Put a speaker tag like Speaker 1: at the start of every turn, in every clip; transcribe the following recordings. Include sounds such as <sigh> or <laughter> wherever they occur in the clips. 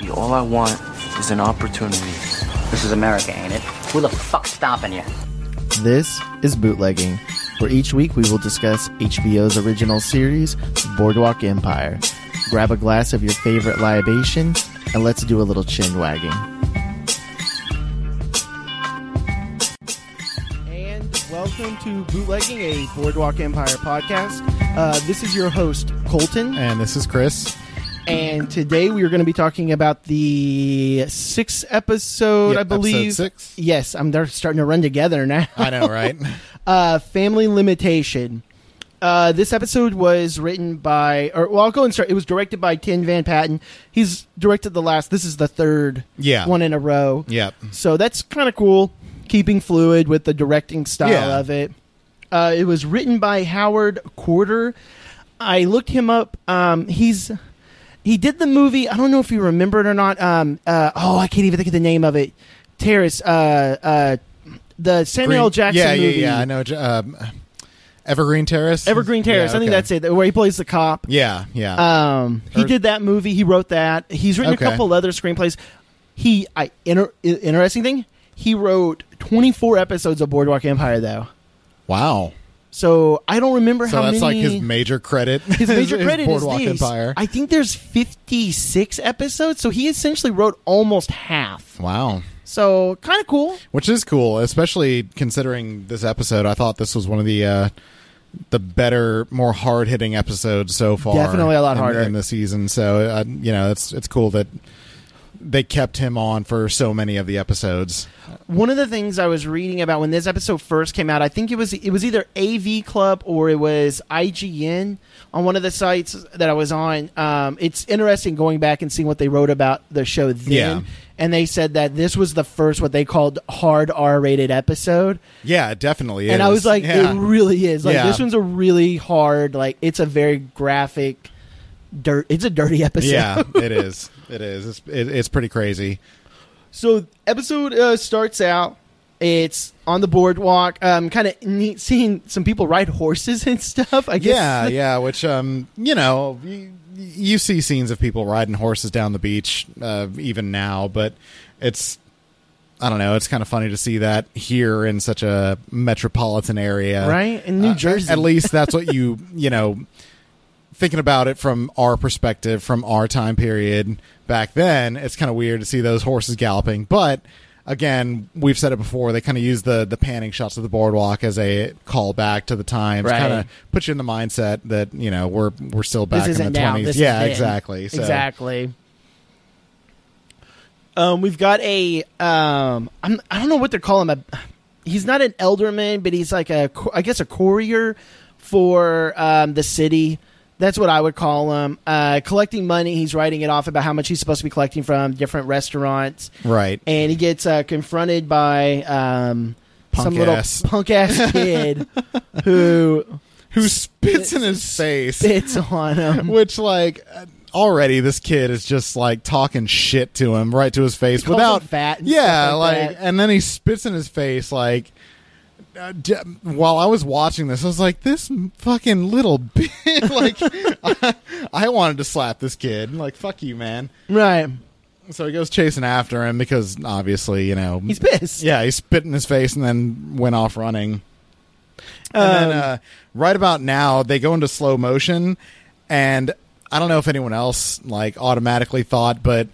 Speaker 1: want is an opportunity.
Speaker 2: This is America, ain't it? Who the fuck's stopping you?
Speaker 3: This is Bootlegging, where each week we will discuss HBO's original series, Boardwalk Empire. Grab a glass of your favorite libation and let's do a little chin wagging. And welcome to Bootlegging, a Boardwalk Empire podcast. Uh, this is your host, Colton.
Speaker 4: And this is Chris.
Speaker 3: And today we are going to be talking about the sixth episode,
Speaker 4: Yep,
Speaker 3: I believe.
Speaker 4: episode six.
Speaker 3: Yes, I'm they're starting to run together now.
Speaker 4: I know, right?
Speaker 3: <laughs> Uh, Family Limitation. Uh, this episode was written by, or well, I'll go and start. It was directed by Tin Van Patten. He's directed the last. This is the third,
Speaker 4: Yeah.
Speaker 3: one in a row.
Speaker 4: yep.
Speaker 3: So that's kind of cool. Keeping fluid with the directing style
Speaker 4: Yeah.
Speaker 3: of it. Uh, it was written by Howard Quarter. I looked him up. Um, he's he did the movie. I don't know if you remember it or not. Um, uh, oh, I can't even think of the name of it. Terrace. Uh, uh, the Samuel L.
Speaker 4: Green-
Speaker 3: Jackson
Speaker 4: yeah,
Speaker 3: movie.
Speaker 4: Yeah, yeah, I know. Um, Evergreen Terrace.
Speaker 3: Evergreen Terrace.
Speaker 4: Yeah,
Speaker 3: I think
Speaker 4: okay.
Speaker 3: that's it. Where he plays the cop.
Speaker 4: Yeah, yeah.
Speaker 3: Um, he
Speaker 4: Or-
Speaker 3: did that movie. He wrote that. He's written
Speaker 4: Okay.
Speaker 3: a couple other screenplays. He, I inter, i- interesting thing. He wrote 24 episodes of Boardwalk Empire though,
Speaker 4: wow.
Speaker 3: so I don't remember
Speaker 4: So
Speaker 3: how
Speaker 4: that's like
Speaker 3: many.
Speaker 4: his major credit. <laughs>
Speaker 3: his major
Speaker 4: is
Speaker 3: credit is
Speaker 4: Boardwalk
Speaker 3: these.
Speaker 4: Empire.
Speaker 3: I think there's 56 episodes, so he essentially wrote almost half.
Speaker 4: wow.
Speaker 3: So kind of cool.
Speaker 4: Which is cool, especially considering this episode. I thought this was one of the uh, the better, more hard hitting episodes so far.
Speaker 3: Definitely a lot
Speaker 4: in-
Speaker 3: harder.
Speaker 4: in the season. So uh, you know, it's it's cool that they kept him on for so many of the episodes.
Speaker 3: one of the things I was reading about when this episode first came out, I think it was it was either AV Club or it was IGN on one of the sites that I was on. Um, it's interesting going back and seeing what they wrote about the show then,
Speaker 4: Yeah.
Speaker 3: and they said that this was the first what they called hard R-rated episode,
Speaker 4: Yeah, it definitely.
Speaker 3: and I
Speaker 4: is.
Speaker 3: was like,
Speaker 4: Yeah.
Speaker 3: it really is. Like
Speaker 4: Yeah.
Speaker 3: this one's a really hard, like it's a very graphic, dirt. It's a dirty
Speaker 4: <laughs>
Speaker 3: episode.
Speaker 4: yeah, it is. It is. It's, it, it's pretty crazy.
Speaker 3: So episode uh, starts out. It's on the boardwalk. Um, kind of neat seeing some people ride horses and stuff. I guess.
Speaker 4: Yeah, <laughs> yeah. Which, um, you know, you, you see scenes of people riding horses down the beach, uh, even now. But it's, I don't know. It's kind of funny to see that here in such a metropolitan area,
Speaker 3: Right? In New
Speaker 4: Uh,
Speaker 3: Jersey.
Speaker 4: At least that's what you, you know, thinking about it from our perspective, from our time period back then, it's kind of weird to see those horses galloping. But again, we've said it before, they kind of use the the panning shots of the boardwalk as a call back to the times,
Speaker 3: Right.
Speaker 4: kind of puts you in the mindset that you know we're we're still
Speaker 3: This
Speaker 4: back in the
Speaker 3: isn't now. This
Speaker 4: twenties.
Speaker 3: is
Speaker 4: Yeah,
Speaker 3: then.
Speaker 4: exactly. So,
Speaker 3: Exactly. Um, we've got a um, I'm, I don't know what they're calling him. A, he's not an elderman, but he's like a co- I guess a courier for um, the city. That's what I would call him. Uh, collecting money, he's writing it off about how much he's supposed to be collecting from different restaurants.
Speaker 4: Right.
Speaker 3: and he gets uh, confronted by um, some
Speaker 4: Punk
Speaker 3: little
Speaker 4: ass.
Speaker 3: punk
Speaker 4: <laughs>
Speaker 3: ass kid who
Speaker 4: Who spits in his face?
Speaker 3: bits on
Speaker 4: <laughs>
Speaker 3: him.
Speaker 4: Which like. uh, Already, this kid is just like talking shit to him right to his face
Speaker 3: calls
Speaker 4: without
Speaker 3: him fat and
Speaker 4: yeah,
Speaker 3: stuff like
Speaker 4: like, eh.
Speaker 3: that.
Speaker 4: and then he spits in his face like. uh, d- While I was watching this, I was like, "This m- fucking little <laughs> bitch!" like, <laughs> I, I wanted to slap this kid. Like, fuck you, man.
Speaker 3: Right,
Speaker 4: So he goes chasing after him because obviously, you know,
Speaker 3: he's pissed.
Speaker 4: yeah, he spit in his face and then went off running. And then, uh, right about now, they go into slow motion, and I don't know if anyone else like automatically thought, but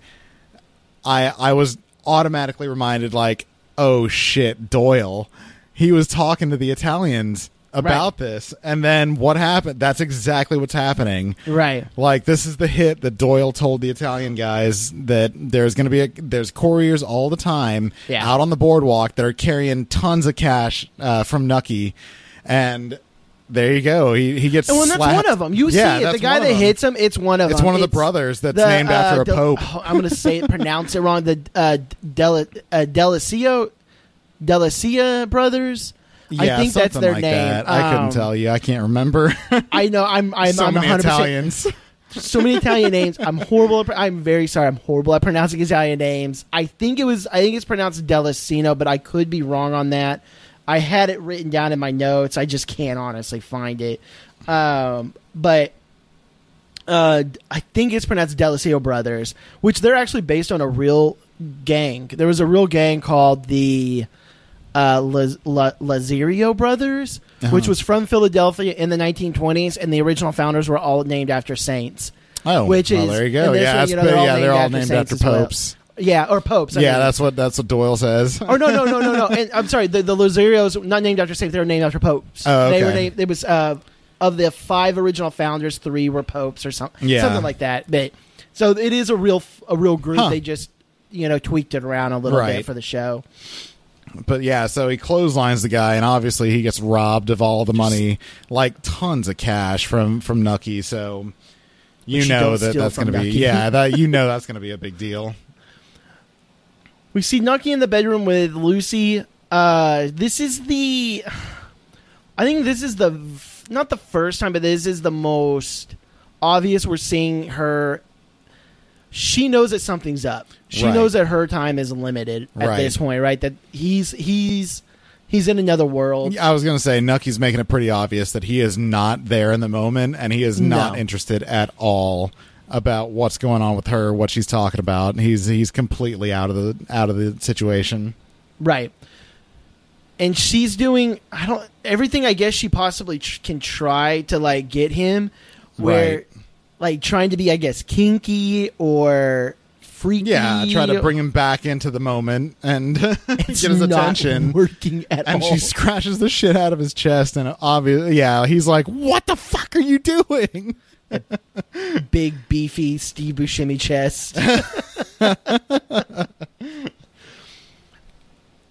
Speaker 4: I I was automatically reminded like, oh shit, Doyle, he was talking to the Italians about this, and then what happened? That's exactly what's happening.
Speaker 3: Right.
Speaker 4: Like this is the hit that Doyle told the Italian guys that there's going to be a, there's couriers all the time
Speaker 3: Yeah.
Speaker 4: out on the boardwalk that are carrying tons of cash uh, from Nucky, and there you go. He he gets
Speaker 3: And well, that's
Speaker 4: slapped.
Speaker 3: one of them. You
Speaker 4: Yeah,
Speaker 3: see it. The
Speaker 4: that's
Speaker 3: guy
Speaker 4: one
Speaker 3: that
Speaker 4: of them.
Speaker 3: hits him, it's one of
Speaker 4: It's
Speaker 3: them.
Speaker 4: one of the brothers that's named after a
Speaker 3: Del-
Speaker 4: pope.
Speaker 3: oh, I'm going to say it, pronounce it wrong. The uh, Dela uh, Delicio, Delicia brothers.
Speaker 4: Yeah,
Speaker 3: I think that's
Speaker 4: something
Speaker 3: their
Speaker 4: like
Speaker 3: name.
Speaker 4: that. I couldn't
Speaker 3: Um,
Speaker 4: tell you. I
Speaker 3: <laughs>
Speaker 4: can't remember. <laughs>
Speaker 3: I know. I'm. I'm.
Speaker 4: so
Speaker 3: I'm
Speaker 4: many
Speaker 3: 100 <laughs>
Speaker 4: Italians. Oh,
Speaker 3: so many Italian names. I'm horrible. At, pro- I'm very sorry. I'm horrible at pronouncing Italian names. I think it was. I think it's pronounced Delicino, but I could be wrong on that. I had it written down in my notes. I just can't honestly find it. Um, but uh, I think it's pronounced Delisio Brothers, which they're actually based on a real gang. There was a real gang called the uh, Laz- La- Lazario Brothers, which was from Philadelphia in the 1920s, and the original founders were all named after saints.
Speaker 4: Oh,
Speaker 3: which
Speaker 4: well,
Speaker 3: is
Speaker 4: there you go.
Speaker 3: and this
Speaker 4: Yeah,
Speaker 3: one,
Speaker 4: that's-
Speaker 3: you know, they're all
Speaker 4: yeah,
Speaker 3: named
Speaker 4: they're all
Speaker 3: after
Speaker 4: named
Speaker 3: saints
Speaker 4: after
Speaker 3: as well.
Speaker 4: popes.
Speaker 3: Yeah, or popes. I
Speaker 4: yeah,
Speaker 3: mean.
Speaker 4: that's what that's what Doyle says.
Speaker 3: Or no, no, no, no, no. And I'm sorry, the, the Lozerios not named after saints. They were named after popes.
Speaker 4: Oh,
Speaker 3: They were
Speaker 4: okay.
Speaker 3: named. It was uh, of the five original founders, three were popes or something,
Speaker 4: Yeah.
Speaker 3: something like that. But so it is a real f- a real group.
Speaker 4: Huh.
Speaker 3: They just you know tweaked it around a little bit
Speaker 4: Right.
Speaker 3: for the show.
Speaker 4: But yeah, so he clotheslines the guy, and obviously he gets robbed of all the money, like tons of cash from from Nucky. So you
Speaker 3: Which you
Speaker 4: know
Speaker 3: don't
Speaker 4: that
Speaker 3: steal
Speaker 4: that's
Speaker 3: from
Speaker 4: going to be
Speaker 3: Nucky.
Speaker 4: yeah, that
Speaker 3: <laughs>
Speaker 4: you know that's going to be a big deal.
Speaker 3: We see Nucky in the bedroom with Lucy. Uh, this is the, I think this is the f- not the first time, but this is the most obvious we're seeing her. She knows that something's up. She
Speaker 4: Right.
Speaker 3: knows that her time is limited at
Speaker 4: Right.
Speaker 3: this point, right? That he's he's he's in another world.
Speaker 4: I was going to say Nucky's making it pretty obvious that he is not there in the moment, and he is not
Speaker 3: No.
Speaker 4: interested at all about what's going on with her, what she's talking about. He's he's completely out of the out of the situation.
Speaker 3: Right. And she's doing I don't everything I guess she possibly tr- can try to like get him where
Speaker 4: Right.
Speaker 3: like trying to be I guess kinky or freaky.
Speaker 4: Yeah, try to bring him back into the moment and <laughs> get
Speaker 3: It's
Speaker 4: his
Speaker 3: not
Speaker 4: attention.
Speaker 3: working at
Speaker 4: and
Speaker 3: all.
Speaker 4: she scratches the shit out of his chest and obviously yeah he's like what the fuck are you doing
Speaker 3: big beefy Steve Buscemi
Speaker 4: <laughs>
Speaker 3: chest.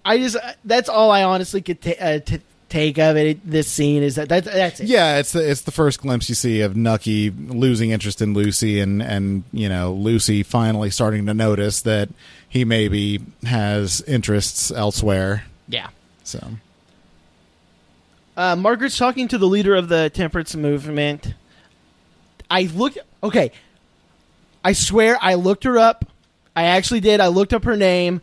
Speaker 3: I just that's all I honestly could ta- uh, t- take of it. This scene is that that's that's it.
Speaker 4: <laughs> yeah it's the, it's the first glimpse you see of nucky losing interest in lucy and and you know lucy finally starting to notice that he maybe has interests elsewhere
Speaker 3: yeah.
Speaker 4: so
Speaker 3: Uh, Margaret's talking to the leader of the temperance movement. I looked. Okay. I swear I looked her up. I actually did. I looked up her name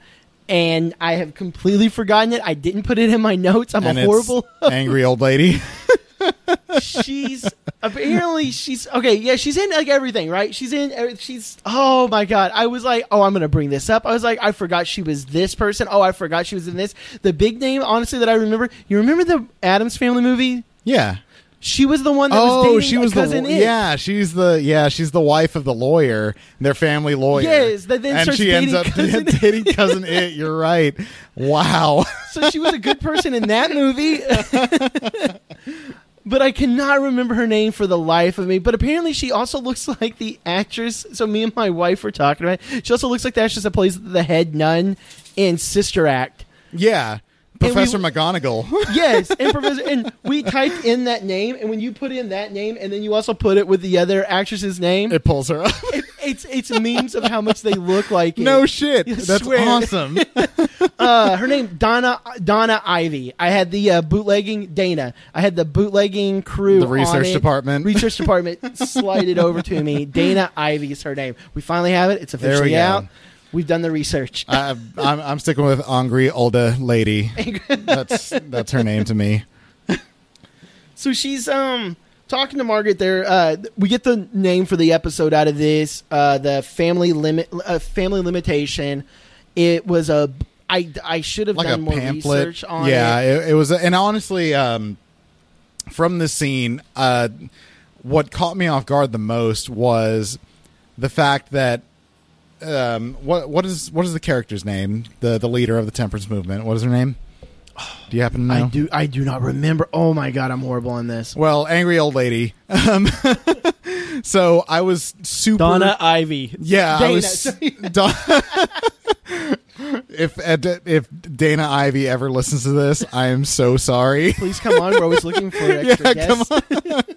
Speaker 3: and I have completely forgotten it. I didn't put it in my notes. I'm
Speaker 4: and
Speaker 3: a
Speaker 4: it's <laughs>
Speaker 3: horrible. <laughs>
Speaker 4: angry old lady <laughs>
Speaker 3: she's apparently she's okay. Yeah, she's in like everything, right? She's in. every- She's oh my god. I was like, oh, I'm gonna bring this up. I was like, I forgot she was this person. Oh, I forgot she was in this. The big name, honestly, that I remember. You remember the Adams Family movie?
Speaker 4: yeah
Speaker 3: She was the one that was
Speaker 4: oh
Speaker 3: dating
Speaker 4: she
Speaker 3: a
Speaker 4: was the
Speaker 3: cousin It.
Speaker 4: yeah she's the yeah she's the wife of the lawyer their family lawyer
Speaker 3: Yes, that then
Speaker 4: and
Speaker 3: starts
Speaker 4: she ends
Speaker 3: dating
Speaker 4: up <laughs>
Speaker 3: cousin It.
Speaker 4: dating cousin it you're right wow <laughs>
Speaker 3: So she was a good person in that movie. <laughs> but I cannot remember her name for the life of me. But apparently she also looks like the actress. So me and my wife were talking about it. She also looks like the actress that plays the head nun in Sister Act.
Speaker 4: Yeah.
Speaker 3: we-
Speaker 4: Professor McGonagall.
Speaker 3: Yes, and Professor, and we typed in that name, and when you put in that name, and then you also put it with the other actress's name,
Speaker 4: it pulls her up.
Speaker 3: it- it's it's memes of how much they look like. it.
Speaker 4: <laughs> no shit.
Speaker 3: You
Speaker 4: That's
Speaker 3: swear. <laughs>
Speaker 4: awesome.
Speaker 3: uh, her name Donna Donna Ivy. I had the uh, bootlegging Dana. I had the bootlegging crew.
Speaker 4: The research
Speaker 3: on it.
Speaker 4: department. <laughs>
Speaker 3: Research department slided over to me. Dana Ivy is her name. We finally have it. It's officially
Speaker 4: go.
Speaker 3: out. We've done the research.
Speaker 4: I, I'm, I'm sticking with Angry Olda Lady. That's that's her name to me.
Speaker 3: so she's um talking to Margaret. There, uh, we get the name for the episode out of this. Uh, the family limit, uh, family limitation. It was a. I, I should have
Speaker 4: Like
Speaker 3: done
Speaker 4: a
Speaker 3: more
Speaker 4: pamphlet.
Speaker 3: research on
Speaker 4: yeah,
Speaker 3: it.
Speaker 4: it, it was. And honestly, um, from this scene, uh, what caught me off guard the most was the fact that um, what what is what is the character's name? The the leader of the temperance movement. What is her name? Do you happen to know?
Speaker 3: I do I do not remember. Oh my god, I'm horrible in this.
Speaker 4: Well, angry old lady. <laughs> Um, so I was super.
Speaker 3: Ivy.
Speaker 4: Yeah, I
Speaker 3: Dana, <laughs>
Speaker 4: was. Don- if Ed- if Dana Ivy ever listens to this, I am so sorry.
Speaker 3: Please come on. We're always looking
Speaker 4: <laughs>
Speaker 3: for extra
Speaker 4: Yeah, come
Speaker 3: guests.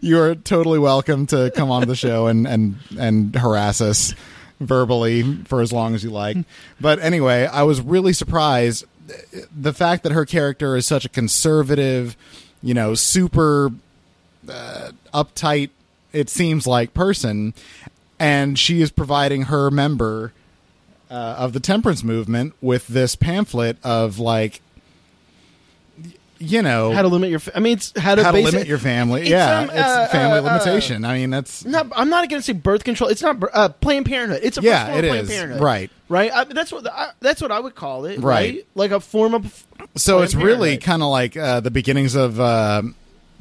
Speaker 4: You are totally welcome to come on the show and and and harass us verbally for as long as you like. But anyway, I was really surprised uh, the fact that her character is such a conservative, you know, super uh, uptight. It seems like person, and she is providing her member uh, of the temperance movement with this pamphlet of like you know,
Speaker 3: how to limit your. Fa- I mean, it's how to,
Speaker 4: how to
Speaker 3: base
Speaker 4: limit
Speaker 3: it-
Speaker 4: your family.
Speaker 3: It's,
Speaker 4: yeah,
Speaker 3: um, uh,
Speaker 4: it's family
Speaker 3: uh, uh,
Speaker 4: limitation. I mean, that's
Speaker 3: Not, I'm not going to say birth control. It's not bir- uh, Planned Parenthood. It's a
Speaker 4: Yeah,
Speaker 3: form of
Speaker 4: it
Speaker 3: Planned
Speaker 4: is.
Speaker 3: Parenthood.
Speaker 4: Right.
Speaker 3: right. I, that's what I, that's what I would call it.
Speaker 4: Right.
Speaker 3: Right, like a form of.
Speaker 4: so
Speaker 3: Planned
Speaker 4: it's really
Speaker 3: Parenthood.
Speaker 4: kind of like uh, the beginnings of um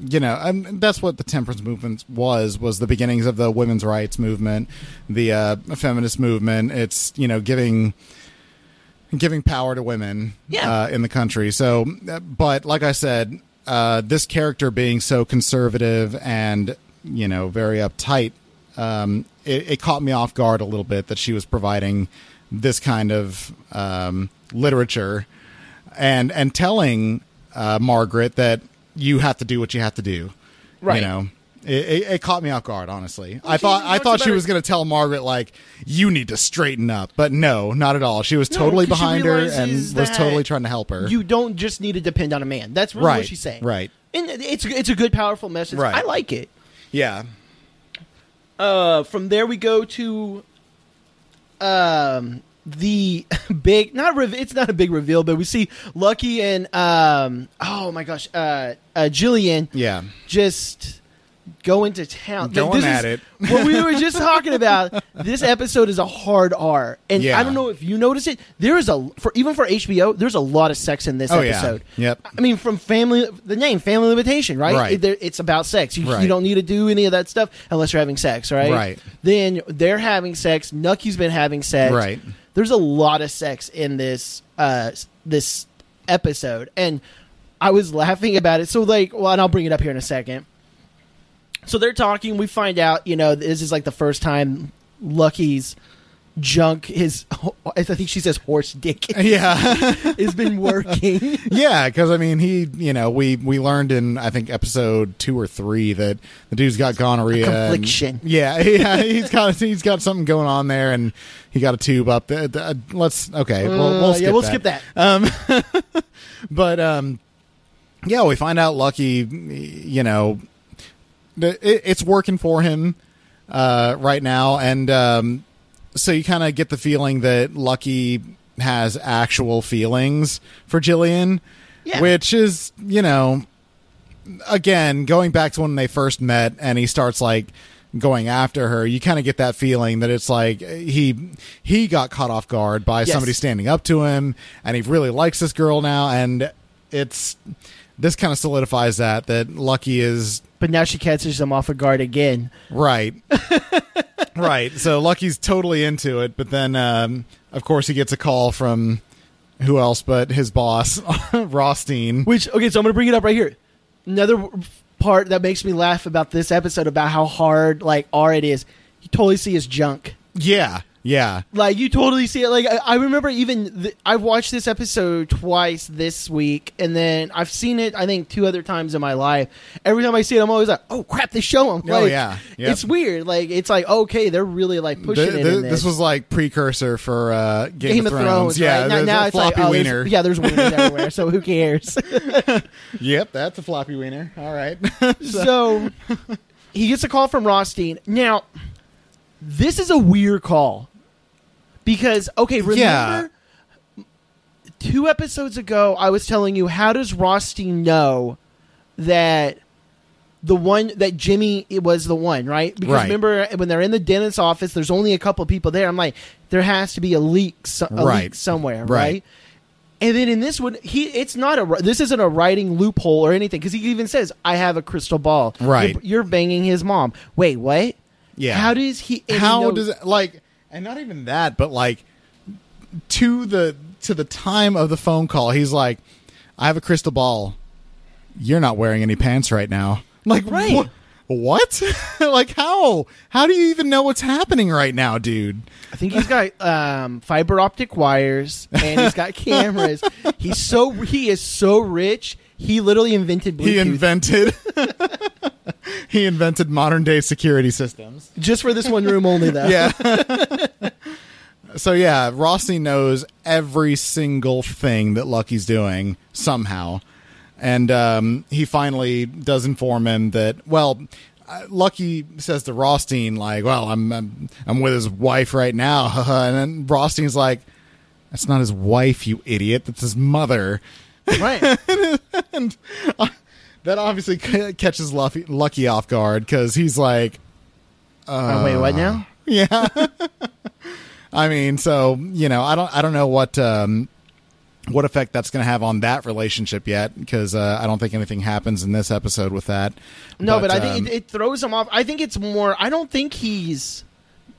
Speaker 4: you know and that's what the temperance movement was was the beginnings of the women's rights movement the uh, feminist movement it's you know giving giving power to women
Speaker 3: Yeah.
Speaker 4: uh, in the country so uh, but like i said uh, this character being so conservative and you know very uptight um, it, it caught me off guard a little bit that she was providing this kind of um, literature and and telling uh, Margaret that you have to do what you have to do.
Speaker 3: Right.
Speaker 4: You know, it, it, it caught me off guard. Honestly, I
Speaker 3: she
Speaker 4: thought I
Speaker 3: talks
Speaker 4: thought she
Speaker 3: about
Speaker 4: was
Speaker 3: it-
Speaker 4: going to tell Margaret like you need to straighten up, but no, not at all. She was totally
Speaker 3: 'cause she
Speaker 4: behind her and
Speaker 3: realizes
Speaker 4: was
Speaker 3: that
Speaker 4: totally trying to help her.
Speaker 3: You don't just need to depend on a man. That's really
Speaker 4: Right,
Speaker 3: what she's saying.
Speaker 4: right.
Speaker 3: And it's it's a good powerful message.
Speaker 4: Right.
Speaker 3: I like it.
Speaker 4: yeah.
Speaker 3: Uh, from there we go to um the <laughs> big not rev- it's not a big reveal but we see lucky and um oh my gosh uh uh jillian
Speaker 4: Yeah.
Speaker 3: just going to town
Speaker 4: Going
Speaker 3: This
Speaker 4: at
Speaker 3: is- <laughs>
Speaker 4: it.
Speaker 3: what we were just
Speaker 4: <laughs>
Speaker 3: talking about this episode is a hard r and
Speaker 4: Yeah.
Speaker 3: i don't know if you notice it there is a for even for hbo there's a lot of sex in this
Speaker 4: Oh, yeah.
Speaker 3: episode
Speaker 4: Yep.
Speaker 3: i mean from family the name family limitation right,
Speaker 4: Right.
Speaker 3: It- there- it's about sex you,
Speaker 4: Right.
Speaker 3: you don't need to do any of that stuff unless you're having sex right
Speaker 4: Right.
Speaker 3: then they're having sex nucky's been having sex
Speaker 4: Right.
Speaker 3: there's a lot of sex in this uh s- this episode and i was laughing about it so like well and i'll bring it up here in a second so they're talking we find out you know this is like the first time lucky's junk his <laughs> i think she says horse dick <laughs>
Speaker 4: <laughs> Yeah. <laughs>
Speaker 3: has been working
Speaker 4: yeah. Because, I mean, he, you know, we, we learned in, I think, episode two or three that the dude's got gonorrhea. and-
Speaker 3: confliction.
Speaker 4: yeah. <laughs> Yeah. He's got, he's got something going on there and he got a tube up there. Uh, Let's, okay. <laughs> we'll, we'll
Speaker 3: Uh,
Speaker 4: skip
Speaker 3: yeah we'll
Speaker 4: that.
Speaker 3: skip that
Speaker 4: But um, yeah, we find out Lucky, you know, th- it, it's working for him uh, right now, and um, so you kind of get the feeling that Lucky has actual feelings for Jillian,
Speaker 3: Yeah.
Speaker 4: which is you know, again going back to when they first met, and he starts like going after her you kind of get that feeling that it's like eh, he he got caught off guard by
Speaker 3: Yes.
Speaker 4: somebody standing up to him and he really likes this girl now and it's this kind of solidifies that that lucky is
Speaker 3: but now she catches them off a guard again
Speaker 4: right right so lucky's totally into it but then um, of course he gets a call from who else but his boss <laughs> rothstein
Speaker 3: Which okay, so I'm gonna bring it up right here. Another part that makes me laugh about this episode about how hard like R it is. You totally see his junk.
Speaker 4: yeah yeah
Speaker 3: Like you totally see it. Like I, I remember even th- I've watched this episode twice this week, and then I've seen it I think two other times in my life. Every time I see it, I'm always like, "Oh crap, they show him."
Speaker 4: Oh,
Speaker 3: Like,
Speaker 4: yeah. Yep.
Speaker 3: it's weird. Like it's like okay, they're really like pushing
Speaker 4: Th-
Speaker 3: it.
Speaker 4: th-
Speaker 3: in
Speaker 4: this was like precursor for uh, Game,
Speaker 3: Game of Thrones.
Speaker 4: yeah
Speaker 3: right? now,
Speaker 4: there's
Speaker 3: now
Speaker 4: a
Speaker 3: it's
Speaker 4: floppy
Speaker 3: like oh,
Speaker 4: wiener
Speaker 3: there's, yeah, there's wieners everywhere. So who cares?
Speaker 4: <laughs> yep that's a floppy wiener
Speaker 3: <laughs>
Speaker 4: all right
Speaker 3: so he gets a call from Rothstein. Now, this is a weird call because okay, remember
Speaker 4: Yeah.
Speaker 3: two episodes ago I was telling you how does Rothstein know that the one that Jimmy it was the one right? Because
Speaker 4: Right.
Speaker 3: remember when they're in the dentist's office, there's only a couple people there. I'm like, there has to be a leak, so- a
Speaker 4: Right.
Speaker 3: leak somewhere,
Speaker 4: Right.
Speaker 3: right? And then in this one, he it's not a this isn't a writing loophole or anything because he even says, "I have a crystal ball."
Speaker 4: Right.
Speaker 3: You're, you're banging his mom. Wait, what?
Speaker 4: Yeah.
Speaker 3: How does he? and he
Speaker 4: how
Speaker 3: knows-
Speaker 4: does it like and not even that but like to the to the time of the phone call he's like i have a crystal ball you're not wearing any pants right now like
Speaker 3: Right.
Speaker 4: wha- what <laughs> like how how do you even know what's happening right now dude
Speaker 3: I think he's
Speaker 4: <laughs>
Speaker 3: got um, fiber optic wires and he's got cameras. he's so he is so rich. He literally invented Bluetooth
Speaker 4: he invented <laughs> he invented modern day security systems
Speaker 3: just for this one room only, though.
Speaker 4: yeah so yeah rossi knows every single thing that lucky's doing somehow and um, he finally does inform him that well uh, Lucky says to Rothstein, like, well, I'm, I'm I'm with his wife right now, <laughs> and then Rothstein's <laughs> like, that's not his wife, you idiot, that's his mother.
Speaker 3: <laughs> right.
Speaker 4: and uh, that obviously <laughs> c- catches Luffy, Lucky off guard because he's like,
Speaker 3: Oh, wait, what
Speaker 4: Uh,
Speaker 3: now?
Speaker 4: yeah. I mean, so you know, I don't, I don't know what, um, what effect that's going to have on that relationship yet because uh, I don't think anything happens in this episode with that.
Speaker 3: No, but, I
Speaker 4: um,
Speaker 3: think it, it throws him off. I think it's more. I don't think he's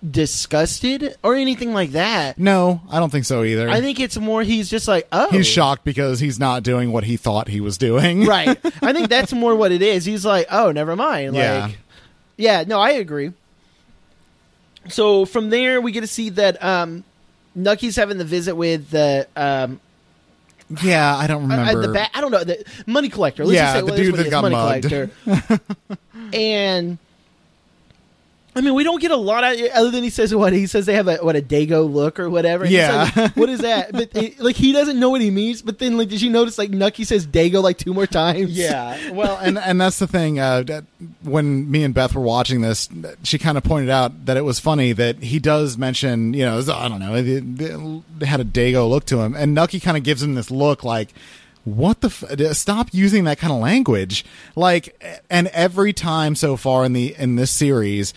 Speaker 3: disgusted or anything like that.
Speaker 4: no, I don't think so either.
Speaker 3: I think it's more he's just like, oh,
Speaker 4: he's shocked because he's not doing what he thought he was doing.
Speaker 3: right. I think that's more what it is. He's like, oh, never mind.
Speaker 4: Yeah.
Speaker 3: Like, yeah, no, I agree. So from there, we get to see that um, Nucky's having the visit with the um,
Speaker 4: <laughs> yeah, I don't
Speaker 3: I- I-
Speaker 4: remember.
Speaker 3: the ba- I don't know the money collector. Let's just
Speaker 4: Yeah,
Speaker 3: say,
Speaker 4: the
Speaker 3: well, that's
Speaker 4: dude
Speaker 3: what it
Speaker 4: that
Speaker 3: is,
Speaker 4: got
Speaker 3: money
Speaker 4: mugged.
Speaker 3: collector.
Speaker 4: <laughs>
Speaker 3: and I mean, we don't get a lot out other than he says what he says. They have a what a dago look or whatever. And he's
Speaker 4: Yeah.
Speaker 3: like, what is
Speaker 4: <laughs>
Speaker 3: that? But it- like he doesn't know what he means. But then like, did you notice like Nucky says dago like two more times?
Speaker 4: <laughs> Yeah. Well, and and that's the thing. Uh, that- when me and Beth were watching this, she kind of pointed out that it was funny that he does mention, you know, I don't know, it- it had a dago look to him, and Nucky kind of gives him this look like. What the f- stop using that kind of language like and every time so far in the in this series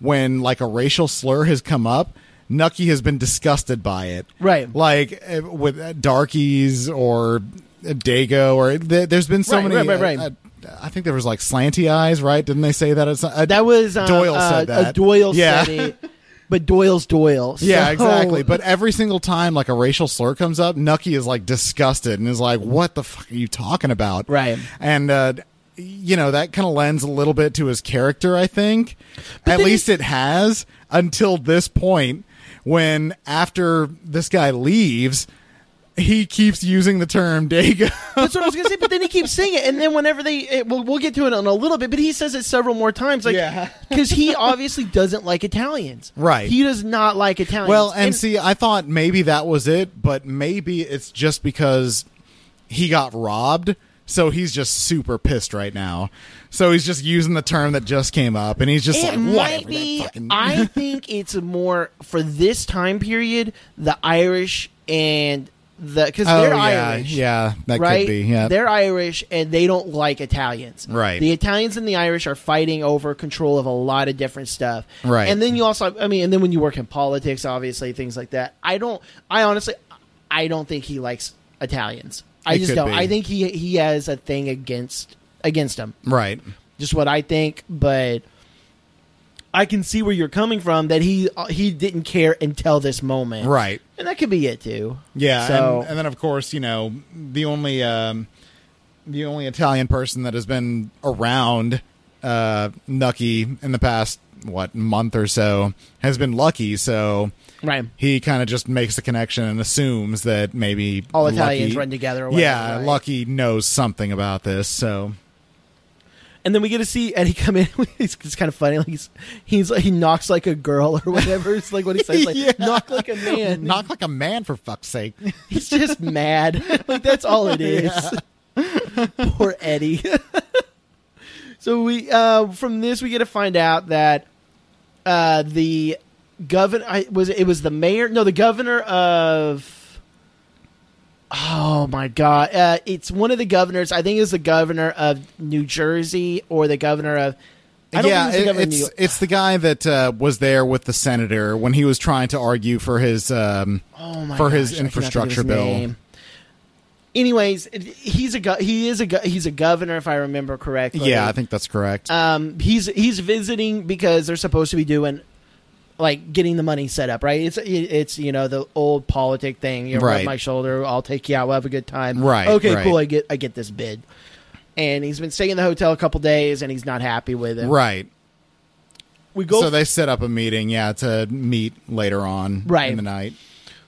Speaker 4: when like a racial slur has come up Nucky has been disgusted by it
Speaker 3: Right.
Speaker 4: like eh, with eh, darkies or eh, dago or th- there's been so
Speaker 3: Right,
Speaker 4: many.
Speaker 3: right, right,
Speaker 4: uh,
Speaker 3: right.
Speaker 4: uh, I think there was like slanty eyes, right? Didn't they say that? It's, uh,
Speaker 3: that was uh,
Speaker 4: Doyle
Speaker 3: uh,
Speaker 4: said that.
Speaker 3: uh, Doyle
Speaker 4: yeah.
Speaker 3: said it, but Doyle's Doyle.
Speaker 4: <laughs> Yeah,
Speaker 3: So-
Speaker 4: exactly. But every single time like a racial slur comes up, Nucky is like disgusted and is like, "What the fuck are you talking about?"
Speaker 3: Right.
Speaker 4: And uh, you know that kind of lends a little bit to his character, I think. At
Speaker 3: then
Speaker 4: least it has until this point, when after this guy leaves, he keeps using the term <laughs> "dago."
Speaker 3: That's what I was gonna say. But then he keeps saying it, and then whenever they, it, we'll, we'll get to it in a little bit. But he says it several more times, like
Speaker 4: Yeah.
Speaker 3: because he obviously doesn't like Italians,
Speaker 4: Right.
Speaker 3: He does not like Italians.
Speaker 4: Well, and, see, I thought maybe that was it, but maybe it's just because he got robbed, so he's just super pissed right now. So he's just using the term that just came up, and he's just
Speaker 3: it
Speaker 4: like,
Speaker 3: might
Speaker 4: "Whatever."
Speaker 3: be.
Speaker 4: that fucking-
Speaker 3: I think it's more for this time period. The Irish and the because
Speaker 4: oh
Speaker 3: they're
Speaker 4: yeah,
Speaker 3: Irish,
Speaker 4: yeah, that
Speaker 3: right?
Speaker 4: could be. Yeah,
Speaker 3: They're Irish and they don't like Italians.
Speaker 4: Right.
Speaker 3: The Italians and the Irish are fighting over control of a lot of different stuff.
Speaker 4: Right.
Speaker 3: And then you also, I mean, and then when you work in politics, obviously things like that. I don't. I honestly, I don't think he likes Italians. I
Speaker 4: It
Speaker 3: just
Speaker 4: could
Speaker 3: don't.
Speaker 4: be.
Speaker 3: I think he he has a thing against against them.
Speaker 4: right.
Speaker 3: Just what I think, but. I can see where you're coming from. That he he didn't care until this moment,
Speaker 4: Right.
Speaker 3: And that could be it too.
Speaker 4: Yeah,
Speaker 3: So
Speaker 4: and, and then of course you know the only um, the only Italian person that has been around uh, Nucky in the past what month or so has been Lucky. So
Speaker 3: right,
Speaker 4: he kind of just makes the connection and assumes that maybe
Speaker 3: All Italians
Speaker 4: Lucky-
Speaker 3: run together or whatever,
Speaker 4: yeah,
Speaker 3: right?
Speaker 4: Lucky knows something about this, so
Speaker 3: And then we get to see Eddie come in. <laughs> it's, it's kind of funny. Like he's, he's he knocks like a girl or whatever. <laughs> It's like what he says, like
Speaker 4: <laughs> Yeah.
Speaker 3: knock like a man.
Speaker 4: knock like a man for fuck's sake.
Speaker 3: He's just mad. <laughs> like that's all it is. <laughs> Poor Eddie. so we uh, from this we get to find out that uh, the governor I, was it was the mayor. No, the governor of. Oh my god! Uh, it's one of the governors. I think it was the governor of New Jersey or the governor of. <laughs> I don't
Speaker 4: yeah,
Speaker 3: think it was the governor
Speaker 4: it-
Speaker 3: of New
Speaker 4: it's
Speaker 3: York.
Speaker 4: it's the guy that uh, was there with the senator when he was trying to argue for his um,
Speaker 3: Oh my
Speaker 4: for his
Speaker 3: gosh, I cannot think of
Speaker 4: infrastructure
Speaker 3: his
Speaker 4: bill.
Speaker 3: name. Anyways, it- he's a go- he is a go- he's a governor if I remember correctly.
Speaker 4: Yeah, I think that's correct.
Speaker 3: um, he's he's visiting because they're supposed to be doing like getting the money set up, right? It's it- it's you know the old politic thing. You know, rub
Speaker 4: Right.
Speaker 3: my shoulder, I'll take you out, we'll have a good time.
Speaker 4: Right,
Speaker 3: Okay,
Speaker 4: right.
Speaker 3: cool. I get I get this bid, and he's been staying in the hotel a couple days, and he's not happy with it.
Speaker 4: right.
Speaker 3: We go
Speaker 4: so they set up a meeting, yeah, to meet later on
Speaker 3: Right.
Speaker 4: in the night.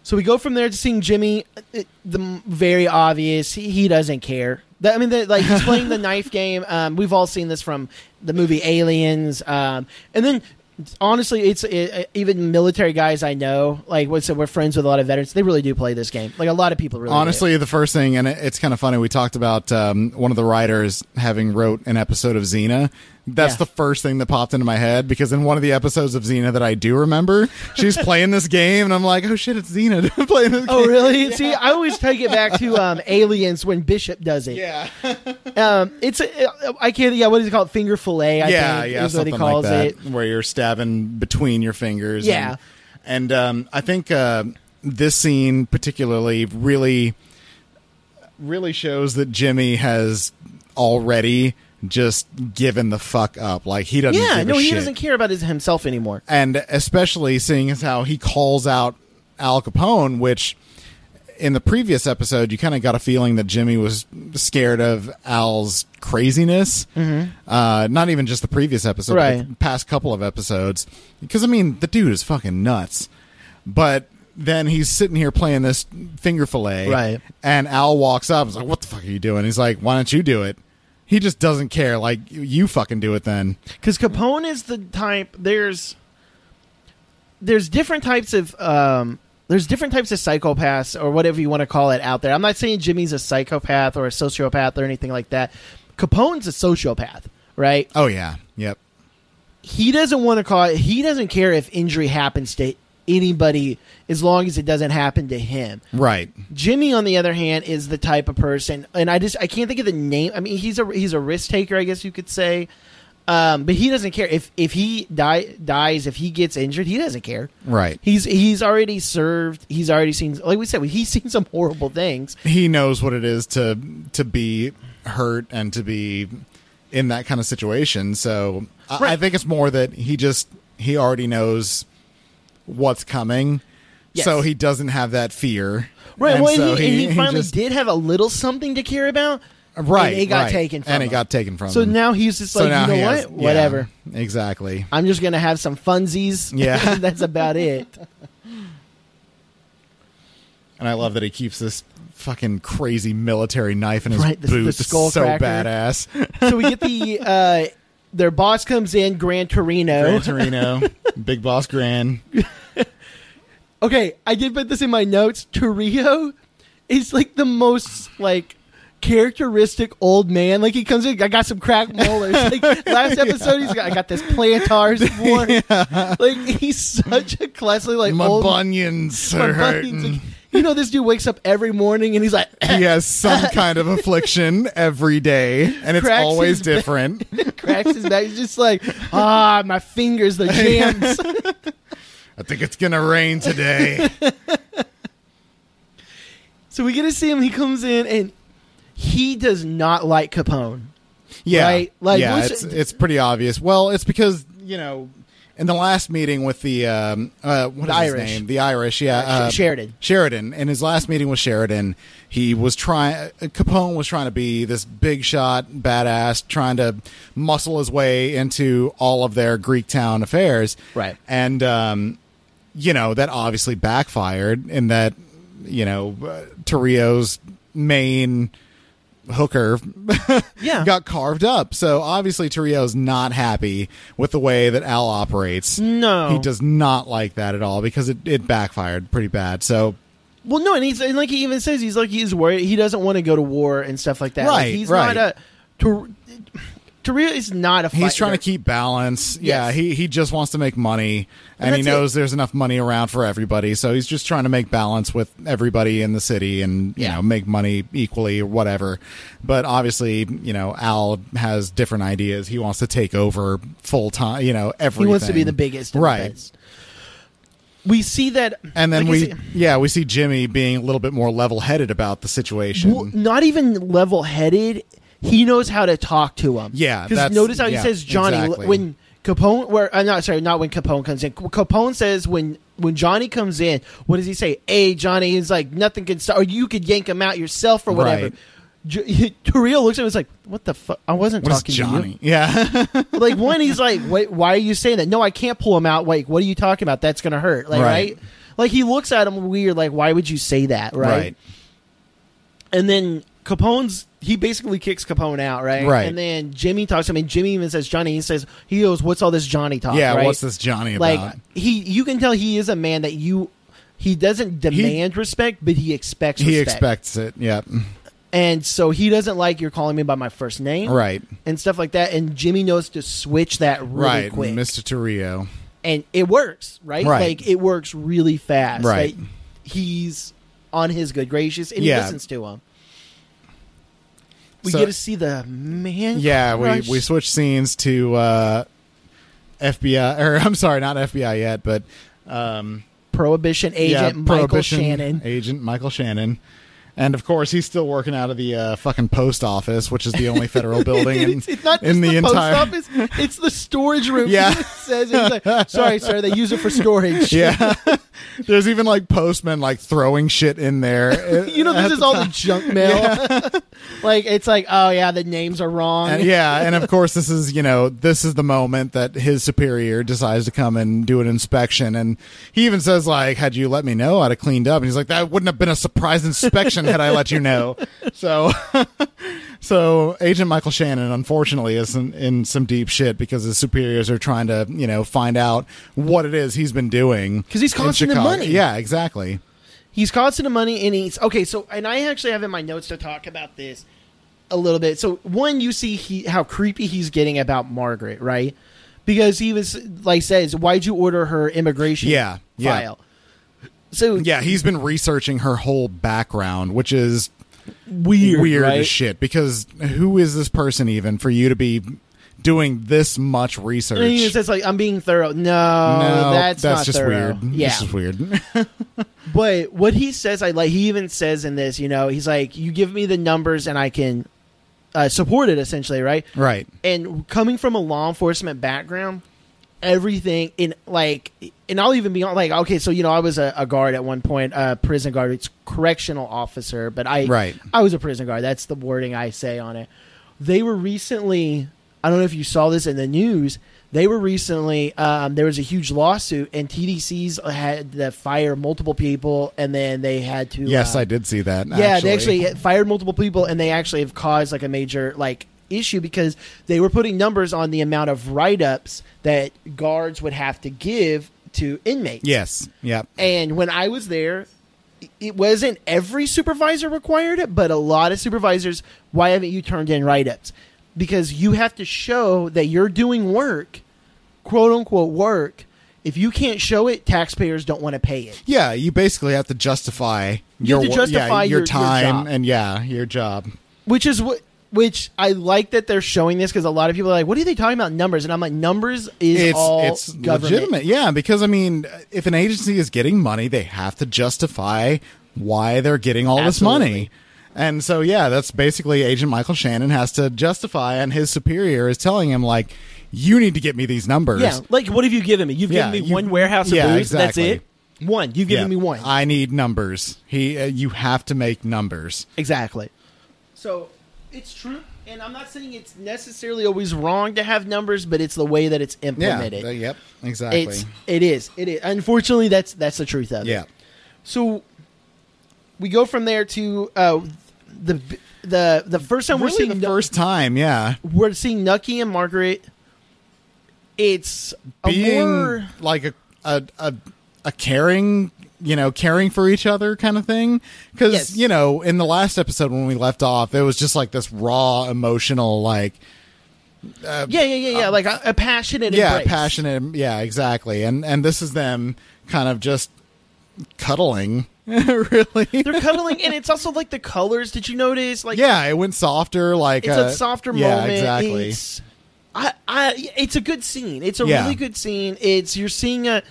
Speaker 3: So we go from there to seeing Jimmy, uh, the m- very obvious. He, he doesn't care. That- I mean, the, like he's playing the knife game. Um, we've all seen this from the movie Aliens, um, and then honestly, it's it, even military guys I know. Like, what's it? We're friends with a lot of veterans. They really do play this game. Like a lot of people really. do.
Speaker 4: Honestly, the first thing, and it- it's kind of funny, we talked about um, one of the writers having wrote an episode of Xena That's
Speaker 3: Yeah.
Speaker 4: the first thing that popped into my head because in one of the episodes of Xena that I do remember,
Speaker 3: <laughs>
Speaker 4: she's playing this game, and I'm like, oh shit, it's Xena <laughs> playing this
Speaker 3: Oh,
Speaker 4: game. <laughs>
Speaker 3: really? See, I always take it back to um, Aliens when Bishop does it.
Speaker 4: Yeah. <laughs>
Speaker 3: Um, it's a, I can't. Yeah, what does he call it? Finger fillet. I
Speaker 4: yeah,
Speaker 3: think,
Speaker 4: yeah,
Speaker 3: is what he
Speaker 4: something
Speaker 3: calls
Speaker 4: like
Speaker 3: it.
Speaker 4: that, where you're stabbing between your fingers.
Speaker 3: Yeah.
Speaker 4: and, and um, I think uh, this scene particularly really, really shows that Jimmy has already just given the fuck up. Like he doesn't.
Speaker 3: Yeah,
Speaker 4: give
Speaker 3: no,
Speaker 4: a
Speaker 3: he
Speaker 4: shit.
Speaker 3: doesn't care about his, himself anymore.
Speaker 4: and especially seeing as how he calls out Al Capone, which in the previous episode you kind of got a feeling that Jimmy was scared of Al's craziness. Mm-hmm. Uh, not even just the previous episode, but
Speaker 3: Right.
Speaker 4: the past couple of episodes, because I mean the dude is fucking nuts. But then he's sitting here playing this finger fillet,
Speaker 3: Right.
Speaker 4: And Al walks up, and is like, "What the fuck are you doing?" He's like, "Why don't you do it?" He just doesn't care. Like you fucking do it then.
Speaker 3: because Capone is the type. There's there's different types of um, there's different types of psychopaths or whatever you want to call it out there. I'm not saying Jimmy's a psychopath or a sociopath or anything like that. Capone's a sociopath, right?
Speaker 4: Oh yeah, yep.
Speaker 3: He doesn't want to call it. He doesn't care if injury happens to anybody as long as it doesn't happen to him.
Speaker 4: Right.
Speaker 3: Jimmy, on the other hand, is the type of person, and I just I can't think of the name. I mean, he's a he's a risk taker, I guess you could say, um, but he doesn't care if if he die, dies, if he gets injured, he doesn't care.
Speaker 4: Right.
Speaker 3: He's he's already served. He's already seen, like we said, he's <laughs> seen some horrible things.
Speaker 4: he knows what it is to to be hurt and to be in that kind of situation. So I, I
Speaker 3: Right.
Speaker 4: think it's more that he just he already knows what's coming,
Speaker 3: Yes.
Speaker 4: so he doesn't have that fear.
Speaker 3: Right.
Speaker 4: And
Speaker 3: well,
Speaker 4: so
Speaker 3: and he, and
Speaker 4: <laughs>
Speaker 3: he finally
Speaker 4: just-
Speaker 3: did have a little something to care about.
Speaker 4: Right.
Speaker 3: And it got
Speaker 4: right.
Speaker 3: taken from
Speaker 4: and
Speaker 3: him.
Speaker 4: it got taken from
Speaker 3: So
Speaker 4: him.
Speaker 3: now he's just
Speaker 4: So
Speaker 3: like,
Speaker 4: now
Speaker 3: you know
Speaker 4: he
Speaker 3: what,
Speaker 4: has- yeah,
Speaker 3: whatever.
Speaker 4: exactly.
Speaker 3: I'm just gonna have some funsies. <laughs>
Speaker 4: Yeah.
Speaker 3: that's about it.
Speaker 4: And I love that he keeps this fucking crazy military knife in his
Speaker 3: Right, the- the
Speaker 4: boot. It's
Speaker 3: skull
Speaker 4: so
Speaker 3: cracker. <laughs>
Speaker 4: badass.
Speaker 3: so we get the uh their boss comes in Gran Torino.
Speaker 4: Gran Torino, Big Boss Gran.
Speaker 3: okay, I did put this in my notes. Torino is like the most like characteristic old man. Like he comes in, I got some crack
Speaker 4: <laughs>
Speaker 3: molars. Like last episode, he's got I got this plantar's
Speaker 4: <laughs>
Speaker 3: for. Like he's such a classic <laughs> like
Speaker 4: My
Speaker 3: old
Speaker 4: bunions
Speaker 3: <laughs> my
Speaker 4: are
Speaker 3: bunions.
Speaker 4: hurting.
Speaker 3: Like, you know, this dude wakes up every morning and he's like, <laughs>
Speaker 4: <laughs> he has some kind of affliction every day, and it's
Speaker 3: Cracks his
Speaker 4: always
Speaker 3: back.
Speaker 4: different.
Speaker 3: cracks his back. He's just like, ah, my fingers,
Speaker 4: <laughs>
Speaker 3: the jams. <laughs>
Speaker 4: I think it's gonna rain today.
Speaker 3: So we get to see him. He comes in and he does not like Capone.
Speaker 4: Yeah,
Speaker 3: Right? Like,
Speaker 4: yeah,
Speaker 3: what's-
Speaker 4: it's, it's pretty obvious. Well, it's because you know, in the last meeting with the um, uh, what is his
Speaker 3: Irish.
Speaker 4: name? The Irish, yeah,
Speaker 3: Uh,
Speaker 4: uh,
Speaker 3: Sh- Sheridan.
Speaker 4: Sheridan. In his last meeting with Sheridan, he was trying. uh, Capone was trying to be this big shot, badass, trying to muscle his way into all of their Greek town affairs.
Speaker 3: Right.
Speaker 4: and um, you know that obviously backfired in that you know uh, Torio's main hooker
Speaker 3: Yeah.
Speaker 4: got carved up. So obviously Torio's not happy with the way that Al operates.
Speaker 3: No.
Speaker 4: He does not like that at all because it, it backfired pretty bad. So
Speaker 3: well, no, and he's and like he even says he's like he's worried. He doesn't want to go to war and stuff like that. Like,
Speaker 4: Right,
Speaker 3: he's
Speaker 4: right.
Speaker 3: not a. Tor- Torrio is not a. Fighter.
Speaker 4: he's trying to keep balance. Yeah,
Speaker 3: Yes.
Speaker 4: he, he just wants to make money and,
Speaker 3: And
Speaker 4: he
Speaker 3: that's
Speaker 4: knows there's enough money around for everybody. So he's just trying to make balance with everybody in the city and, you
Speaker 3: Yeah.
Speaker 4: know, make money equally or whatever. But obviously, you know, Al has different ideas. He wants to take over full time, you know, everything.
Speaker 3: He wants to be the biggest. and the
Speaker 4: Right.
Speaker 3: best. We see that,
Speaker 4: And then
Speaker 3: like I
Speaker 4: we,
Speaker 3: say-
Speaker 4: yeah, we see Jimmy being a little bit more level-headed about the situation.
Speaker 3: Well, not even level headed. He knows how to talk to him.
Speaker 4: Yeah,
Speaker 3: because
Speaker 4: that's-
Speaker 3: notice how he
Speaker 4: yeah,
Speaker 3: says Johnny l-
Speaker 4: exactly.
Speaker 3: when Capone. Where I'm not sorry, not when Capone comes in. Capone says when when Johnny comes in, what does he say? Hey, Johnny, he's like nothing can stop, or you could yank him out yourself or whatever.
Speaker 4: Right.
Speaker 3: J- <laughs> Terrell looks at him. It's like, what the fuck? I wasn't
Speaker 4: What is
Speaker 3: talking to you.
Speaker 4: Johnny? Yeah,
Speaker 3: <laughs>
Speaker 4: <laughs>
Speaker 3: Like one, he's like, wait, why are you saying that? No, I can't pull him out. Like, what are you talking about? That's gonna hurt. Like,
Speaker 4: Right.
Speaker 3: right? Like he looks at him weird. Like, why would you say that? right. And then Capone's he basically kicks Capone out, right?
Speaker 4: Right.
Speaker 3: And then Jimmy talks to him, and Jimmy even says Johnny. He says he goes, "What's all this Johnny talk?"
Speaker 4: Yeah,
Speaker 3: right?
Speaker 4: what's this Johnny
Speaker 3: Like
Speaker 4: about?
Speaker 3: he, you can tell he is a man that you. He doesn't demand respect, but he expects.
Speaker 4: he
Speaker 3: respect.
Speaker 4: expects it. Yeah,
Speaker 3: And so he doesn't like you're calling me by my first name,
Speaker 4: Right.
Speaker 3: And stuff like that. And Jimmy knows to switch that really
Speaker 4: right,
Speaker 3: quick,
Speaker 4: Mr. Torrio.
Speaker 3: and it works, right?
Speaker 4: Right.
Speaker 3: Like it works really fast.
Speaker 4: Right.
Speaker 3: Like, he's on his good gracious, and
Speaker 4: Yeah.
Speaker 3: he listens to him. We
Speaker 4: So-
Speaker 3: get to see the man.
Speaker 4: Yeah, we
Speaker 3: crush.
Speaker 4: we switch scenes to uh, FBI, <laughs> or I'm sorry, not FBI yet, but um,
Speaker 3: Prohibition
Speaker 4: yeah,
Speaker 3: agent Michael
Speaker 4: Prohibition
Speaker 3: Shannon.
Speaker 4: agent Michael Shannon, and of course he's still working out of the uh, fucking post office, which is the only federal building
Speaker 3: <laughs>
Speaker 4: in,
Speaker 3: it's, it's not just
Speaker 4: in
Speaker 3: the,
Speaker 4: the, entire.
Speaker 3: post office. It's the storage
Speaker 4: <laughs>
Speaker 3: room.
Speaker 4: Yeah.
Speaker 3: It says it. He's like, sorry, sir. They use it for storage.
Speaker 4: <laughs> Yeah, there's even like postmen like throwing shit in there.
Speaker 3: <laughs> <laughs> You know,
Speaker 4: At
Speaker 3: this is
Speaker 4: the
Speaker 3: all
Speaker 4: time.
Speaker 3: the junk mail. <laughs> like, it's like, oh yeah, the names are wrong.
Speaker 4: And- yeah, and of course this is you know this is the moment that his superior decides to come and do an inspection, and he even says like, "Had you let me know, I'd have cleaned up." And he's like, "That wouldn't have been a surprise inspection had I let you know." <laughs> So, so Agent Michael Shannon unfortunately is in, in some deep shit because his superiors are trying to you know find out what it is he's been doing
Speaker 3: 'Cause he's
Speaker 4: in
Speaker 3: costing them
Speaker 4: Chicago.
Speaker 3: money.
Speaker 4: Yeah, exactly.
Speaker 3: He's costing him money, and he's okay. So, and I actually have in my notes to talk about this a little bit. So, one, you see he how creepy he's getting about Margaret, right? Because he was like says, "Why'd you order her immigration
Speaker 4: Yeah, yeah.
Speaker 3: file?" So
Speaker 4: Yeah, he's been researching her whole background, which is
Speaker 3: weird,
Speaker 4: weird
Speaker 3: right?
Speaker 4: as shit because who is this person even for you to be doing this much research?
Speaker 3: And he says like, "I'm being thorough." No, oh, that's not
Speaker 4: just
Speaker 3: thorough.
Speaker 4: weird.
Speaker 3: Yeah,
Speaker 4: This is weird. <laughs>
Speaker 3: But what he says, I like. He even says in this, you know, he's like, "You give me the numbers, and I can uh, support it." Essentially, right?
Speaker 4: right.
Speaker 3: And coming from a law enforcement background, everything in like, and I'll even be on like, okay, so you know, I was a, a guard at one point, a prison guard, it's correctional officer, but I,
Speaker 4: Right.
Speaker 3: I was a prison guard. That's the wording I say on it. They were recently. I don't know if you saw this in the news. They were recently. Um, there was a huge lawsuit, and TDC's had to fire multiple people, and then they had to.
Speaker 4: Yes,
Speaker 3: uh,
Speaker 4: I did see that.
Speaker 3: yeah, they actually fired multiple people, and they actually have caused like a major like issue because they were putting numbers on the amount of write ups that guards would have to give to inmates.
Speaker 4: Yes. Yep.
Speaker 3: And when I was there, it wasn't every supervisor required it, but a lot of supervisors. Why haven't you turned in write ups? Because you have to show that you're doing work, quote unquote work. If you can't show it, taxpayers don't want to pay it.
Speaker 4: Yeah, you basically have to justify your
Speaker 3: to
Speaker 4: wo-
Speaker 3: justify your-
Speaker 4: yeah, your
Speaker 3: your
Speaker 4: time
Speaker 3: job.
Speaker 4: and yeah, your job.
Speaker 3: which is what which I like that they're showing this because a lot of people are like, "What are they talking about numbers?" And I'm like, "Numbers is
Speaker 4: It's
Speaker 3: all
Speaker 4: it's
Speaker 3: government."
Speaker 4: legitimate. Yeah, because I mean, if an agency is getting money, they have to justify why they're getting all this money.
Speaker 3: Absolutely.
Speaker 4: And so yeah, that's basically Agent Michael Shannon has to justify and his superior is telling him like you need to get me these numbers.
Speaker 3: Yeah, like what have you given me? You've
Speaker 4: Yeah,
Speaker 3: given me
Speaker 4: you-
Speaker 3: one warehouse of
Speaker 4: yeah,
Speaker 3: booze.
Speaker 4: exactly.
Speaker 3: That's it. One. You've given
Speaker 4: Yeah.
Speaker 3: me one.
Speaker 4: I need numbers. He uh, you have to make numbers.
Speaker 3: Exactly. So it's true, and I'm not saying it's necessarily always wrong to have numbers, but it's the way that it's
Speaker 4: Yeah.
Speaker 3: implemented.
Speaker 4: uh, yep. Exactly.
Speaker 3: it's it is it is. Unfortunately, that's that's the truth of it.
Speaker 4: yeah.
Speaker 3: So we go from there to uh, the the the first time we're
Speaker 4: Really
Speaker 3: seeing
Speaker 4: the
Speaker 3: nu-
Speaker 4: first time, yeah.
Speaker 3: we're seeing Nucky and Margaret. It's a
Speaker 4: being
Speaker 3: more-
Speaker 4: like a, a a a caring you know caring for each other kind of thing because
Speaker 3: Yes.
Speaker 4: you know in the last episode when we left off it was just like this raw emotional like
Speaker 3: yeah, yeah, yeah, yeah, like a, a passionate,
Speaker 4: yeah
Speaker 3: embrace.
Speaker 4: passionate yeah exactly and and this is them kind of just cuddling <laughs> really
Speaker 3: They're cuddling, and it's also like the colors. Did you notice? Like,
Speaker 4: yeah it went softer like
Speaker 3: it's
Speaker 4: uh,
Speaker 3: a softer
Speaker 4: yeah,
Speaker 3: moment.
Speaker 4: exactly
Speaker 3: It's, I, I, it's a good scene. It's a
Speaker 4: Yeah.
Speaker 3: really good scene. It's you're seeing a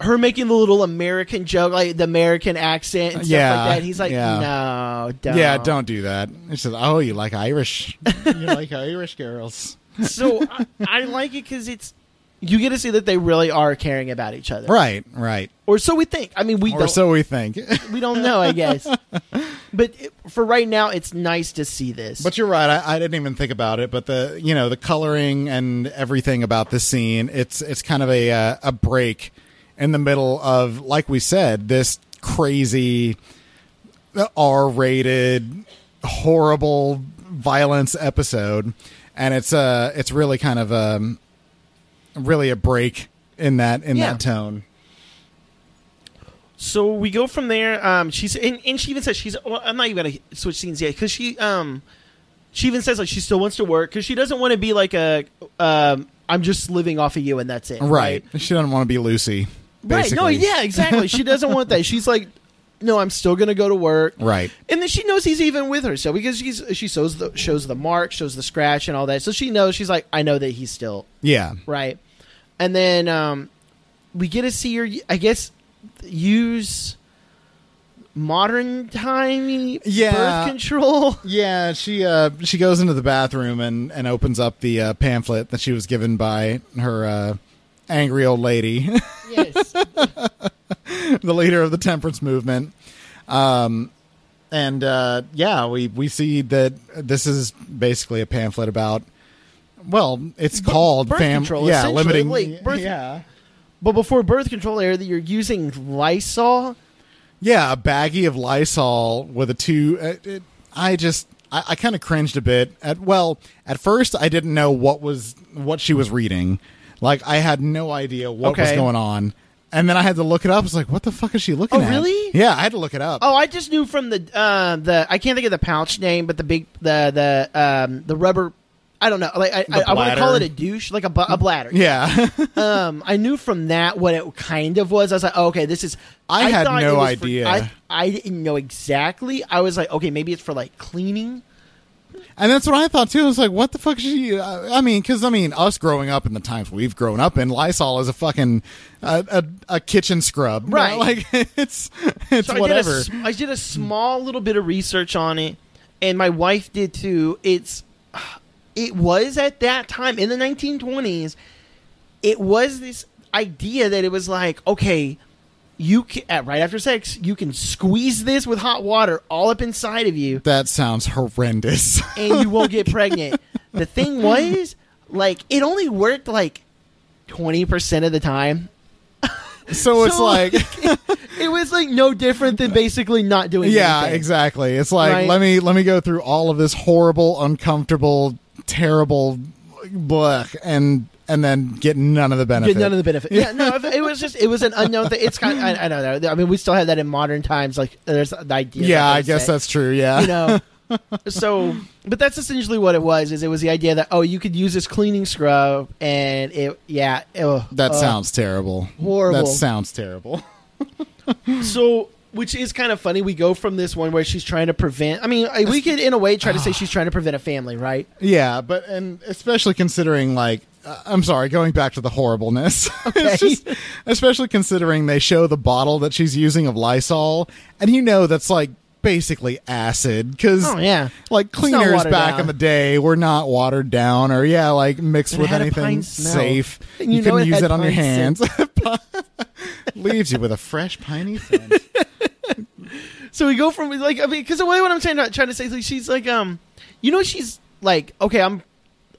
Speaker 3: her making the little American joke, like the American accent and stuff
Speaker 4: Yeah,
Speaker 3: like that. And he's like,
Speaker 4: yeah.
Speaker 3: no, don't.
Speaker 4: yeah don't do that it's just oh you like irish you like irish girls
Speaker 3: <laughs> so I, I like it because it's you get to see that they really are caring about each other,
Speaker 4: right right
Speaker 3: Or so we think. I mean, we
Speaker 4: or
Speaker 3: don't.
Speaker 4: so we think <laughs>
Speaker 3: we don't know, I guess. <laughs> but it, for right now, it's nice to see this.
Speaker 4: But you're right. I, I didn't even think about it. But the you know the coloring and everything about the scene, it's it's kind of a uh, a break in the middle of like we said this crazy R-rated horrible violence episode, and it's uh it's really kind of um really a break in that in
Speaker 3: Yeah.
Speaker 4: that tone.
Speaker 3: So we go from there. Um, she's and, and she even says she's. Well, I'm not even gonna switch scenes yet because she um, she even says like she still wants to work because she doesn't want to be like a um, I'm just living off of you and that's it.
Speaker 4: Right. She doesn't want to be Lucy.
Speaker 3: Right. No.
Speaker 4: basically.
Speaker 3: Yeah. Exactly. she doesn't want that. She's like, no, I'm still gonna go to work.
Speaker 4: Right.
Speaker 3: And then she knows he's even with her, so because she's she shows the shows the mark, shows the scratch, and all that. So she knows she's like, I know that he's still
Speaker 4: Yeah.
Speaker 3: right. And then um, we get to see her. I guess use modern time
Speaker 4: Yeah.
Speaker 3: birth control.
Speaker 4: Yeah, she uh she goes into the bathroom and and opens up the uh, pamphlet that she was given by her uh angry old lady, <laughs>
Speaker 3: Yes.
Speaker 4: the leader of the temperance movement. Um and uh yeah, we we see that this is basically a pamphlet about well, it's called
Speaker 3: birth
Speaker 4: fam-
Speaker 3: control,
Speaker 4: yeah,
Speaker 3: essentially,
Speaker 4: limiting
Speaker 3: like, birth-
Speaker 4: yeah.
Speaker 3: but before birth control era, you're using Lysol.
Speaker 4: Yeah, a baggie of Lysol with a two. It, it, I just, I, I kind of cringed a bit. At well, at first I didn't know what was what she was reading. Like I had no idea what was
Speaker 3: Okay.
Speaker 4: going on, and then I had to look it up. I was like, what the fuck is she looking
Speaker 3: Oh,
Speaker 4: at?
Speaker 3: really?
Speaker 4: Yeah, I had to look it up.
Speaker 3: Oh, I just knew from the uh, the I can't think of the pouch name, but the big the the um, the rubber. I don't know. Like I, I, I want to
Speaker 4: bladder.
Speaker 3: call it a douche, like a, bu- a bladder.
Speaker 4: Yeah, <laughs>
Speaker 3: Um, I knew from that what it kind of was. I was like, oh, okay, this is.
Speaker 4: I had
Speaker 3: thought
Speaker 4: no
Speaker 3: it was for-
Speaker 4: idea.
Speaker 3: I, I didn't know exactly. I was like, okay, maybe it's for like cleaning.
Speaker 4: and that's what I thought too. I was like, what the fuck is she? uh, I I mean, because I mean, us growing up in the times we've grown up in, Lysol is a fucking uh, a, a kitchen scrub,
Speaker 3: Right.
Speaker 4: Like <laughs> it's it's
Speaker 3: So
Speaker 4: whatever.
Speaker 3: I did, a, s- I did a small little bit of research on it, and my wife did too. It's it was at that time in the 1920s. It was this idea that it was like okay, you can, at, right after sex you can squeeze this with hot water all up inside of you,
Speaker 4: That sounds horrendous. <laughs>
Speaker 3: and you won't get pregnant. The thing was like it only worked like twenty percent of the time.
Speaker 4: so it's
Speaker 3: So, <laughs>
Speaker 4: like,
Speaker 3: It was like no different than basically not doing.
Speaker 4: yeah,
Speaker 3: anything.
Speaker 4: exactly. It's like
Speaker 3: Right.
Speaker 4: let me let me go through all of this horrible, uncomfortable, terrible, blech, and and then get none of the benefit.
Speaker 3: Get none of the benefit. Yeah, no, if- it was just it was an unknown thing. It's kind. I, I don't know. I mean, we still have that in modern times. Like, there's the idea.
Speaker 4: yeah,
Speaker 3: that
Speaker 4: I
Speaker 3: was
Speaker 4: guess
Speaker 3: that,
Speaker 4: that's true. Yeah,
Speaker 3: you know. so, but that's essentially what it was. Is it was the idea that oh, you could use this cleaning scrub, and it yeah. oh, ugh,
Speaker 4: that
Speaker 3: ugh.
Speaker 4: sounds terrible.
Speaker 3: uh, horrible.
Speaker 4: That sounds terrible.
Speaker 3: so. Which is kind of funny. We go from this one where she's trying to prevent. I mean, I- we could, in a way, try to
Speaker 4: Ah.
Speaker 3: say she's trying to prevent a family, right?
Speaker 4: Yeah, but and especially considering like uh, I'm sorry, going back to the horribleness. <laughs> It's
Speaker 3: Okay.
Speaker 4: just- especially considering they show the bottle that she's using of Lysol, and you know that's like basically acid because
Speaker 3: Oh, yeah.
Speaker 4: like
Speaker 3: not
Speaker 4: cleaners
Speaker 3: watered
Speaker 4: back
Speaker 3: down.
Speaker 4: in the day were not watered down or yeah like mixed
Speaker 3: And it
Speaker 4: with
Speaker 3: had a
Speaker 4: anything
Speaker 3: pine smell.
Speaker 4: safe.
Speaker 3: And you know
Speaker 4: couldn't
Speaker 3: it
Speaker 4: use
Speaker 3: had
Speaker 4: it on your
Speaker 3: pine
Speaker 4: hands. <laughs> Leaves you with a fresh
Speaker 3: <laughs>
Speaker 4: piney scent.
Speaker 3: So we go from like I mean, because the way what I'm saying, trying to say, is, like, she's like, um, you know, she's like, okay, I'm,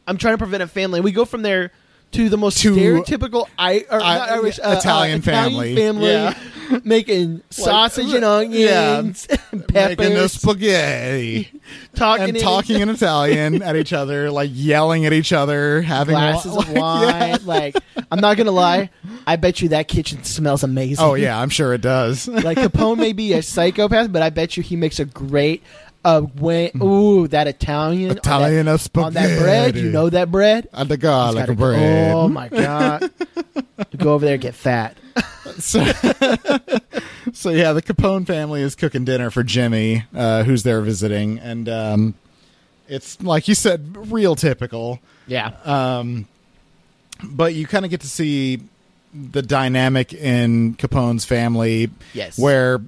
Speaker 3: I'm trying to prevent a family. We go from there to the most
Speaker 4: To-
Speaker 3: stereotypical I or
Speaker 4: I-
Speaker 3: not Irish uh, uh,
Speaker 4: Italian
Speaker 3: Italian
Speaker 4: family.
Speaker 3: family
Speaker 4: Yeah.
Speaker 3: <laughs> making sausage and
Speaker 4: yeah.
Speaker 3: onions, and
Speaker 4: Making the
Speaker 3: peppers,
Speaker 4: spaghetti.
Speaker 3: talking
Speaker 4: and
Speaker 3: in
Speaker 4: talking
Speaker 3: <laughs>
Speaker 4: in Italian at each other, like yelling at each other, having
Speaker 3: glasses
Speaker 4: like,
Speaker 3: of wine.
Speaker 4: <laughs> yeah.
Speaker 3: Like I'm not gonna lie, I bet you that kitchen smells amazing.
Speaker 4: Oh yeah, I'm sure it does.
Speaker 3: <laughs> Like Capone may be a psychopath, but I bet you he makes a great uh when ooh that Italian on that-
Speaker 4: Mm-hmm. Italian of spaghetti.
Speaker 3: on that bread. You know that bread.
Speaker 4: I think I like
Speaker 3: Gotta
Speaker 4: a
Speaker 3: go-
Speaker 4: bread.
Speaker 3: Oh my god! go over there, and get fat.
Speaker 4: <laughs> so, <laughs> so yeah, the Capone family is cooking dinner for Jimmy, uh, who's there visiting, and um, it's like you said, real typical.
Speaker 3: Yeah,
Speaker 4: but you kind of get to see the dynamic in Capone's family.
Speaker 3: Yes.
Speaker 4: Where,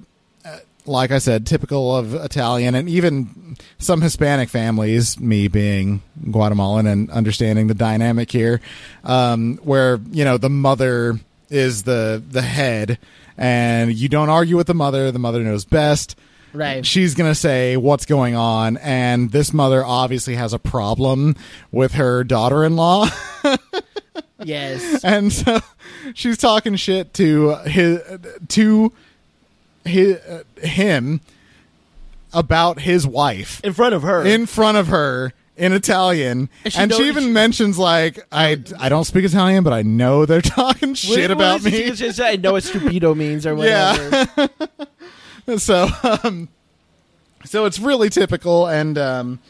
Speaker 4: uh, like I said, typical of Italian and even some Hispanic families, me being Guatemalan and understanding the dynamic here, um, where, you know, the mother is the, the head and you don't argue with the mother, the mother knows best.
Speaker 3: Right.
Speaker 4: She's going to say what's going on. And this mother obviously has a problem with her daughter in law. <laughs>
Speaker 3: yes,
Speaker 4: and so <laughs> she's talking shit to his to his, him about his wife
Speaker 3: in front of her.
Speaker 4: in front of her in Italian,
Speaker 3: And
Speaker 4: and
Speaker 3: she
Speaker 4: she,
Speaker 3: don't-
Speaker 4: even
Speaker 3: she-
Speaker 4: mentions like I I don't speak Italian, but I know they're <laughs> talking shit
Speaker 3: What- what
Speaker 4: about
Speaker 3: is it?
Speaker 4: me.
Speaker 3: It's just, I know what stupido means or whatever.
Speaker 4: Yeah. so um so it's really typical and um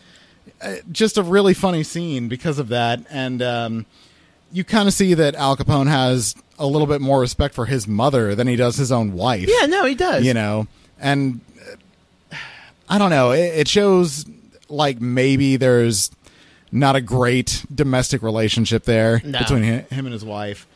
Speaker 4: uh, just a really funny scene because of that and um you kind of see that al capone has a little bit more respect for his mother than he does his own wife
Speaker 3: Yeah, no, he does.
Speaker 4: you know and uh, i don't know it, it shows like maybe there's not a great domestic relationship there
Speaker 3: No.
Speaker 4: between hi- him and his wife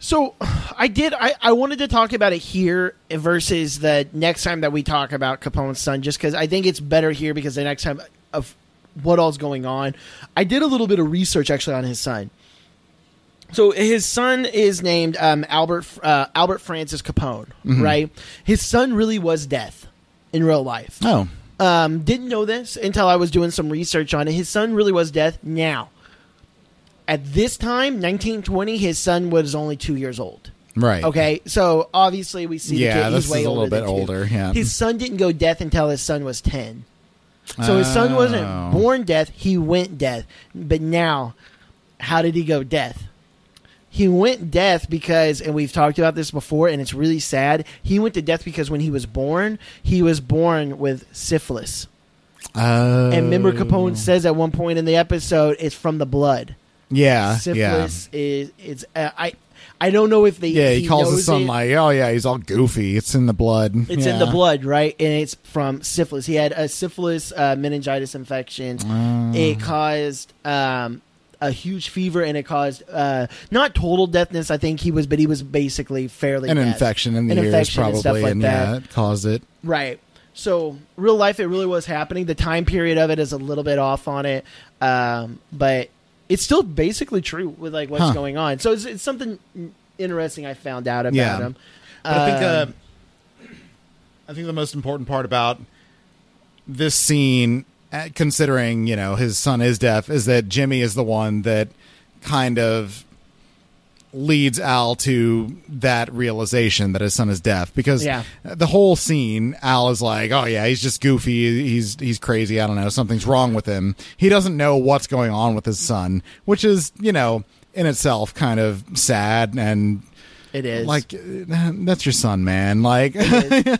Speaker 3: So <sighs> I did. I, I wanted to talk about it here versus the next time that we talk about Capone's son, just because I think it's better here because the next time of what all's going on. I did a little bit of research actually on his son. So his son is named um, Albert uh, Albert Francis Capone, right? His son really was death in real life.
Speaker 4: oh
Speaker 3: Um, didn't know this until I was doing some research on it. His son really was death. Now, at this time, 1920, his son was only two years old.
Speaker 4: right
Speaker 3: Okay, so obviously we see
Speaker 4: Yeah,
Speaker 3: the kid.
Speaker 4: this
Speaker 3: He's way
Speaker 4: is a
Speaker 3: older
Speaker 4: little
Speaker 3: than
Speaker 4: bit
Speaker 3: two.
Speaker 4: older, yeah.
Speaker 3: his son didn't go death until his son was ten. So his son wasn't
Speaker 4: Oh.
Speaker 3: born death; he went death. But now, how did he go death? He went death because, and we've talked about this before, and it's really sad. He went to death because when he was born, he was born with syphilis.
Speaker 4: Oh.
Speaker 3: And remember, Capone says at one point in the episode, "It's from the blood."
Speaker 4: yeah Uh, yeah
Speaker 3: syphilis is it's uh, I I don't know if they
Speaker 4: Yeah, he, calls his
Speaker 3: knows
Speaker 4: son
Speaker 3: it.
Speaker 4: like, oh yeah, he's all goofy. It's in the blood.
Speaker 3: It's in the blood, right? And it's from syphilis. He had a syphilis uh, meningitis infection.
Speaker 4: Oh.
Speaker 3: It caused um, a huge fever, and it caused uh, not total deafness. I think he was, but he was basically fairly
Speaker 4: An
Speaker 3: deaf.
Speaker 4: infection in the
Speaker 3: An
Speaker 4: ears,
Speaker 3: infection
Speaker 4: probably,
Speaker 3: and stuff like that.
Speaker 4: yeah, it caused it.
Speaker 3: Right. So real life, it really was happening. The time period of it is a little bit off on it, um, but it's still basically true with like what's
Speaker 4: Huh.
Speaker 3: going on. So it's, it's something interesting I found out about
Speaker 4: Yeah.
Speaker 3: him.
Speaker 4: But I think,
Speaker 3: Um,
Speaker 4: uh, I think the most important part about this scene, uh, considering you know his son is deaf, is that Jimmy is the one that kind of leads Al to that realization that his son is deaf because
Speaker 3: Yeah.
Speaker 4: the whole scene Al is like oh yeah he's just goofy he's he's crazy I don't know something's wrong with him he doesn't know what's going on with his son which is you know in itself kind of sad and
Speaker 3: it is
Speaker 4: like uh, that's your son man like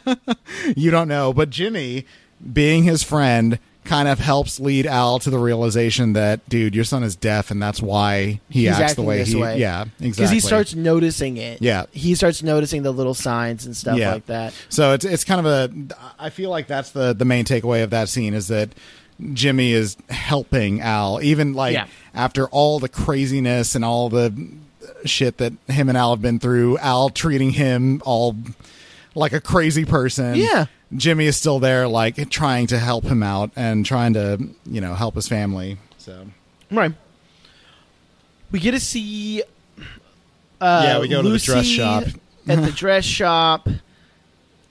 Speaker 4: <laughs> you don't know but jimmy being his friend kind of helps lead al to the realization that dude your son is deaf and that's why he
Speaker 3: He's
Speaker 4: acts the
Speaker 3: acting
Speaker 4: way
Speaker 3: this
Speaker 4: he
Speaker 3: way.
Speaker 4: yeah exactly
Speaker 3: because he starts noticing it.
Speaker 4: Yeah.
Speaker 3: he starts noticing the little signs and stuff like that.
Speaker 4: So it's it's kind of a. I feel like that's the the main takeaway of that scene is that Jimmy is helping Al, even like
Speaker 3: Yeah.
Speaker 4: after all the craziness and all the shit that him and Al have been through. Al treating him all like a crazy person.
Speaker 3: Yeah.
Speaker 4: Jimmy is still there, like trying to help him out and trying to you know help his family. So
Speaker 3: Right. We get to see. Uh,
Speaker 4: Yeah, we go to the
Speaker 3: Lucy
Speaker 4: dress shop.
Speaker 3: at
Speaker 4: <laughs>
Speaker 3: the dress shop.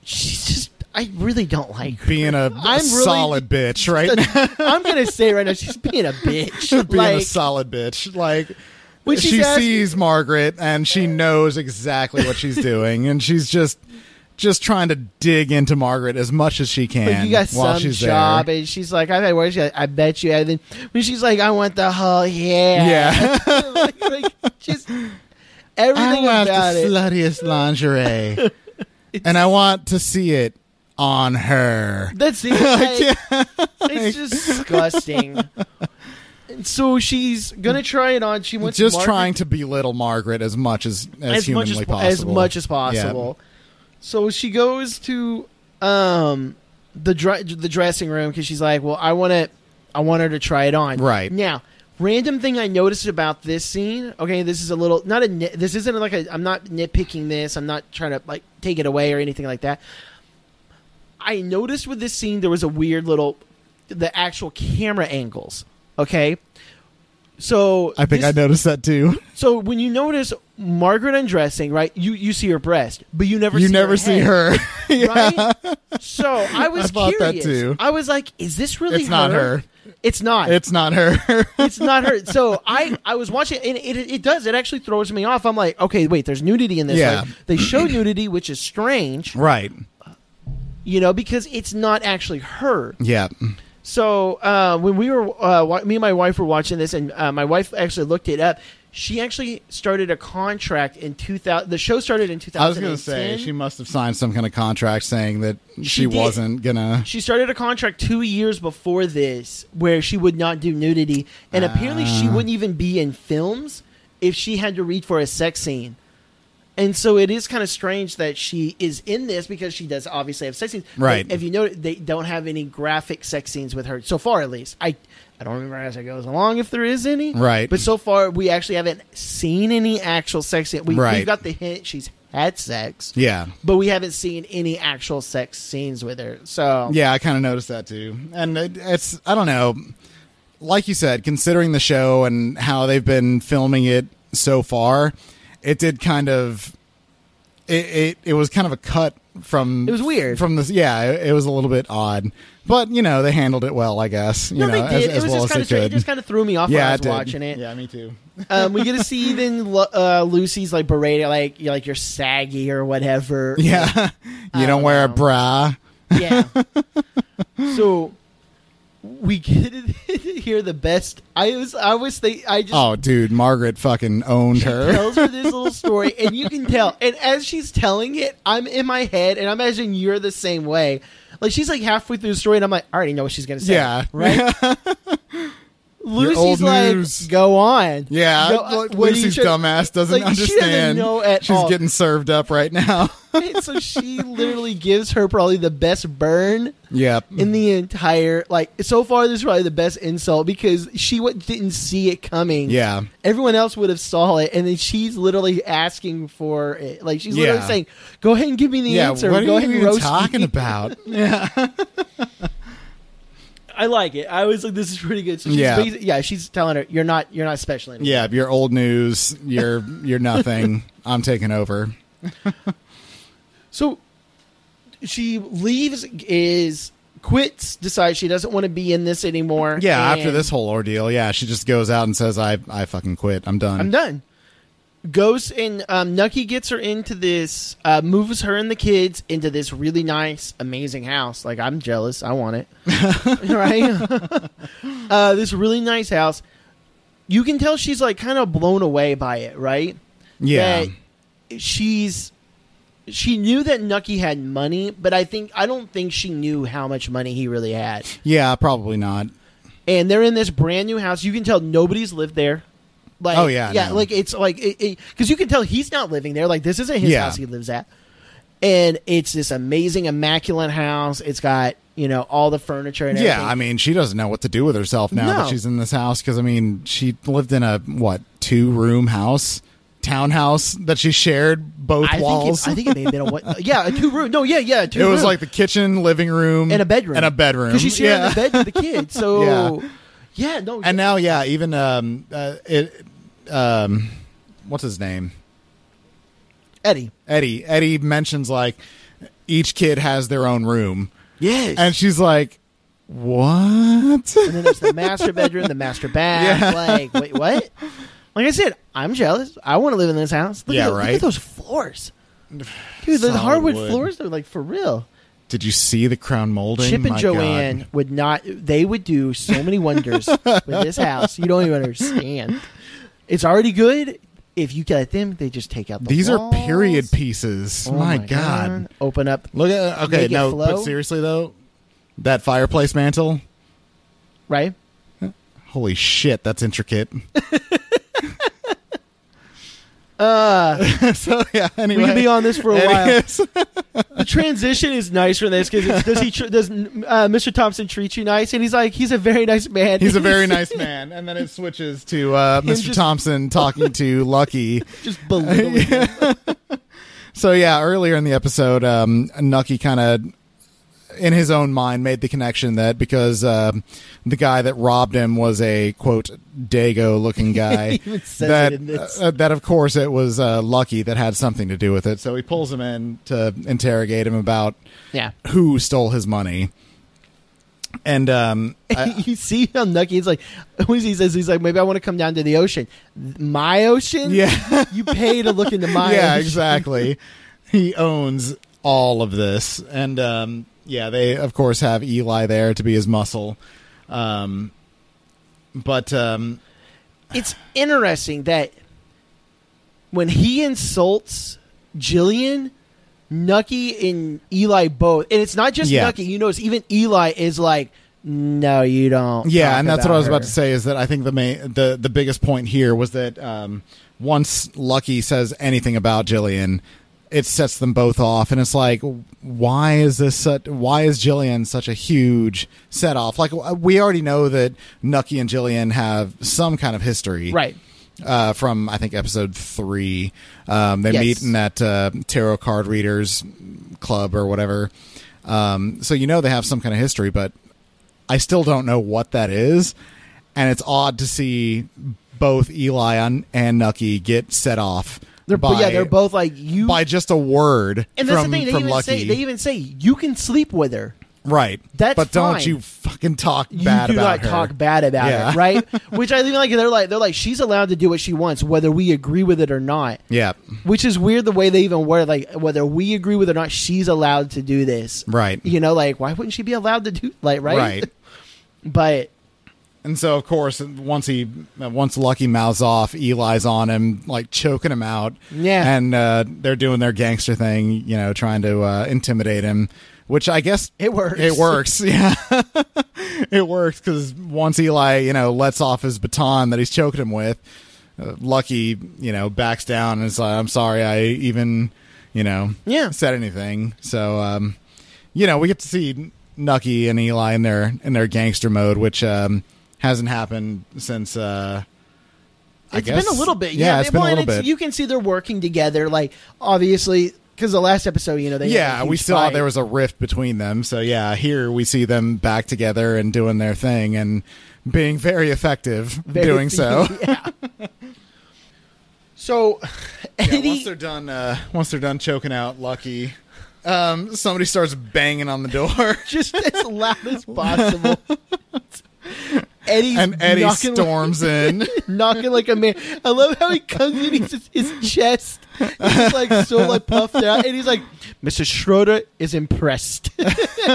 Speaker 3: She's just. I really don't like her.
Speaker 4: being a
Speaker 3: I'm really-
Speaker 4: solid bitch, right? now.
Speaker 3: I'm gonna say right now she's being
Speaker 4: <laughs>
Speaker 3: a bitch.
Speaker 4: being
Speaker 3: like,
Speaker 4: a solid bitch. Like
Speaker 3: When she's
Speaker 4: she
Speaker 3: asking-
Speaker 4: sees Margaret and she knows exactly what she's doing, and she's just just trying to dig into Margaret as much as she can
Speaker 3: like, you got
Speaker 4: while
Speaker 3: some
Speaker 4: she's
Speaker 3: job,
Speaker 4: there.
Speaker 3: and she's like, "I've had work." She's like, I bet you. And then when she's like, "I want the whole yeah,"
Speaker 4: <laughs> Yeah,
Speaker 3: <laughs> like, like, just everything about it. <laughs>
Speaker 4: sluttiest lingerie, and I want to see it on her.
Speaker 3: That's
Speaker 4: <laughs>
Speaker 3: it. Like, It's just disgusting. And so she's gonna try it on. She wants
Speaker 4: Just
Speaker 3: Margaret-
Speaker 4: trying to belittle Margaret as much as as,
Speaker 3: as much
Speaker 4: humanly
Speaker 3: as, po-
Speaker 4: possible.
Speaker 3: as much as possible. So she goes to um the dre- the dressing room because she's like, well, I want to, I want her to try it on.
Speaker 4: Right.
Speaker 3: now, random thing I noticed about this scene. Okay, this is a little not a nit- this isn't like a, I'm not nitpicking this. I'm not trying to like take it away or anything like that. I noticed with this scene there was a weird little the actual camera angles. Okay. So
Speaker 4: I think
Speaker 3: this-
Speaker 4: I noticed that too.
Speaker 3: so when you notice Margaret undressing, right? You you see her breast, but you never
Speaker 4: You
Speaker 3: see
Speaker 4: never
Speaker 3: her
Speaker 4: see
Speaker 3: head,
Speaker 4: her. <laughs> Yeah.
Speaker 3: right? so
Speaker 4: <laughs>
Speaker 3: I was
Speaker 4: thought that
Speaker 3: curious.
Speaker 4: too.
Speaker 3: I was like, is this really
Speaker 4: It's not her.
Speaker 3: It's not. <laughs> It's,
Speaker 4: It's not her.
Speaker 3: not her. So I I was watching and it, it does it actually throws me off. I'm like, okay, wait, there's nudity in this.
Speaker 4: Yeah.
Speaker 3: Like, they show nudity, which is strange,
Speaker 4: <laughs> right.
Speaker 3: you know, because it's not actually her.
Speaker 4: Yeah.
Speaker 3: So uh, when we were, uh, wa- me and my wife were watching this, and uh, my wife actually looked it up. She actually started a contract in 2000. The show started in 2010.
Speaker 4: I was going to say she must have signed some kind of contract saying that she,
Speaker 3: did.
Speaker 4: wasn't gonna.
Speaker 3: She started a contract two years before this where she would not do nudity, and apparently
Speaker 4: Ah.
Speaker 3: she wouldn't even be in films if she had to read for a sex scene. And so it is kind of strange that she is in this because she does obviously have sex scenes. But
Speaker 4: Right.
Speaker 3: if you notice, they don't have any graphic sex scenes with her so far, at least. I I don't remember as it goes along if there is any.
Speaker 4: Right.
Speaker 3: But so far, we actually haven't seen any actual sex scene. We,
Speaker 4: Right.
Speaker 3: We've got the hint she's had sex.
Speaker 4: Yeah,
Speaker 3: But we haven't seen any actual sex scenes with her. So
Speaker 4: yeah, I kind of noticed that too. And it, it's I don't know, like you said, considering the show and how they've been filming it so far, it did kind of. It, it it was kind of a cut from
Speaker 3: It was weird.
Speaker 4: from this yeah it, it was a little bit odd but you know they handled it well I guess you
Speaker 3: No,
Speaker 4: know
Speaker 3: they did.
Speaker 4: as,
Speaker 3: it
Speaker 4: as
Speaker 3: was
Speaker 4: well
Speaker 3: just kind of
Speaker 4: as they
Speaker 3: strange. It
Speaker 4: could
Speaker 3: just kind of threw me off
Speaker 4: yeah
Speaker 3: when I
Speaker 4: it
Speaker 3: was
Speaker 4: did.
Speaker 3: watching it.
Speaker 4: yeah
Speaker 3: <laughs>
Speaker 4: me too
Speaker 3: Um, we get to see even Lu- uh, Lucy's like berated, like you're, like you're saggy or whatever.
Speaker 4: <laughs> yeah you don't
Speaker 3: don't
Speaker 4: wear a
Speaker 3: know.
Speaker 4: bra
Speaker 3: Yeah. so we get to <laughs> hear the best. I was I was think I just
Speaker 4: Oh, dude, Margaret fucking owned
Speaker 3: she
Speaker 4: her.
Speaker 3: tells her this little story, and you can tell.
Speaker 4: <laughs>
Speaker 3: And as she's telling it, I'm in my head, and I imagine you're the same way. Like she's like halfway through the story, and I'm like, I already know what she's gonna say.
Speaker 4: yeah, <laughs>
Speaker 3: right.
Speaker 4: old
Speaker 3: Lucy's like,
Speaker 4: news.
Speaker 3: go on.
Speaker 4: Yeah,
Speaker 3: Go- uh,
Speaker 4: like,
Speaker 3: what are you
Speaker 4: Lucy's
Speaker 3: trying-
Speaker 4: dumbass doesn't
Speaker 3: like, she doesn't
Speaker 4: understand.
Speaker 3: know at
Speaker 4: She's
Speaker 3: all.
Speaker 4: getting served up right now.
Speaker 3: <laughs>
Speaker 4: <laughs>
Speaker 3: And so she literally gives her probably the best burn
Speaker 4: yep.
Speaker 3: in the entire like so far this is probably the best insult because she w- didn't see it coming
Speaker 4: yeah.
Speaker 3: everyone else would have saw it and then she's literally asking for it like she's literally
Speaker 4: Yeah.
Speaker 3: saying go ahead and give me the
Speaker 4: Yeah.
Speaker 3: answer
Speaker 4: what
Speaker 3: go
Speaker 4: are
Speaker 3: ahead and
Speaker 4: you even
Speaker 3: roast me." <laughs>
Speaker 4: talking about? yeah.
Speaker 3: i like it i was like this is pretty good so she's
Speaker 4: Yeah.
Speaker 3: yeah. yeah she's telling her you're not you're not special anymore.
Speaker 4: Yeah. You're old news. You're you're nothing. I'm taking over.
Speaker 3: So she leaves, is quits, decides she doesn't want to be in this anymore.
Speaker 4: Yeah. after
Speaker 3: and
Speaker 4: this whole ordeal, yeah, she just goes out and says, "I I fucking quit. I'm done."
Speaker 3: I'm done. Goes and um, Nucky gets her into this, uh, moves her and the kids into this really nice, amazing house. Like I'm jealous. I want it, right? <laughs> uh, this really nice house. You can tell she's like kind of blown away by it, right?
Speaker 4: Yeah.
Speaker 3: that she's she knew that Nucky had money, but I think I don't think she knew how much money he really had.
Speaker 4: yeah. Probably not.
Speaker 3: And they're in this brand new house. You can tell nobody's lived there. Like,
Speaker 4: Oh, yeah,
Speaker 3: yeah.
Speaker 4: no.
Speaker 3: Like it's like because you can tell he's not living there. Like this isn't his
Speaker 4: Yeah.
Speaker 3: house he lives at. And it's this amazing, immaculate house. It's got you know all the furniture and
Speaker 4: Yeah,
Speaker 3: everything.
Speaker 4: I mean, she doesn't know what to do with herself now that
Speaker 3: No.
Speaker 4: she's in this house because I mean, she lived in a what two room house, townhouse that she shared both
Speaker 3: I
Speaker 4: walls.
Speaker 3: think it, I think it may have been a
Speaker 4: <laughs>
Speaker 3: what? Yeah, a two room. No, yeah, yeah. a Two
Speaker 4: it was
Speaker 3: room.
Speaker 4: like the kitchen, living room,
Speaker 3: and a bedroom
Speaker 4: and a bedroom.
Speaker 3: because she's sharing
Speaker 4: yeah.
Speaker 3: the bed with the kids. So
Speaker 4: <laughs> Yeah.
Speaker 3: yeah, no,
Speaker 4: <laughs> and now, yeah, even um, uh, it, um, what's his name?
Speaker 3: Eddie.
Speaker 4: Eddie. Eddie mentions like each kid has their own room,
Speaker 3: Yes.
Speaker 4: and she's like, "What?"
Speaker 3: And then there's the master bedroom, the master bath.
Speaker 4: Yeah.
Speaker 3: Like, wait,
Speaker 4: <laughs>
Speaker 3: what? Like I said, I'm jealous. I want to live in this house. Look
Speaker 4: Yeah,
Speaker 3: at, the- Look
Speaker 4: right?
Speaker 3: at those
Speaker 4: <sighs>
Speaker 3: floors, dude. The
Speaker 4: Solid
Speaker 3: hardwood
Speaker 4: wood.
Speaker 3: floors are like for real.
Speaker 4: <laughs> Did you see the crown molding?
Speaker 3: Chip and
Speaker 4: My God.
Speaker 3: Joanne would not. They would do so many
Speaker 4: <laughs>
Speaker 3: wonders with this house. You don't even understand. It's already good. If you get them, they just take out the
Speaker 4: These
Speaker 3: walls.
Speaker 4: are period pieces.
Speaker 3: Oh
Speaker 4: my, god.
Speaker 3: Open up
Speaker 4: Look at okay,
Speaker 3: Make it
Speaker 4: no,
Speaker 3: flow.
Speaker 4: but seriously though, that fireplace mantle,
Speaker 3: right.
Speaker 4: holy shit, that's intricate. <laughs>
Speaker 3: Uh,
Speaker 4: <laughs> so yeah, anyway.
Speaker 3: we could be on this for a while.
Speaker 4: Anyways,
Speaker 3: <laughs> the transition is nice from this because does he tr- does uh, Mr. Thompson treat you nice? And he's like, he's a very nice man.
Speaker 4: he's
Speaker 3: <laughs>
Speaker 4: a very nice man, and then it switches to uh, Mr.
Speaker 3: just-
Speaker 4: Thompson talking to Lucky.
Speaker 3: just belittling. <laughs> him.
Speaker 4: So yeah, earlier in the episode, um, Nucky kind of, in his own mind, made the connection that because um the guy that robbed him was a quote
Speaker 3: <laughs>
Speaker 4: Dago-looking guy,
Speaker 3: even says it
Speaker 4: that
Speaker 3: in this.
Speaker 4: uh, that of course it was uh, Lucky that had something to do with it. So he pulls him in to interrogate him about
Speaker 3: Yeah,
Speaker 4: who stole his money, and
Speaker 3: <laughs>
Speaker 4: um, I,
Speaker 3: you see how Nucky He's like, <laughs> what he says, he's like, maybe I want to come down to the ocean, my ocean.
Speaker 4: yeah,
Speaker 3: you pay to
Speaker 4: <laughs>
Speaker 3: look into my.
Speaker 4: yeah,
Speaker 3: ocean.
Speaker 4: exactly. He owns all of this, and um, yeah, they of course have Eli there to be his muscle. Um, but um,
Speaker 3: it's interesting that when he insults Jillian, Nucky and Eli both, and it's not just
Speaker 4: Yeah.
Speaker 3: Nucky. You notice even Eli is like, "No, you don't."
Speaker 4: yeah,
Speaker 3: talk
Speaker 4: and that's what I was about
Speaker 3: her."
Speaker 4: to say is that I think the main the the biggest point here was that um, once Lucky says anything about Jillian, it sets them both off, and it's like, why is this? Such, why is Jillian such a huge set off? Like we already know that Nucky and Jillian have some kind of history,
Speaker 3: Right.
Speaker 4: uh, from I think episode three. Um, they
Speaker 3: Yes.
Speaker 4: meet in that uh, tarot card readers club or whatever. Um, so you know they have some kind of history, but I still don't know what that is, and it's odd to see both Eli and, and Nucky get set off.
Speaker 3: They're
Speaker 4: by,
Speaker 3: yeah, they're both like you.
Speaker 4: by just a word
Speaker 3: and that's
Speaker 4: from,
Speaker 3: the thing they
Speaker 4: from
Speaker 3: even
Speaker 4: Lucky,
Speaker 3: say. They even say you can sleep with her.
Speaker 4: right?
Speaker 3: That's
Speaker 4: but don't
Speaker 3: fine.
Speaker 4: you fucking talk
Speaker 3: You
Speaker 4: bad
Speaker 3: do
Speaker 4: about
Speaker 3: not
Speaker 4: her.
Speaker 3: talk bad about
Speaker 4: Yeah.
Speaker 3: it,
Speaker 4: <laughs>
Speaker 3: right? Which I think like they're like they're like she's allowed to do what she wants, whether we agree with it or not.
Speaker 4: Yeah,
Speaker 3: Which is weird the way they even word like whether we agree with it or not, she's allowed to do this.
Speaker 4: Right.
Speaker 3: You know, like why wouldn't she be allowed to do like right?
Speaker 4: right.
Speaker 3: <laughs> But
Speaker 4: And so, of course, once he once Lucky mouths off, Eli's on him, like choking him out.
Speaker 3: Yeah.
Speaker 4: and uh, they're doing their gangster thing, you know, trying to uh, intimidate him. Which I guess
Speaker 3: It works.
Speaker 4: It works. <laughs> Yeah, it works because once Eli, you know, lets off his baton that he's choking him with, uh, Lucky, you know, backs down and is like, "I'm sorry, I even, you know,
Speaker 3: Yeah.
Speaker 4: said anything." So, um, you know, we get to see Nucky and Eli in their in their gangster mode, which um, hasn't happened since. Uh, I
Speaker 3: it's
Speaker 4: guess-
Speaker 3: been a little bit.
Speaker 4: Yeah,
Speaker 3: Yeah,
Speaker 4: it's
Speaker 3: they-
Speaker 4: been a
Speaker 3: well, and
Speaker 4: little
Speaker 3: it's-
Speaker 4: bit.
Speaker 3: You can see they're working together. Like obviously, because the last episode, you know, they had
Speaker 4: yeah,
Speaker 3: a
Speaker 4: we
Speaker 3: huge
Speaker 4: saw
Speaker 3: fight.
Speaker 4: there was a rift between them. So yeah, here we see them back together and doing their thing and being very effective
Speaker 3: <laughs> Very-
Speaker 4: doing so.
Speaker 3: <laughs> yeah. So,
Speaker 4: <laughs>
Speaker 3: <laughs>
Speaker 4: Yeah,
Speaker 3: Eddie,
Speaker 4: once they're done, uh, once they're done choking out Lucky, um, somebody starts banging on the door, <laughs>
Speaker 3: <laughs> just as loud as possible. Eddie's
Speaker 4: and Eddie
Speaker 3: knocking
Speaker 4: storms in.
Speaker 3: Like, knocking like a man. I love how he comes in. He's just, his chest is like so like puffed out, and he's like, "Mr. Schroeder is impressed," <laughs> and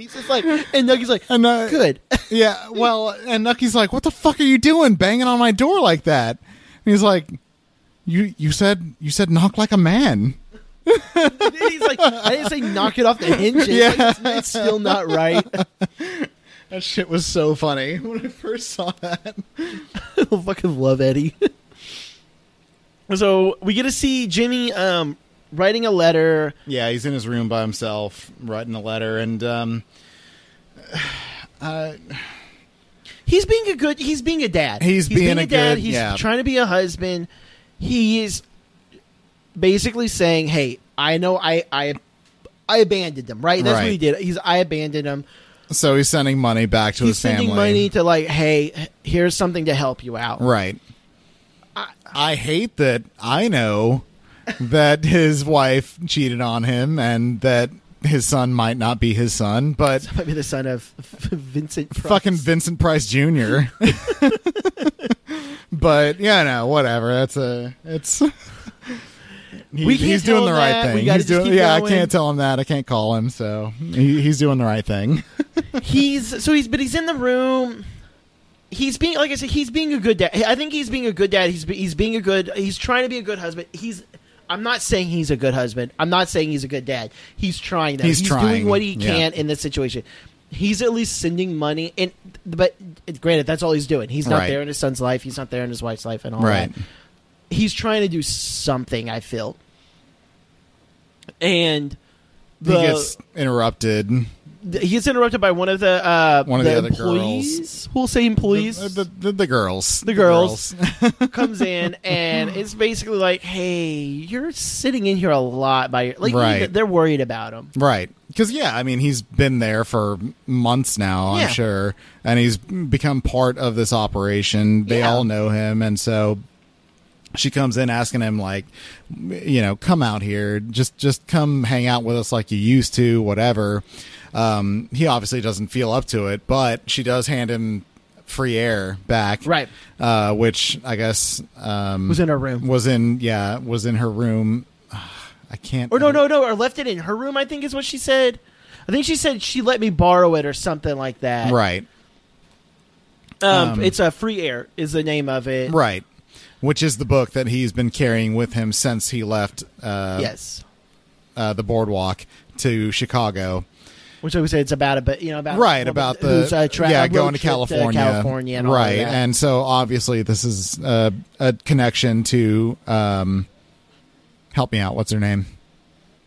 Speaker 3: he's just like, and Nucky's like,
Speaker 4: And, uh,
Speaker 3: "Good." <laughs>
Speaker 4: Yeah, well, and Nucky's like, "What the fuck are you doing, banging on my door like that?" And he's like, "You you said you said knock like a man."
Speaker 3: And he's like, "I didn't say knock it off the hinges.
Speaker 4: Yeah.
Speaker 3: Like, it's, it's still not right." <laughs>
Speaker 4: That shit was so funny <laughs> when I first saw that.
Speaker 3: I fucking love Eddie. <laughs> so we get to see Jimmy um, writing a letter.
Speaker 4: Yeah, he's in his room by himself writing a letter, and um,
Speaker 3: He's being a good. He's being a dad.
Speaker 4: He's being a
Speaker 3: dad.
Speaker 4: good-
Speaker 3: he's
Speaker 4: yeah.
Speaker 3: trying to be a husband. He is basically saying, "Hey, I know I I I abandoned them. Right? That's
Speaker 4: Right.
Speaker 3: what he did. He's I abandoned them.
Speaker 4: so he's sending money back to
Speaker 3: He's
Speaker 4: his family.
Speaker 3: sending money to like, hey, here's something to help you out.
Speaker 4: Right. I, hate that I know that his wife cheated on him and that his son might not be his son, but
Speaker 3: <laughs> Might be the son of <laughs> Vincent. Price.
Speaker 4: fucking Vincent Price Jr. <laughs> but yeah, no, whatever. That's a it's. <laughs> He,
Speaker 3: We can't
Speaker 4: he's
Speaker 3: tell
Speaker 4: doing the
Speaker 3: him
Speaker 4: right
Speaker 3: that. We
Speaker 4: thing.
Speaker 3: gotta
Speaker 4: He's
Speaker 3: just
Speaker 4: doing,
Speaker 3: keep
Speaker 4: yeah,
Speaker 3: going.
Speaker 4: I can't tell him that. I can't call him. So he, he's doing the right thing.
Speaker 3: he's so he's but he's in the room. He's being like I said, he's being a good dad. I think he's being a good dad. He's be- he's being a good. He's trying to be a good husband. He's. I'm not saying he's a good husband. I'm not saying he's a good dad. He's trying. Though.
Speaker 4: He's trying,
Speaker 3: doing what he
Speaker 4: yeah.
Speaker 3: can in this situation. He's at least sending money, and but granted, that's all he's doing. He's not
Speaker 4: Right.
Speaker 3: there in his son's life. He's not there in his wife's life, and all
Speaker 4: Right.
Speaker 3: that. He's trying to do something. I feel. And the,
Speaker 4: he gets interrupted.
Speaker 3: th- he gets interrupted by one of the uh,
Speaker 4: One of the other
Speaker 3: employees. We'll say employees
Speaker 4: The, the, the, the girls. The
Speaker 3: girls. comes
Speaker 4: <laughs>
Speaker 3: in and it's basically like, "Hey, you're sitting in here a lot by your like
Speaker 4: Right.
Speaker 3: you- they're worried about him."
Speaker 4: Right. Because, yeah, I mean, he's been there for months now,
Speaker 3: Yeah.
Speaker 4: I'm sure. And he's become part of this operation. They
Speaker 3: Yeah.
Speaker 4: all know him. And so she comes in asking him, like, you know, come out here. Just, just come hang out with us like you used to, whatever. Um, he obviously doesn't feel up to it, but she does hand him free air back.
Speaker 3: Right.
Speaker 4: Uh, which I guess um,
Speaker 3: Was in her room.
Speaker 4: Was in, yeah, was in her room. <sighs> I can't.
Speaker 3: Or no, no, no, or left it in her room, I think is what she said. I think she said she let me borrow it or something like that.
Speaker 4: Right.
Speaker 3: Um, it's a free air is the name of it.
Speaker 4: Right. Which is the book that he's been carrying with him since he left uh,
Speaker 3: Yes.
Speaker 4: uh, the boardwalk to Chicago.
Speaker 3: Which I would say it's about it, but you know about
Speaker 4: right about the
Speaker 3: who's, uh, tra-
Speaker 4: yeah
Speaker 3: road
Speaker 4: going to
Speaker 3: trip
Speaker 4: California,
Speaker 3: California, and all of
Speaker 4: right,
Speaker 3: that.
Speaker 4: and so obviously this is uh, a connection to um, help me out. What's her name?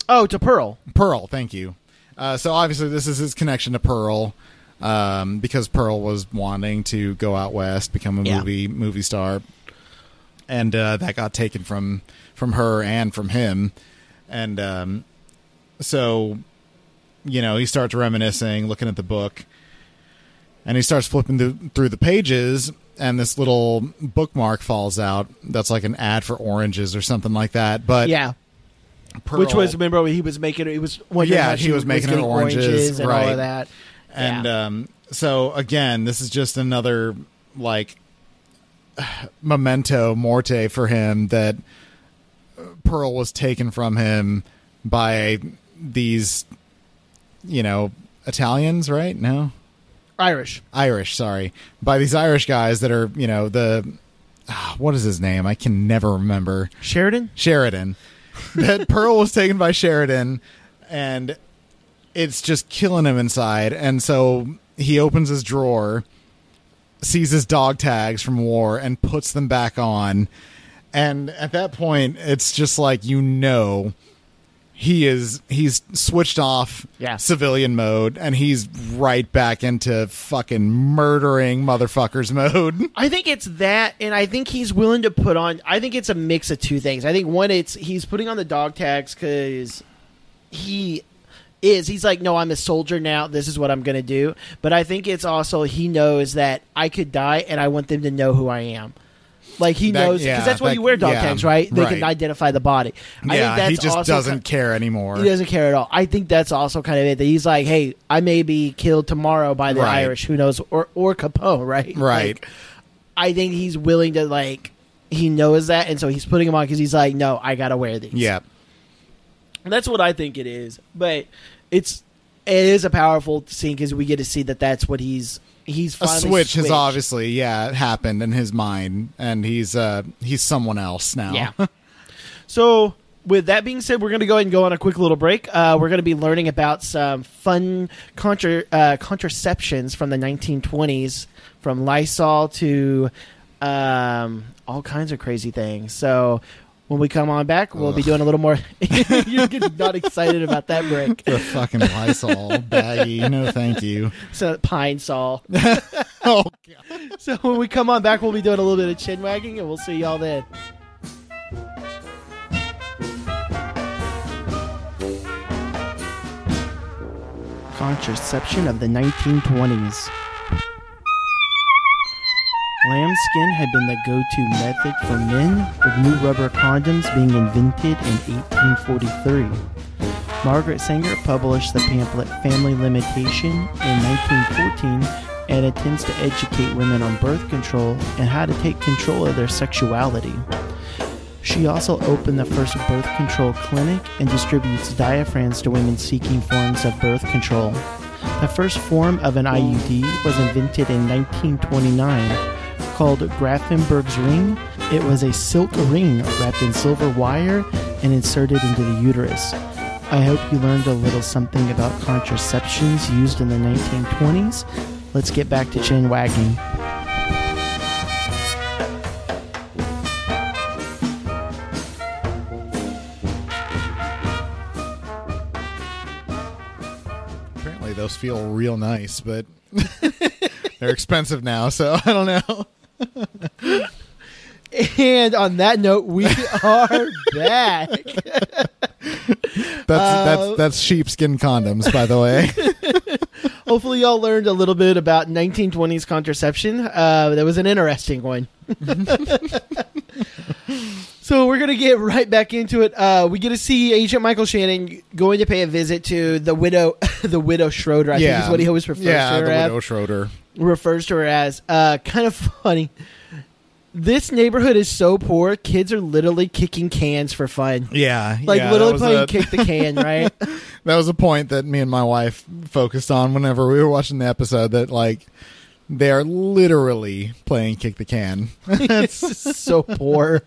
Speaker 3: oh to Pearl.
Speaker 4: Pearl. Thank you. Uh, so obviously this is his connection to Pearl, um, because Pearl was wanting to go out west, become a
Speaker 3: Yeah.
Speaker 4: movie movie star, and uh, that got taken from from her and from him, and um, so you know he starts reminiscing, looking at the book, and he starts flipping th- through the pages. And this little bookmark falls out. That's like an ad for oranges or something like that. But
Speaker 3: Yeah,
Speaker 4: Pearl-
Speaker 3: which was remember he was making he was wondering
Speaker 4: Yeah,
Speaker 3: how
Speaker 4: he
Speaker 3: she
Speaker 4: was making her
Speaker 3: getting
Speaker 4: oranges,
Speaker 3: oranges and all
Speaker 4: right.
Speaker 3: of that.
Speaker 4: And
Speaker 3: Yeah.
Speaker 4: um, so again, this is just another like <sighs> memento morte for him that uh, Pearl was taken from him by these, you know, Italians, right? No,
Speaker 3: Irish.
Speaker 4: Irish. Sorry, by these Irish guys that are, you know, the ah, what is his name? I can never remember.
Speaker 3: Sheridan.
Speaker 4: Sheridan. that
Speaker 3: <laughs>
Speaker 4: Pearl was taken by Sheridan, and it's just killing him inside. And so he opens his drawer, sees his dog tags from war, and puts them back on. And at that point, it's just like you know he is he's switched off
Speaker 2: Yeah.
Speaker 4: civilian mode and he's right back into fucking murdering motherfuckers mode. <laughs>
Speaker 3: I think it's that, and I think he's willing to put on. I think it's a mix of two things. I think one, it's he's putting on the dog tags because he is. He's like, no, I'm a soldier now. This is what I'm going to do. But I think it's also he knows that I could die, and I want them to know who I am. Like he
Speaker 4: That-
Speaker 3: knows because
Speaker 4: yeah,
Speaker 3: that's why
Speaker 4: that-
Speaker 3: you wear dog
Speaker 4: yeah,
Speaker 3: tags, right? They can
Speaker 4: right.
Speaker 3: identify the body. I think
Speaker 4: yeah,
Speaker 3: that's
Speaker 4: he just
Speaker 3: also
Speaker 4: doesn't
Speaker 3: ki-
Speaker 4: care anymore.
Speaker 3: he doesn't care at all. I think that's also kind of it. That he's like, hey, I may be killed tomorrow by the
Speaker 4: Right.
Speaker 3: Irish. Who knows? Or or Capone, <laughs> right?
Speaker 4: Right.
Speaker 3: Like, I think he's willing to like. He knows that, and so he's putting them on because he's like, no, I gotta wear these.
Speaker 4: yeah.
Speaker 3: that's what I think it is. But it's it is a powerful scene because we get to see that that's what he's he's
Speaker 4: a
Speaker 3: finally
Speaker 4: switch has
Speaker 3: switched.
Speaker 4: obviously yeah happened in his mind and he's uh he's someone else now
Speaker 3: Yeah. so, with that being said, we're going to go ahead and go on a quick little break. Uh, we're going to be learning about some fun contra- uh, contraceptions from the 1920s, from Lysol to um, all kinds of crazy things. So. When we come on back, we'll be doing a little more. <laughs> You're getting not excited about that <laughs> break.
Speaker 4: the fucking
Speaker 3: <laughs>
Speaker 4: lysol baggy no thank you
Speaker 3: So pine <laughs> sol.
Speaker 4: oh
Speaker 3: So when we come on back, we'll be doing a little bit of chin wagging, and we'll see y'all then. Contraception of the 1920s. Lambskin had been the go to method for men, with new rubber condoms being invented in 1843. Margaret Sanger published the pamphlet Family Limitation in 1914 and intends to educate women on birth control and how to take control of their sexuality. She also opened the first birth control clinic and distributes diaphragms to women seeking forms of birth control. The first form of an IUD was invented in 1929 called Grafenberg's ring. It was a silk ring wrapped in silver wire and inserted into the uterus. I hope you learned a little something about contraceptions used in the 1920s. Let's get back to chin wagging.
Speaker 4: apparently those feel real nice but <laughs> they're expensive now so <laughs> i don't know
Speaker 3: And on that note, <laughs> we are back.
Speaker 4: that's
Speaker 3: Uh,
Speaker 4: that's that's sheepskin condoms by
Speaker 3: <laughs>
Speaker 4: the way
Speaker 3: Hopefully, y'all learned a little bit about 1920s contraception. Uh, that was an interesting one. <laughs> so we're gonna get right back into it. Uh, we get to see Agent Michael Shannon going to pay a visit to the widow, <laughs> the widow Schroeder. I think is what he always refers
Speaker 4: yeah
Speaker 3: to her
Speaker 4: the
Speaker 3: as.
Speaker 4: widow schroeder
Speaker 3: refers to her as. Uh, kind of <laughs> funny. This neighborhood is so poor; kids are literally kicking cans for fun.
Speaker 4: yeah
Speaker 3: Like
Speaker 4: yeah, that
Speaker 3: literally
Speaker 4: was
Speaker 3: playing
Speaker 4: a- <laughs>
Speaker 3: kick the can, right? <laughs>
Speaker 4: that was a point that me and my wife focused on whenever we were watching the episode that like they are literally playing kick the can.
Speaker 3: It's so poor.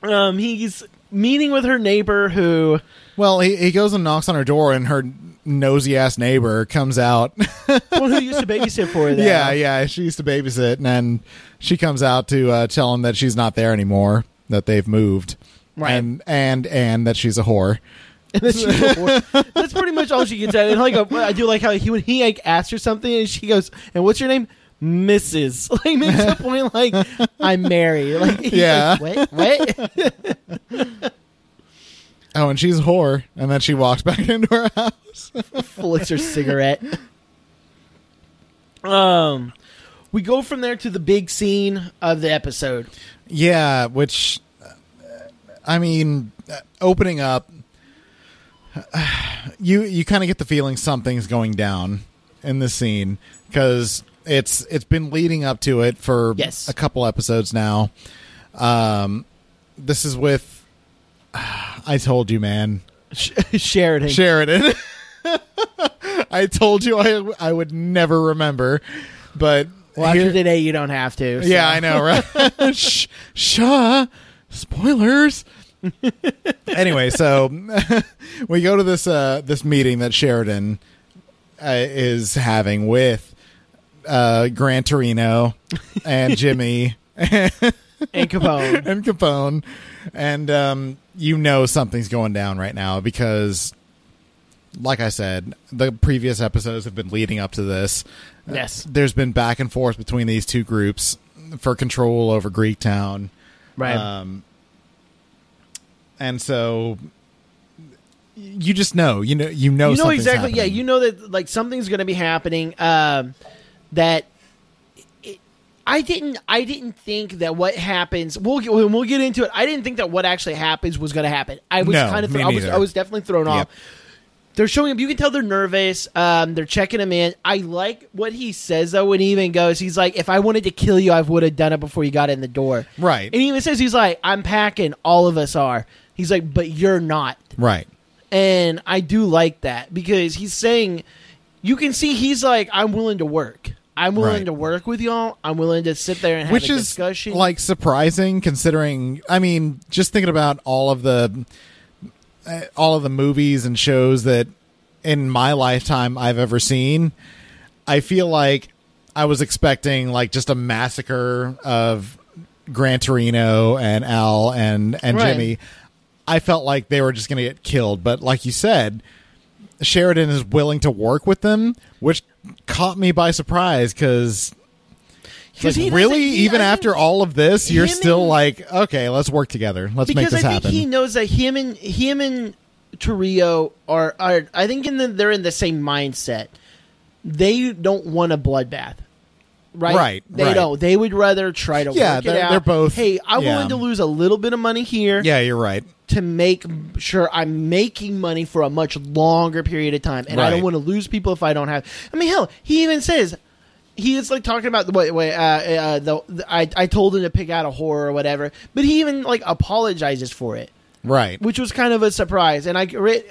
Speaker 3: um, he's meeting with her neighbor who
Speaker 4: well, he, he goes and knocks on her door and her nosy ass neighbor comes out. <laughs>
Speaker 3: one who used to babysit for her. there.
Speaker 4: yeah, yeah, she used to babysit and then she comes out to uh, tell him that she's not there anymore, that they've moved.
Speaker 3: Right.
Speaker 4: And and and that she's a whore.
Speaker 3: <laughs> And then she's a whore. That's pretty much all she can say. And like, uh, I do like how he when he like asks her something, and she goes, "And what's your name?" Mrs. <laughs> Like makes a point like I'm married. Like he's
Speaker 4: Yeah.
Speaker 3: like, what? What? <laughs>
Speaker 4: Oh, and she's a whore, and then she walks <laughs> back into her house.
Speaker 3: Flicks her cigarette. Um, we go from there to the big scene of the episode. <laughs>
Speaker 4: Yeah, which uh, I mean, uh, opening up, <sighs> you you kind of get the feeling something's going down in the scene because it's it's been leading up to it for
Speaker 3: Yes.
Speaker 4: a couple episodes now. Um, this is with <sighs> I told you, man,
Speaker 3: Sh- Sheridan.
Speaker 4: Sheridan. <laughs> I told you I I would never remember, but
Speaker 3: well, after
Speaker 4: here-
Speaker 3: today, you don't have to. so.
Speaker 4: yeah, I know, right? <laughs> Sh- Sha, spoilers. <laughs> anyway, so <laughs> we go to this uh, this meeting that Sheridan uh, is having with uh, Gran Torino <laughs> and Jimmy
Speaker 3: and Capone.
Speaker 4: and Capone, and um, you know something's going down right now because, like I said, the previous episodes have been leading up to this.
Speaker 3: Yes.
Speaker 4: there's been back and forth between these two groups for control over Greek Town,
Speaker 3: Right.
Speaker 4: um, and so you just know, you know, you
Speaker 3: you
Speaker 4: know,
Speaker 3: know
Speaker 4: something's
Speaker 3: exactly. Yeah,
Speaker 4: happening.
Speaker 3: you know that like something's going to be happening. Um, that it, I didn't. I didn't think that what happens. We'll get, when we'll get into it. I didn't think that what actually happens was going to happen. I was
Speaker 4: No,
Speaker 3: kind of.
Speaker 4: me
Speaker 3: I was.
Speaker 4: neither.
Speaker 3: I was definitely thrown
Speaker 4: Yep.
Speaker 3: off. They're showing him. You can tell they're nervous. Um, they're checking him in. I like what he says though. When he even goes, he's like, "If I wanted to kill you, I would have done it before you got in the door."
Speaker 4: Right.
Speaker 3: And he even says, "He's like, I'm packing. All of us are." He's like, "But you're not."
Speaker 4: right.
Speaker 3: and I do like that because he's saying you can see he's like I'm willing to work. I'm willing
Speaker 4: Right.
Speaker 3: to work with y'all. I'm willing to sit there and have
Speaker 4: which
Speaker 3: a
Speaker 4: is
Speaker 3: discussion.
Speaker 4: like surprising considering i mean just thinking about all of the uh, all of the movies and shows that in my lifetime i've ever seen i feel like i was expecting like just a massacre of gran torino and al and and
Speaker 3: Right.
Speaker 4: jimmy i felt like they were just gonna get killed but like you said sheridan is willing to work with them which caught me by surprise because
Speaker 3: 'Cause he
Speaker 4: like,
Speaker 3: doesn't-
Speaker 4: really,
Speaker 3: he-
Speaker 4: even
Speaker 3: I think-
Speaker 4: after all of this, you're
Speaker 3: him
Speaker 4: still
Speaker 3: and-
Speaker 4: like, okay, let's work together. Let's make
Speaker 3: because
Speaker 4: this
Speaker 3: I think
Speaker 4: happen.
Speaker 3: he knows that him and him and Torrio are are I think in the, they're in the same mindset. They don't want a bloodbath. Right?
Speaker 4: Right,
Speaker 3: They
Speaker 4: right.
Speaker 3: don't. They would rather try to
Speaker 4: Yeah,
Speaker 3: work it
Speaker 4: they're-
Speaker 3: out.
Speaker 4: they're both-
Speaker 3: Hey, I'm
Speaker 4: yeah.
Speaker 3: willing to lose a little bit of money here.
Speaker 4: yeah, you're right.
Speaker 3: to make sure I'm making money for a much longer period of time, and I don't
Speaker 4: Right.
Speaker 3: want to lose people if I don't have. I mean, hell, he even says he is like talking about the way, way uh, uh, the, the I, I told him to pick out a horror or whatever, but he even like apologizes for it,
Speaker 4: Right.
Speaker 3: which was kind of a surprise. And I re-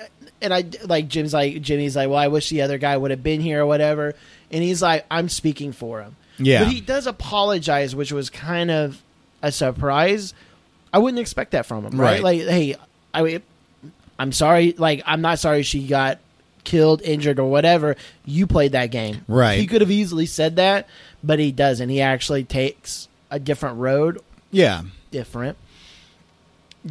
Speaker 3: and I like Jim's like Jimmy's like, well, I wish the other guy would have been here or whatever, and he's like, I'm speaking for him.
Speaker 4: Yeah.
Speaker 3: but he does apologize, which was kind of a surprise. I wouldn't expect that from him, right?
Speaker 4: Right.
Speaker 3: Like, hey, I, I'm sorry. Like, I'm not sorry she got killed, injured, or whatever. You played that game,
Speaker 4: Right.
Speaker 3: He could have easily said that, but he doesn't. He actually takes a different road,
Speaker 4: yeah.
Speaker 3: different.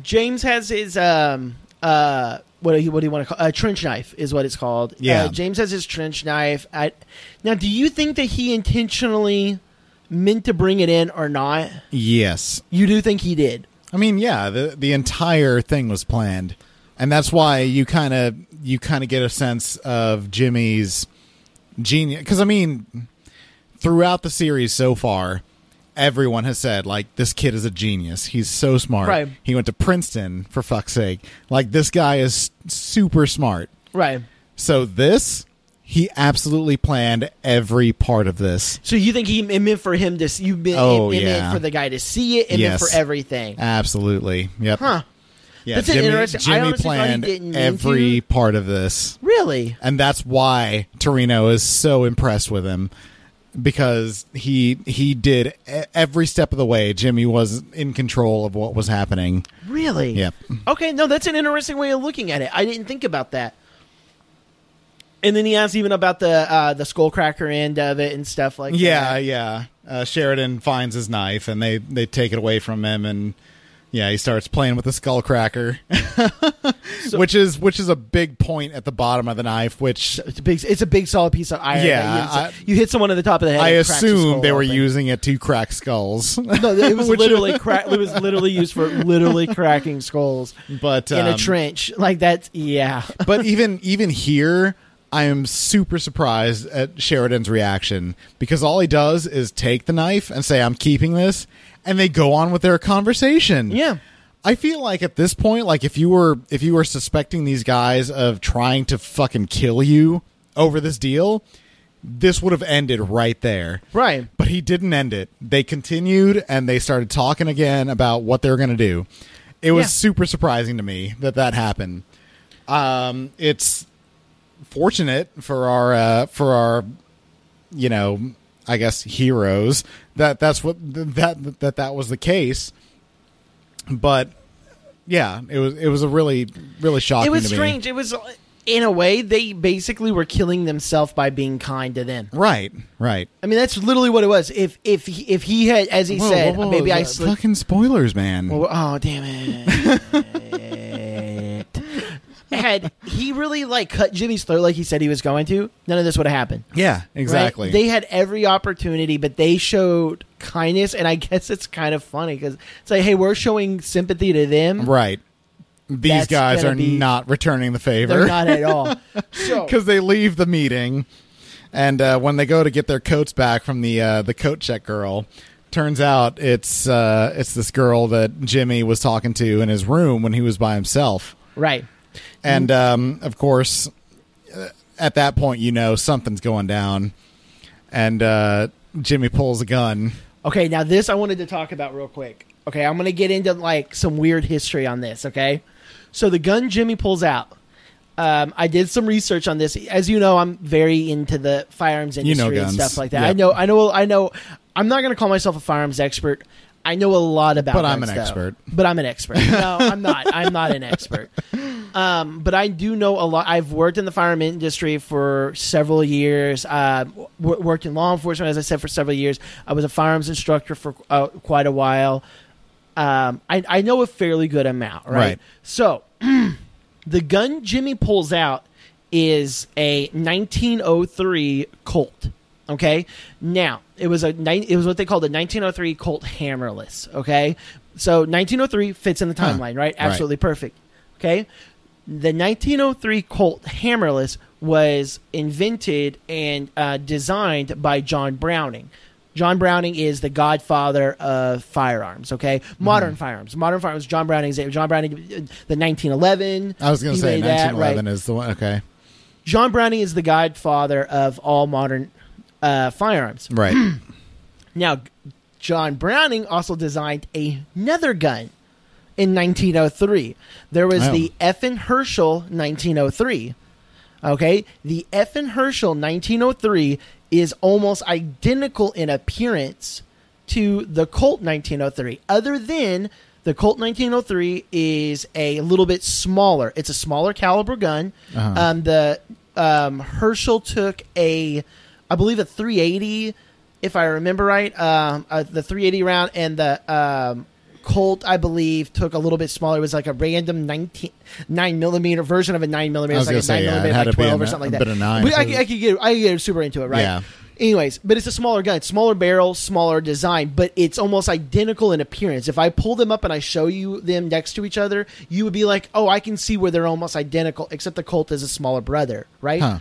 Speaker 3: James has his um uh what do you what do you want to call a trench knife is what it's called.
Speaker 4: Yeah.
Speaker 3: Uh, James has his trench knife. I, now, do you think that he intentionally meant to bring it in or not?
Speaker 4: Yes.
Speaker 3: You do think he did?
Speaker 4: I mean, yeah. The the entire thing was planned, and that's why you kind of you kind of get a sense of Jimmy's genius. Because I mean, throughout the series so far, everyone has said like this kid is a genius. He's so smart.
Speaker 3: Right.
Speaker 4: He went to Princeton for fuck's sake. Like this guy is super smart.
Speaker 3: Right.
Speaker 4: So this, he absolutely planned every part of this.
Speaker 3: So you think he it meant for him to see, you meant,
Speaker 4: Oh,
Speaker 3: it, it
Speaker 4: yeah.
Speaker 3: meant for the guy to see it, it meant
Speaker 4: Yes.
Speaker 3: for everything.
Speaker 4: Absolutely. Yep.
Speaker 3: Huh.
Speaker 4: Yeah,
Speaker 3: that's
Speaker 4: Jimmy,
Speaker 3: an interesting. I
Speaker 4: Jimmy
Speaker 3: honestly thought he
Speaker 4: planned
Speaker 3: didn't mean
Speaker 4: every
Speaker 3: to.
Speaker 4: part of this.
Speaker 3: really.
Speaker 4: and that's why Torino is so impressed with him because he he did e- every step of the way. Jimmy was in control of what was happening.
Speaker 3: Really?
Speaker 4: Yep.
Speaker 3: Okay, no, that's an interesting way of looking at it. I didn't think about that. And then he asked even about the uh, the skullcracker end of it and stuff like
Speaker 4: Yeah,
Speaker 3: that.
Speaker 4: yeah. Uh, Sheridan finds his knife and they they take it away from him and yeah, he starts playing with the <laughs> skullcracker, which is which is a big point at the bottom of the knife, which
Speaker 3: It's a big it's a big solid piece of iron.
Speaker 4: Yeah,
Speaker 3: that you,
Speaker 4: I-
Speaker 3: you hit someone at the top of the head.
Speaker 4: I
Speaker 3: and cracks the
Speaker 4: assume
Speaker 3: skull
Speaker 4: they were
Speaker 3: open.
Speaker 4: using it to crack skulls. <laughs>
Speaker 3: No, it was literally cra- it was literally used for
Speaker 4: <laughs>
Speaker 3: literally cracking skulls
Speaker 4: but
Speaker 3: in a
Speaker 4: um,
Speaker 3: trench. Like that's yeah.
Speaker 4: <laughs> but even even here i am super surprised at sheridan's reaction because all he does is take the knife and say i'm keeping this and they go on with their conversation
Speaker 3: Yeah.
Speaker 4: i feel like at this point like if you were if you were suspecting these guys of trying to fucking kill you over this deal this would have ended right there
Speaker 3: Right.
Speaker 4: but he didn't end it they continued and they started talking again about what they were going to do it was
Speaker 3: Yeah.
Speaker 4: super surprising to me that that happened um, it's fortunate for our uh, for our you know I guess heroes that that's what that that that was the case, but yeah, it was it was a really really shocking.
Speaker 3: It was
Speaker 4: to me.
Speaker 3: strange. It was in a way they basically were killing themselves by being kind to them.
Speaker 4: right? Right.
Speaker 3: I mean, that's literally what it was. If if he, if he had, as he
Speaker 4: Whoa,
Speaker 3: said,
Speaker 4: whoa, whoa,
Speaker 3: maybe I
Speaker 4: uh,
Speaker 3: slipped.
Speaker 4: fucking spoilers, man.
Speaker 3: Oh damn it!
Speaker 4: <laughs>
Speaker 3: had he really like cut Jimmy's throat like he said he was going to, none of this would have happened.
Speaker 4: yeah,
Speaker 3: right?
Speaker 4: exactly.
Speaker 3: They had every opportunity, but they showed kindness, and I guess it's kind of funny because it's like, hey, we're showing sympathy to them.
Speaker 4: right. These
Speaker 3: That's
Speaker 4: guys
Speaker 3: gonna
Speaker 4: are
Speaker 3: be-
Speaker 4: not returning the favor.
Speaker 3: They're <laughs>
Speaker 4: <laughs>
Speaker 3: not at all. So
Speaker 4: because they leave the meeting, and uh, when they go to get their coats back from the uh, the coat check girl, turns out it's uh, it's this girl that Jimmy was talking to in his room when he was by himself,
Speaker 3: right.
Speaker 4: and
Speaker 3: Mm-hmm.
Speaker 4: um, of course, uh, at that point, you know something's going down, and uh, Jimmy pulls a gun.
Speaker 3: Okay, now this I wanted to talk about real quick. Okay, I'm gonna get into like some weird history on this. Okay, so the gun Jimmy pulls out. Um, I did some research on this. As you know, I'm very into the firearms
Speaker 4: know
Speaker 3: industry and
Speaker 4: guns.
Speaker 3: stuff like that.
Speaker 4: Yeah.
Speaker 3: I know, I know, I know. I'm not gonna call myself a firearms expert. I know a lot about.
Speaker 4: But I'm
Speaker 3: guns,
Speaker 4: an
Speaker 3: though.
Speaker 4: expert.
Speaker 3: But I'm an expert. No, I'm not. I'm not an
Speaker 4: <laughs>
Speaker 3: expert. Um, but I do know a lot. I've worked in the firearm industry for several years. Uh, w- worked in law enforcement, as I said, for several years. I was a firearms instructor for uh, quite a while. Um, I, I know a fairly good amount, right?
Speaker 4: Right.
Speaker 3: So <clears throat> the gun Jimmy pulls out is a 1903 Colt. Okay, now it was a ni- it was what they called a 1903 Colt hammerless. Okay, so 1903 fits in the timeline, right? Absolutely perfect. Okay, the 1903 Colt hammerless was invented and uh, designed by John Browning. John Browning is the godfather of firearms. Okay,
Speaker 4: Mm-hmm.
Speaker 3: modern firearms, modern firearms. John Browning's uh, John Browning, the 1911.
Speaker 4: I was going
Speaker 3: he
Speaker 4: to say
Speaker 3: made that,
Speaker 4: 1911
Speaker 3: right.
Speaker 4: is the
Speaker 3: <clears throat>
Speaker 4: one. Okay,
Speaker 3: John Browning is the godfather of all modern uh, firearms.
Speaker 4: right.
Speaker 3: Now, John Browning also designed another gun in 1903. There was
Speaker 4: Wow.
Speaker 3: the Effin Herschel 1903. Okay, the Effin Herschel 1903 is almost identical in appearance to the Colt 1903, other than the Colt 1903 is a little bit smaller. It's a smaller caliber gun. Um, the um, Herschel took a, I believe, a 380, if I remember right, um, uh, the 380 round, and the um, Colt, I believe, took a little bit smaller. It was like a random 19, 9 millimeter version of a 9 millimeter. It
Speaker 4: I
Speaker 3: was
Speaker 4: was
Speaker 3: like a
Speaker 4: gonna
Speaker 3: 9
Speaker 4: say, yeah, it
Speaker 3: millimeter,
Speaker 4: had
Speaker 3: like
Speaker 4: to be
Speaker 3: 12 or
Speaker 4: a-
Speaker 3: something
Speaker 4: a
Speaker 3: like that.
Speaker 4: bit of 9,
Speaker 3: But I,
Speaker 4: so-
Speaker 3: could- I could get, I could get super into it, right?
Speaker 4: Yeah.
Speaker 3: Anyways, but it's a smaller gun, smaller barrel, smaller design, but it's almost identical in appearance. If I pull them up and I show you them next to each other, you would be like, "Oh, I can see where they're almost identical, except the Colt is a smaller brother, right?"
Speaker 4: Huh.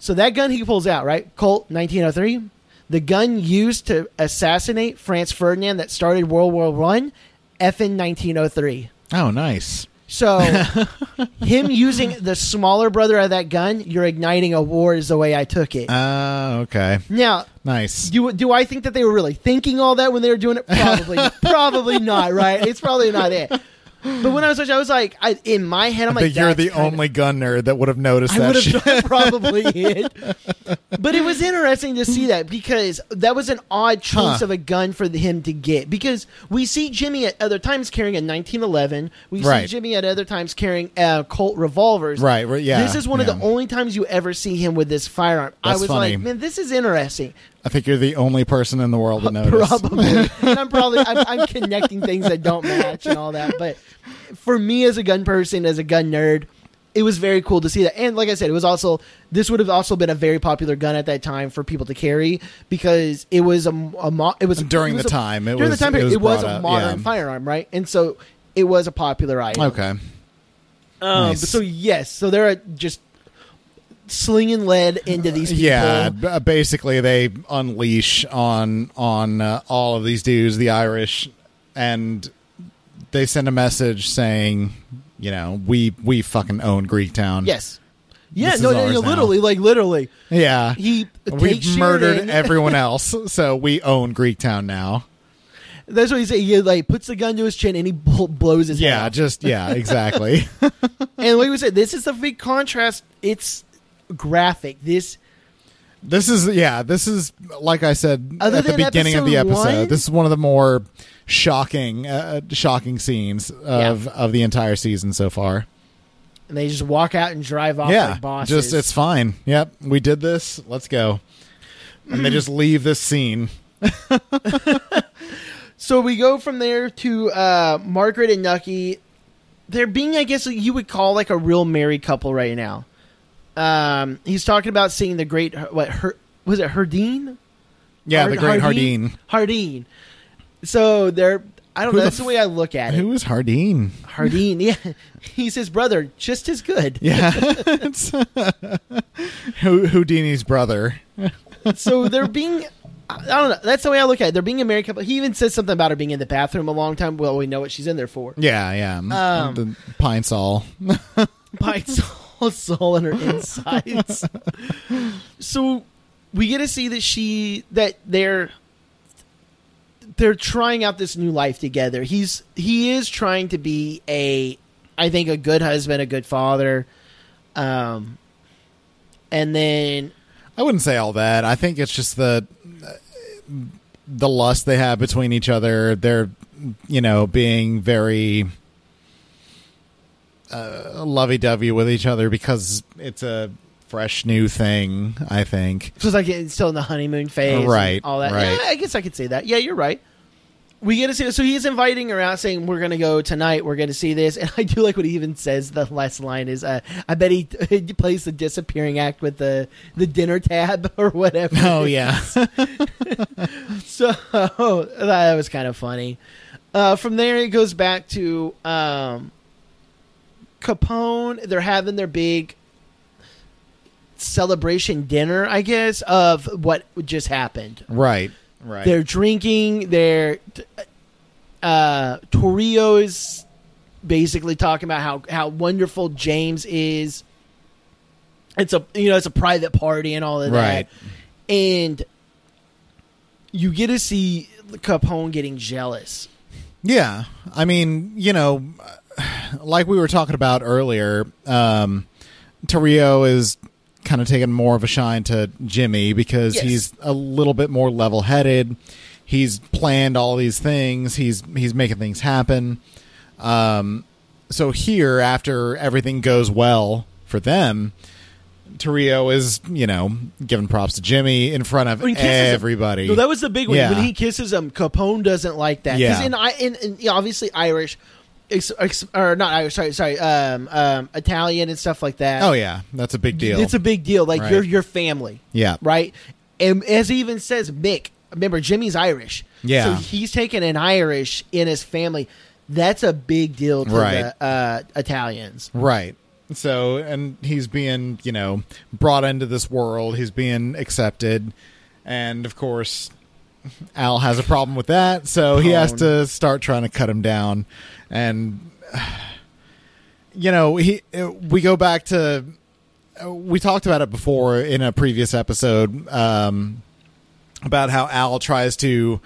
Speaker 3: So that gun he pulls out, right? Colt 1903, the gun used to assassinate Franz Ferdinand that started World War 1, FN 1903.
Speaker 4: Oh, nice. <laughs>
Speaker 3: So, him using the smaller brother of that gun, you're igniting a war, is the way I took it.
Speaker 4: Oh, okay.
Speaker 3: now,
Speaker 4: Nice.
Speaker 3: do do I
Speaker 4: <laughs>
Speaker 3: think that they were really thinking all that when they were doing it? Probably, probably not. Right? It's probably not it. But when I was watching, I was like, I, in my head, I'm
Speaker 4: But
Speaker 3: like,
Speaker 4: you're
Speaker 3: "That's
Speaker 4: the
Speaker 3: kinda-
Speaker 4: only gun nerd that would have noticed
Speaker 3: I
Speaker 4: that
Speaker 3: would
Speaker 4: shit.
Speaker 3: have done <laughs>
Speaker 4: <laughs>
Speaker 3: probably it. But it was interesting to see that because that was an odd choice
Speaker 4: Huh.
Speaker 3: of a gun for him to get. Because we see Jimmy at other times carrying a 1911. We
Speaker 4: Right.
Speaker 3: see Jimmy at other times carrying uh, Colt revolvers.
Speaker 4: Right, right, yeah,
Speaker 3: This is one of
Speaker 4: yeah.
Speaker 3: the only times you ever see him with this firearm. I
Speaker 4: That's
Speaker 3: was
Speaker 4: funny.
Speaker 3: like, man, this is interesting.
Speaker 4: I think you're the only person in the
Speaker 3: <laughs>
Speaker 4: world that noticed. <laughs>
Speaker 3: Probably. and I'm probably I'm, I'm connecting things that don't match and all that. But for me as a gun person, as a gun nerd, it was very cool to see that. And like I said, it was also this would have also been a very popular gun at that time for people to carry because it was a, mo- a mo- it was
Speaker 4: During
Speaker 3: it was
Speaker 4: the
Speaker 3: a-
Speaker 4: time, it
Speaker 3: during
Speaker 4: was-
Speaker 3: the time
Speaker 4: it
Speaker 3: period,
Speaker 4: was
Speaker 3: it was,
Speaker 4: brought
Speaker 3: a
Speaker 4: up,
Speaker 3: modern
Speaker 4: yeah.
Speaker 3: firearm, right? And so it was a popular item.
Speaker 4: Okay.
Speaker 3: Um,
Speaker 4: Nice.
Speaker 3: but So yes, so they're uh, just slinging lead into these people.
Speaker 4: Yeah, b- uh, basically they unleash on on uh, all of these dudes, the Irish, and they send a message saying, you know, we we fucking own Greektown.
Speaker 3: Yes. Yeah.
Speaker 4: This
Speaker 3: No.
Speaker 4: is
Speaker 3: No.
Speaker 4: ours
Speaker 3: no,
Speaker 4: now.
Speaker 3: Literally. Like literally.
Speaker 4: Yeah.
Speaker 3: He
Speaker 4: We've
Speaker 3: takes
Speaker 4: murdered
Speaker 3: Sheridan. <laughs>
Speaker 4: everyone else, so we own Greektown now.
Speaker 3: That's what he said. He like puts the gun to his chin and he bl- blows his
Speaker 4: Yeah,
Speaker 3: head.
Speaker 4: just
Speaker 3: <laughs>
Speaker 4: yeah, exactly.
Speaker 3: Yeah, and like we said, this is the big contrast. It's graphic. This
Speaker 4: This is yeah. This is like I said
Speaker 3: Other
Speaker 4: at the
Speaker 3: than
Speaker 4: beginning of
Speaker 3: episode
Speaker 4: the episode.
Speaker 3: one?
Speaker 4: This is one of the more shocking, uh, shocking scenes of of the entire season so far.
Speaker 3: and they just walk out and drive off.
Speaker 4: yeah,
Speaker 3: like bosses.
Speaker 4: just it's fine. Yep, we did this. Let's go. And they just leave this scene.
Speaker 3: so we go from there to uh, Margaret and Nucky. They're being, I guess, you would call like a real married couple right now. Um, he's talking about seeing the great what her was it Herdine?
Speaker 4: Yeah, the great Hardeen.
Speaker 3: Hardine. Hardine. So they're. I don't
Speaker 4: Who
Speaker 3: know.
Speaker 4: the
Speaker 3: That's the
Speaker 4: f-
Speaker 3: way I look at it.
Speaker 4: Who is Hardeen?
Speaker 3: Hardine, yeah, <laughs> he's his brother, just as good.
Speaker 4: Yeah, <laughs> it's Ho- Houdini's brother.
Speaker 3: So they're being, I I don't know. That's the way I look at it. They're being a married couple. He even says something about her being in the bathroom a long time. Well, we know what she's in there for.
Speaker 4: Yeah, yeah.
Speaker 3: Um,
Speaker 4: the pine saw.
Speaker 3: Bites all soul in her
Speaker 4: <laughs>
Speaker 3: insides. so we get to see that she that they're they're trying out this new life together. He's he is trying to be a I think a good husband, a good father. Um and then
Speaker 4: I wouldn't say all that. I think it's just the the lust they have between each other. They're you know being very uh, lovey-dovey with each other because it's a fresh new thing. I think.
Speaker 3: So it's like it's still in the honeymoon phase, and
Speaker 4: Right,
Speaker 3: All that.
Speaker 4: right.
Speaker 3: Yeah, I guess I could say that. Yeah, you're right. We get to see. So he's inviting her out, saying, "We're gonna go tonight. We're gonna see this." <laughs> And I do like what he even says. The last line is, uh, "I bet he, <laughs> he plays the disappearing act with the the dinner tab <laughs> or whatever."
Speaker 4: Oh yeah,
Speaker 3: So <laughs> that was kind of funny. Uh, from there, it goes back to um, Capone. They're having their big celebration dinner, I guess, of what just happened.
Speaker 4: <laughs> right, right.
Speaker 3: They're drinking. They're uh, Torio's basically talking about how how wonderful James is. It's a you know it's a private party and all of that,
Speaker 4: Right.
Speaker 3: and you get to see Capone getting jealous.
Speaker 4: Yeah. I mean, you know, like we were talking about earlier, um, Terrio is kind of taking more of a shine to Jimmy because
Speaker 3: Yes.
Speaker 4: he's a little bit more level headed. He's planned all these things. He's he's making things happen. Um, so here, after everything goes well for them, Terrio is you know giving props to Jimmy in front of
Speaker 3: When he kisses him.
Speaker 4: everybody.
Speaker 3: No, that was the big one.
Speaker 4: Yeah.
Speaker 3: When he kisses him, Capone doesn't like that. Because
Speaker 4: Yeah.
Speaker 3: in, I- in, in yeah, obviously Irish, ex, ex, or not Irish, sorry, sorry, um, um, Italian and stuff like that.
Speaker 4: oh yeah, that's a big deal.
Speaker 3: It's a big deal. Like
Speaker 4: Right.
Speaker 3: you're your family.
Speaker 4: Yeah.
Speaker 3: Right. And as he even says, Mick. Remember, Jimmy's Irish.
Speaker 4: Yeah.
Speaker 3: So he's taking an Irish in his family. That's a big deal to
Speaker 4: Right.
Speaker 3: the uh, Italians.
Speaker 4: Right. So, and he's being, you know, brought into this world. He's being accepted. And of course, Al has a problem with that. So he has to start trying to cut him down. And, you know, he, we go back to, we talked about it before in a previous episode um, about how Al tries to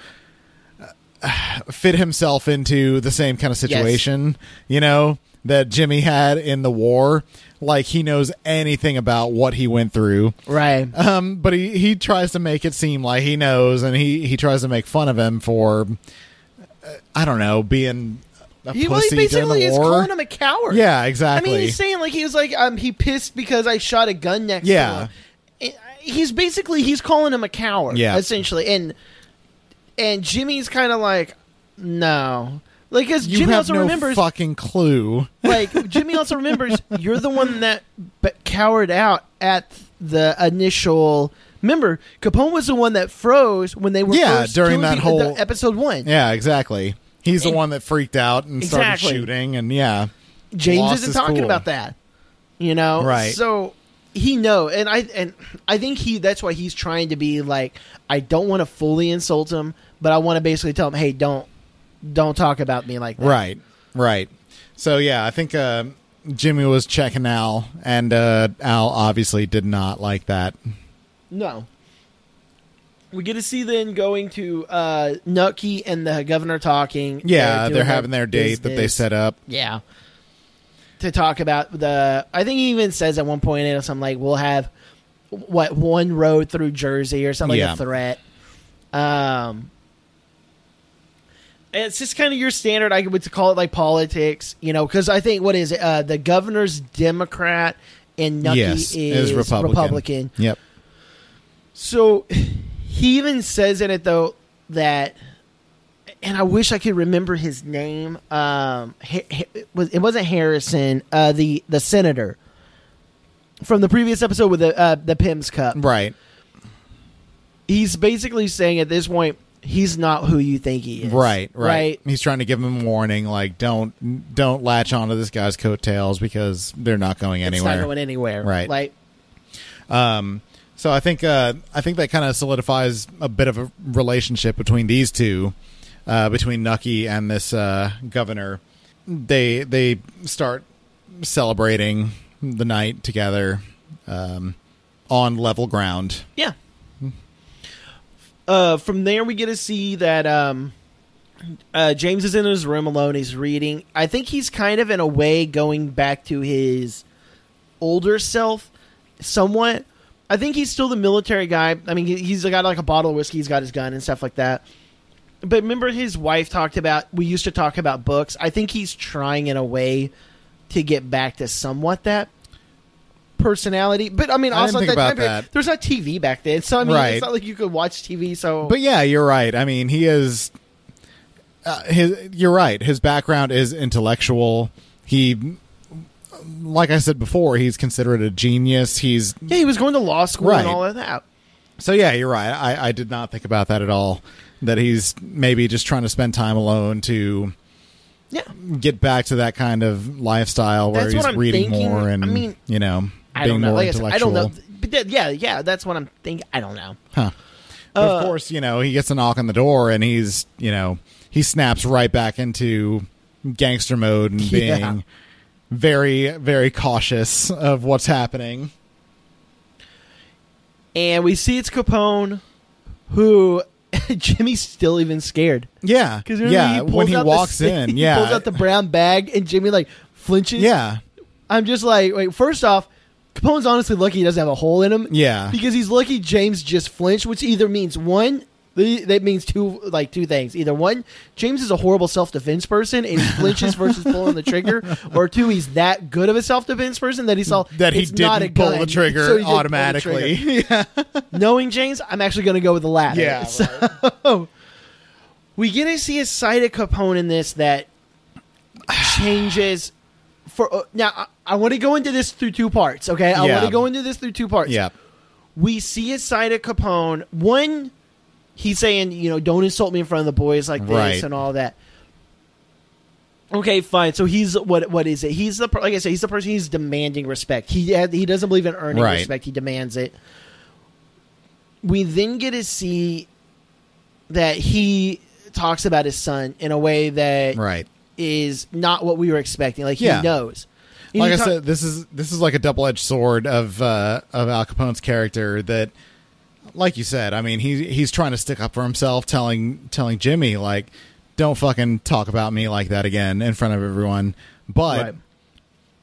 Speaker 4: fit himself into the same kind of situation, you know, that Jimmy had in the war. Like he knows anything about what he went through.
Speaker 3: right.
Speaker 4: Um, but he, he tries to make it seem like he knows and he, he tries to make fun of him for, uh, I don't know, being a
Speaker 3: He, well,
Speaker 4: pussy
Speaker 3: he basically
Speaker 4: during
Speaker 3: is
Speaker 4: the war.
Speaker 3: calling him a coward.
Speaker 4: Yeah,
Speaker 3: I
Speaker 4: exactly.
Speaker 3: mean, he's saying like he was like um he pissed because I shot a gun next
Speaker 4: Yeah.
Speaker 3: to him. He's basically he's calling him a coward.
Speaker 4: Yeah.
Speaker 3: essentially, and and Jimmy's kind of like no, like because
Speaker 4: you
Speaker 3: Jimmy
Speaker 4: have
Speaker 3: also
Speaker 4: no
Speaker 3: remembers
Speaker 4: fucking clue.
Speaker 3: like Jimmy also remembers you're the one that b- cowered out at the initial. Remember, Capone was the one that froze when they were
Speaker 4: Yeah,
Speaker 3: first
Speaker 4: during
Speaker 3: killing
Speaker 4: that
Speaker 3: people- the
Speaker 4: whole-
Speaker 3: episode one.
Speaker 4: Yeah, exactly. He's the
Speaker 3: And-
Speaker 4: one that freaked out and started
Speaker 3: Exactly.
Speaker 4: shooting, and yeah,
Speaker 3: James
Speaker 4: Lost
Speaker 3: isn't
Speaker 4: is
Speaker 3: talking
Speaker 4: cool.
Speaker 3: about that. You know?
Speaker 4: Right.
Speaker 3: So he know and I and I think he that's why he's trying to be like, I don't want to fully insult him, but I want to basically tell him, Hey, don't don't talk about me like that.
Speaker 4: right, right. So yeah, I think uh, Jimmy was checking Al, and uh, Al obviously did not like that.
Speaker 3: No. We get to see then going to uh Nucky and the governor talking.
Speaker 4: Yeah,
Speaker 3: doing
Speaker 4: they're having their date that they
Speaker 3: business.
Speaker 4: set up.
Speaker 3: Yeah. To talk about the, I think he even says at one point or something like, "We'll have what one road through Jersey or something
Speaker 4: Yeah.
Speaker 3: like a threat." Um, and it's just kind of your standard. I would call it like politics, you know, because I think what is it? Uh, the governor's Democrat and Nucky
Speaker 4: yes,
Speaker 3: is,
Speaker 4: Republican.
Speaker 3: Republican.
Speaker 4: Yep.
Speaker 3: So he even says in it though that, and I wish I could remember his name. Um, Ha- Ha- it was- it wasn't Harrison, uh, the the senator from the previous episode with the uh, the Pims Cup.
Speaker 4: Right.
Speaker 3: He's basically saying at this point he's not who you think he is.
Speaker 4: Right, right. He's trying to give him a warning, like don't don't latch onto this guy's coattails because they're not going
Speaker 3: It's
Speaker 4: anywhere.
Speaker 3: not going anywhere.
Speaker 4: Right.
Speaker 3: Like
Speaker 4: Um, so I think uh, I think that kind of solidifies a bit of a relationship between these two, uh, between Nucky and this uh, governor. They they start celebrating the night together um, on level ground.
Speaker 3: Yeah. Uh, from there, we get to see that um, uh, James is in his room alone. He's reading. I think he's kind of, in a way, going back to his older self somewhat. I think he's still the military guy. I mean, he- he's got like a bottle of whiskey, he's got his gun and stuff like that. But remember, his wife talked about, we used to talk about books. I think he's trying, in a way, to get back to somewhat that personality. But I mean,
Speaker 4: I
Speaker 3: also
Speaker 4: didn't
Speaker 3: at
Speaker 4: think
Speaker 3: that
Speaker 4: about
Speaker 3: time period,
Speaker 4: that.
Speaker 3: there's not TV back then, so I mean,
Speaker 4: Right.
Speaker 3: it's not like you could watch TV. So,
Speaker 4: But yeah, you're right. I mean, he is. Uh, his, you're right. His background is intellectual. He, like I said before, he's considered a genius. He's
Speaker 3: yeah, he was going to law school
Speaker 4: Right.
Speaker 3: and all of that.
Speaker 4: So yeah, you're right. I, I did not think about that at all. That he's maybe just trying to spend time alone to
Speaker 3: Yeah,
Speaker 4: get back to that kind of lifestyle where
Speaker 3: That's
Speaker 4: he's
Speaker 3: what I'm
Speaker 4: reading
Speaker 3: thinking.
Speaker 4: more and
Speaker 3: I mean,
Speaker 4: you know
Speaker 3: I
Speaker 4: being
Speaker 3: don't know.
Speaker 4: more
Speaker 3: Like I, said,
Speaker 4: intellectual.
Speaker 3: I don't know. But that, yeah, yeah, that's what I'm thinking. I don't know.
Speaker 4: Huh. But of course, you know he gets a knock on the door and he's you know he snaps right back into gangster mode and
Speaker 3: <laughs> Yeah.
Speaker 4: being very very cautious of what's happening.
Speaker 3: And we see it's Capone, who <laughs> Jimmy's still even scared
Speaker 4: Yeah,
Speaker 3: because
Speaker 4: yeah.
Speaker 3: he pulls
Speaker 4: when he
Speaker 3: out the
Speaker 4: walks
Speaker 3: stick- <laughs>
Speaker 4: in,
Speaker 3: he
Speaker 4: yeah,
Speaker 3: pulls out the brown bag, and Jimmy like flinches.
Speaker 4: yeah,
Speaker 3: I'm just like, wait. First off, Capone's honestly lucky he doesn't have a hole in him.
Speaker 4: yeah.
Speaker 3: because he's lucky James just flinched, which either means one. th- That means two, like two things. Either one, James is a horrible self defense person and he
Speaker 4: <laughs>
Speaker 3: flinches versus pulling the trigger, or two, he's that good of a self defense person that he saw
Speaker 4: that he
Speaker 3: it's not a
Speaker 4: didn't pull
Speaker 3: gun,
Speaker 4: the trigger
Speaker 3: so he didn't pull the
Speaker 4: automatically. <laughs>
Speaker 3: trigger. <laughs> Knowing James, I'm actually going to go with the latter. <laughs>
Speaker 4: Yeah,
Speaker 3: So we get to see a side of Capone in this that changes. For uh, now, I, I want to go into this through two parts. Okay, I want
Speaker 4: Yeah.
Speaker 3: to go into this through two parts
Speaker 4: yeah,
Speaker 3: we see a side of Capone. One, he's saying, you know, don't insult me in front of the boys like this
Speaker 4: Right.
Speaker 3: and all that. Okay, fine. So he's what? What is it? He's the per- like I said. He's the person. He's demanding respect. He had, he doesn't believe in earning
Speaker 4: Right.
Speaker 3: respect. He demands it. We then get to see that he talks about his son in a way that is
Speaker 4: right.
Speaker 3: not what we were expecting. Like
Speaker 4: Yeah.
Speaker 3: he knows. And
Speaker 4: Like
Speaker 3: he
Speaker 4: I
Speaker 3: ta-
Speaker 4: said, this is this is like a double edged sword of uh, of Al Capone's character that, like you said, I mean he he's trying to stick up for himself, telling telling Jimmy like, don't fucking talk about me like that again in front of everyone. But
Speaker 3: Right.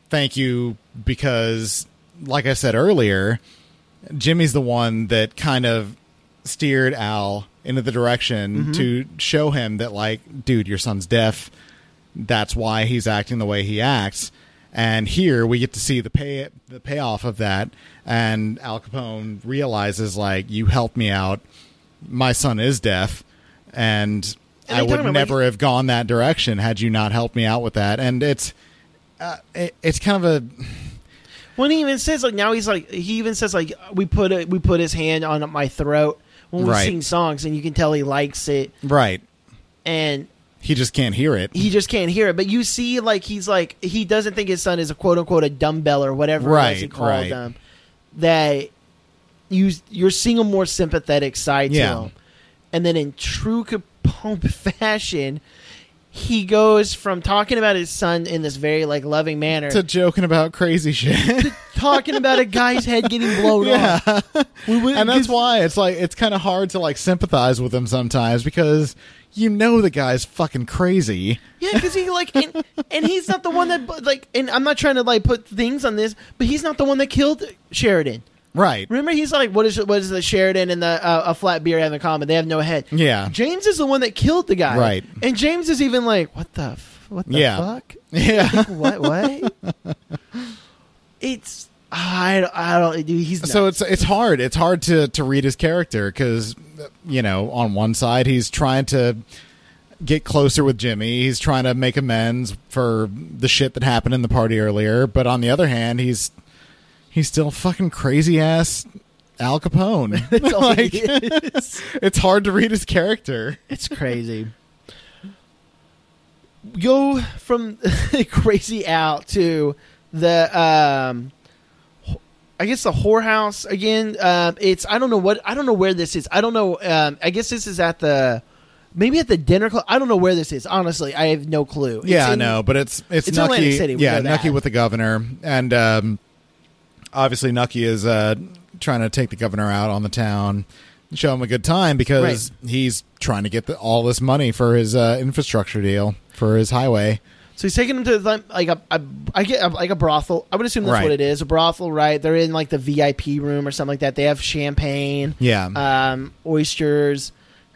Speaker 4: thank you because, like I said earlier, Jimmy's the one that kind of steered Al into the direction
Speaker 3: Mm-hmm.
Speaker 4: to show him that, like, dude, your son's deaf. That's why he's acting the way he acts. And here we get to see the pay the payoff of that, and Al Capone realizes like you helped me out. My son is deaf, and,
Speaker 3: And
Speaker 4: I
Speaker 3: they
Speaker 4: would
Speaker 3: kinda
Speaker 4: never have gone that direction had you not helped me out with that. And it's uh, it, it's kind of a
Speaker 3: When he even says like now he's like he even says like we put a, we put his hand on my throat when we
Speaker 4: Right.
Speaker 3: sing songs and you can tell he likes it
Speaker 4: right.
Speaker 3: and
Speaker 4: He just can't hear it.
Speaker 3: he just can't hear it. But you see like he's like he doesn't think his son is a quote unquote a dumbbell or whatever it was he
Speaker 4: Right,
Speaker 3: called
Speaker 4: right.
Speaker 3: them. That you you're seeing a more sympathetic side
Speaker 4: Yeah.
Speaker 3: to him. And then in true Capone <laughs> fashion, he goes from talking about his son in this very like loving manner
Speaker 4: to joking about crazy shit.
Speaker 3: talking about a guy's head getting blown
Speaker 4: <laughs> Yeah.
Speaker 3: off. We wouldn't
Speaker 4: and that's
Speaker 3: give-
Speaker 4: why it's like it's kind of hard to like sympathize with him sometimes because you know the guy's fucking crazy.
Speaker 3: Yeah, because he like, and, and he's not the one that bu- like, and I'm not trying to like put things on this, but he's not the one that killed Sheridan.
Speaker 4: Right.
Speaker 3: Remember, he's like, what is what is the Sheridan and the uh, a flat beer having in common? They have no head.
Speaker 4: Yeah.
Speaker 3: James is the one that killed the guy.
Speaker 4: Right.
Speaker 3: and James is even like, what the f- what the
Speaker 4: Yeah.
Speaker 3: fuck?
Speaker 4: <laughs> Yeah.
Speaker 3: What what?
Speaker 4: <laughs>
Speaker 3: it's I don't, I don't dude. He's
Speaker 4: So
Speaker 3: nuts.
Speaker 4: it's it's hard. It's hard to to read his character cuz you know, on one side he's trying to get closer with Jimmy. He's trying to make amends for the shit that happened in the party earlier, but on the other hand, he's he's still fucking crazy ass Al Capone.
Speaker 3: <laughs> That's all
Speaker 4: <laughs>
Speaker 3: he is.
Speaker 4: it's hard to read his character.
Speaker 3: It's crazy. Go from <laughs> crazy out to the um wh- I guess the whorehouse again. Um it's I don't know what I don't know where this is. I don't know um I guess this is at the maybe at the dinner club. I don't know where this is. Honestly, I have no clue. It's
Speaker 4: Yeah, I
Speaker 3: in-
Speaker 4: know, but it's it's,
Speaker 3: it's
Speaker 4: Nucky,
Speaker 3: Atlantic City, we
Speaker 4: yeah,
Speaker 3: know that.
Speaker 4: Nucky with the governor, and um, obviously Nucky is uh, trying to take the governor out on the town, show him a good time because he's trying to get the, all this money for his uh, infrastructure deal for his highway.
Speaker 3: So he's taking them to like, like a, a I get like a brothel. I would assume that's
Speaker 4: Right.
Speaker 3: what it is. A brothel, right? They're in like the VIP room or something like that. They have champagne.
Speaker 4: Yeah,
Speaker 3: um, oysters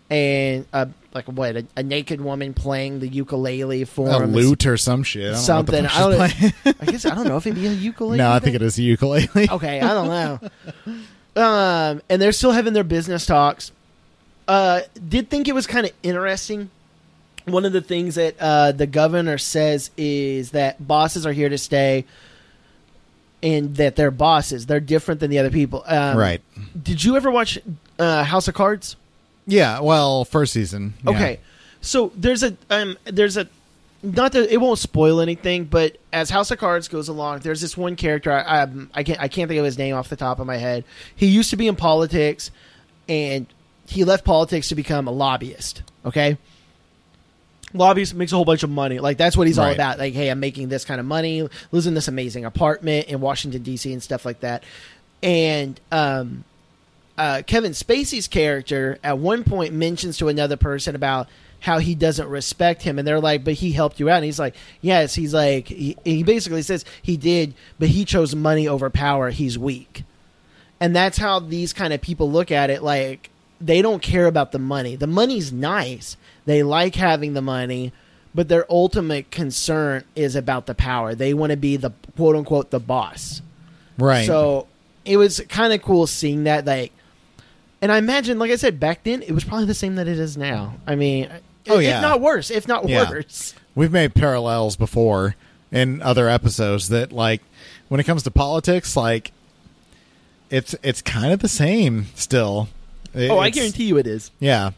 Speaker 3: and uh, like what a, a naked woman playing the ukulele for
Speaker 4: a
Speaker 3: him.
Speaker 4: lute or some shit. I don't
Speaker 3: something.
Speaker 4: Know
Speaker 3: I
Speaker 4: what the fuck
Speaker 3: don't.
Speaker 4: she's playing.
Speaker 3: I guess I don't know if it'd be a ukulele.
Speaker 4: <laughs> no, I think it is a ukulele.
Speaker 3: Okay, I don't know. um, and they're still having their business talks. Uh, did think it was kind of interesting. One of the things that uh, the governor says is that bosses are here to stay, and that they're bosses. They're different than the other people. <laughs> Um,
Speaker 4: Right.
Speaker 3: Did you ever watch uh, House of Cards?
Speaker 4: Yeah. Well, first season. yeah.
Speaker 3: Okay, so there's a um, there's a not that it won't spoil anything, but as House of Cards goes along, there's this one character I um, I can't I can't think of his name off the top of my head. He used to be in politics, and he left politics to become a lobbyist. Okay. Lobbyist makes a whole bunch of money. Like that's what he's all
Speaker 4: Right.
Speaker 3: about. Like, hey, I'm making this kind of money, lives in this amazing apartment in Washington D.C. and stuff like that. And um, uh, Kevin Spacey's character at one point mentions to another person about how he doesn't respect him, and they're like, "But he helped you out." And he's like, "Yes." He's like, he, he basically says he did, but he chose money over power. He's weak, and that's how these kind of people look at it. Like they don't care about the money. The money's nice. They like having the money, but their ultimate concern is about the power. They want to be the quote unquote the boss.
Speaker 4: Right.
Speaker 3: So it was kind of cool seeing that. Like, and I imagine, like I said, back then it was probably the same that it is now. I mean,
Speaker 4: Oh,
Speaker 3: if
Speaker 4: yeah.
Speaker 3: not worse, if not
Speaker 4: Yeah.
Speaker 3: worse.
Speaker 4: We've made parallels before in other episodes that like when it comes to politics, like it's it's kind of the same still. It-
Speaker 3: Oh, I
Speaker 4: it's-
Speaker 3: guarantee you it is.
Speaker 4: Yeah,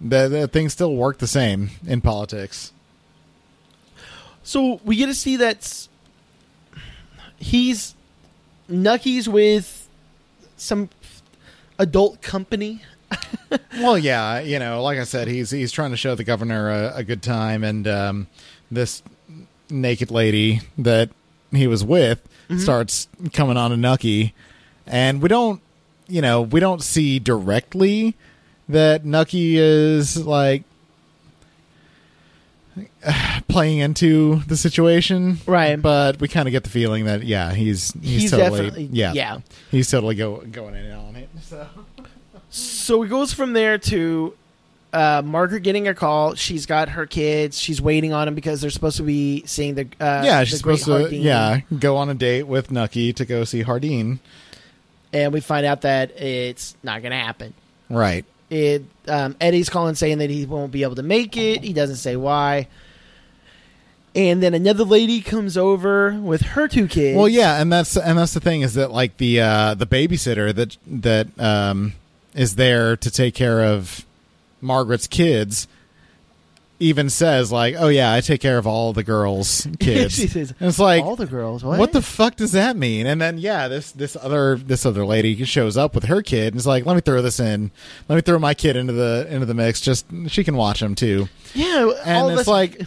Speaker 4: the, the things still work the same in politics.
Speaker 3: So we get to see that s- he's Nucky's with some adult company.
Speaker 4: Well, yeah, you know, like I said, he's he's trying to show the governor a, a good time, and um, this naked lady that he was with
Speaker 3: Mm-hmm.
Speaker 4: starts coming on to Nucky, and we don't, you know, we don't see directly that Nucky is like <sighs> playing into the situation,
Speaker 3: Right.
Speaker 4: But we kind of get the feeling that yeah, he's he's,
Speaker 3: He's
Speaker 4: totally
Speaker 3: definitely-
Speaker 4: yeah
Speaker 3: yeah.
Speaker 4: he's totally go, going in on it. So.
Speaker 3: So it goes from there to uh, Margaret getting a call. She's got her kids. She's waiting on them because they're supposed to be seeing the uh,
Speaker 4: yeah,
Speaker 3: the
Speaker 4: she's
Speaker 3: Great
Speaker 4: supposed to
Speaker 3: Hardeen.
Speaker 4: yeah go on a date with Nucky to go see Hardeen,
Speaker 3: and we find out that it's not going to happen.
Speaker 4: right?
Speaker 3: It um, Eddie's calling saying that he won't be able to make it. He doesn't say why. And then another lady comes over with her two kids.
Speaker 4: Well, yeah, and that's and that's the thing is that like the uh, the babysitter that that um, is there to take care of Margaret's kids even says like, "Oh yeah, I take care of all the
Speaker 3: <laughs>
Speaker 4: girls' kids."
Speaker 3: She says,
Speaker 4: and it's <laughs> like
Speaker 3: all the girls. What,
Speaker 4: what? the fuck does that mean? And then yeah, this this other this other lady shows up with her kid and is like, "Let me throw this in. Let me throw my kid into the into the mix. Just she can watch him too."
Speaker 3: yeah,
Speaker 4: and
Speaker 3: all
Speaker 4: it's
Speaker 3: this-
Speaker 4: like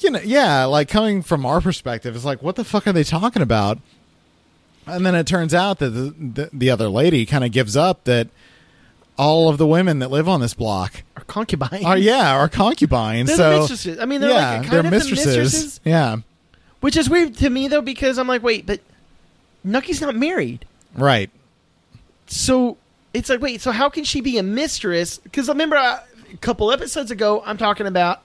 Speaker 4: you know yeah like coming from our perspective it's like what the fuck are they talking about and then it turns out that the, the, the other lady kind of gives up that all of the women that live on this block
Speaker 3: our concubines. <laughs>
Speaker 4: are yeah are concubines
Speaker 3: They're the
Speaker 4: so
Speaker 3: mistresses. I mean, they're
Speaker 4: yeah
Speaker 3: like kind
Speaker 4: they're
Speaker 3: of the
Speaker 4: mistresses.
Speaker 3: mistresses,
Speaker 4: yeah
Speaker 3: which is weird to me though because I'm like, wait, but Nucky's not married.
Speaker 4: right
Speaker 3: so it's like wait so how can she be a mistress because remember uh, a couple episodes ago i'm talking about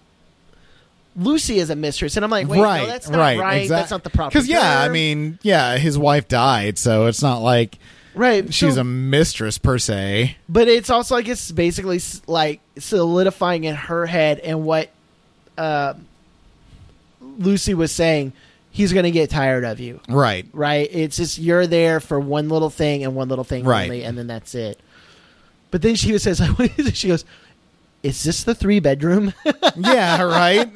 Speaker 3: lucy as a mistress and i'm like wait
Speaker 4: right
Speaker 3: no, that's not right,
Speaker 4: right exact-
Speaker 3: that's not the problem
Speaker 4: because yeah i mean yeah his wife died so it's not like
Speaker 3: right
Speaker 4: she's
Speaker 3: so-
Speaker 4: a mistress per se
Speaker 3: but it's also like it's basically s- like solidifying in her head and what uh, lucy was saying he's gonna get tired of you
Speaker 4: right
Speaker 3: right? It's just you're there for one little thing and one little thing
Speaker 4: Right.
Speaker 3: only, and then that's it. But then she says, <laughs> "What is it?" She goes, "Is this the three bedroom?" <laughs>
Speaker 4: Yeah, right.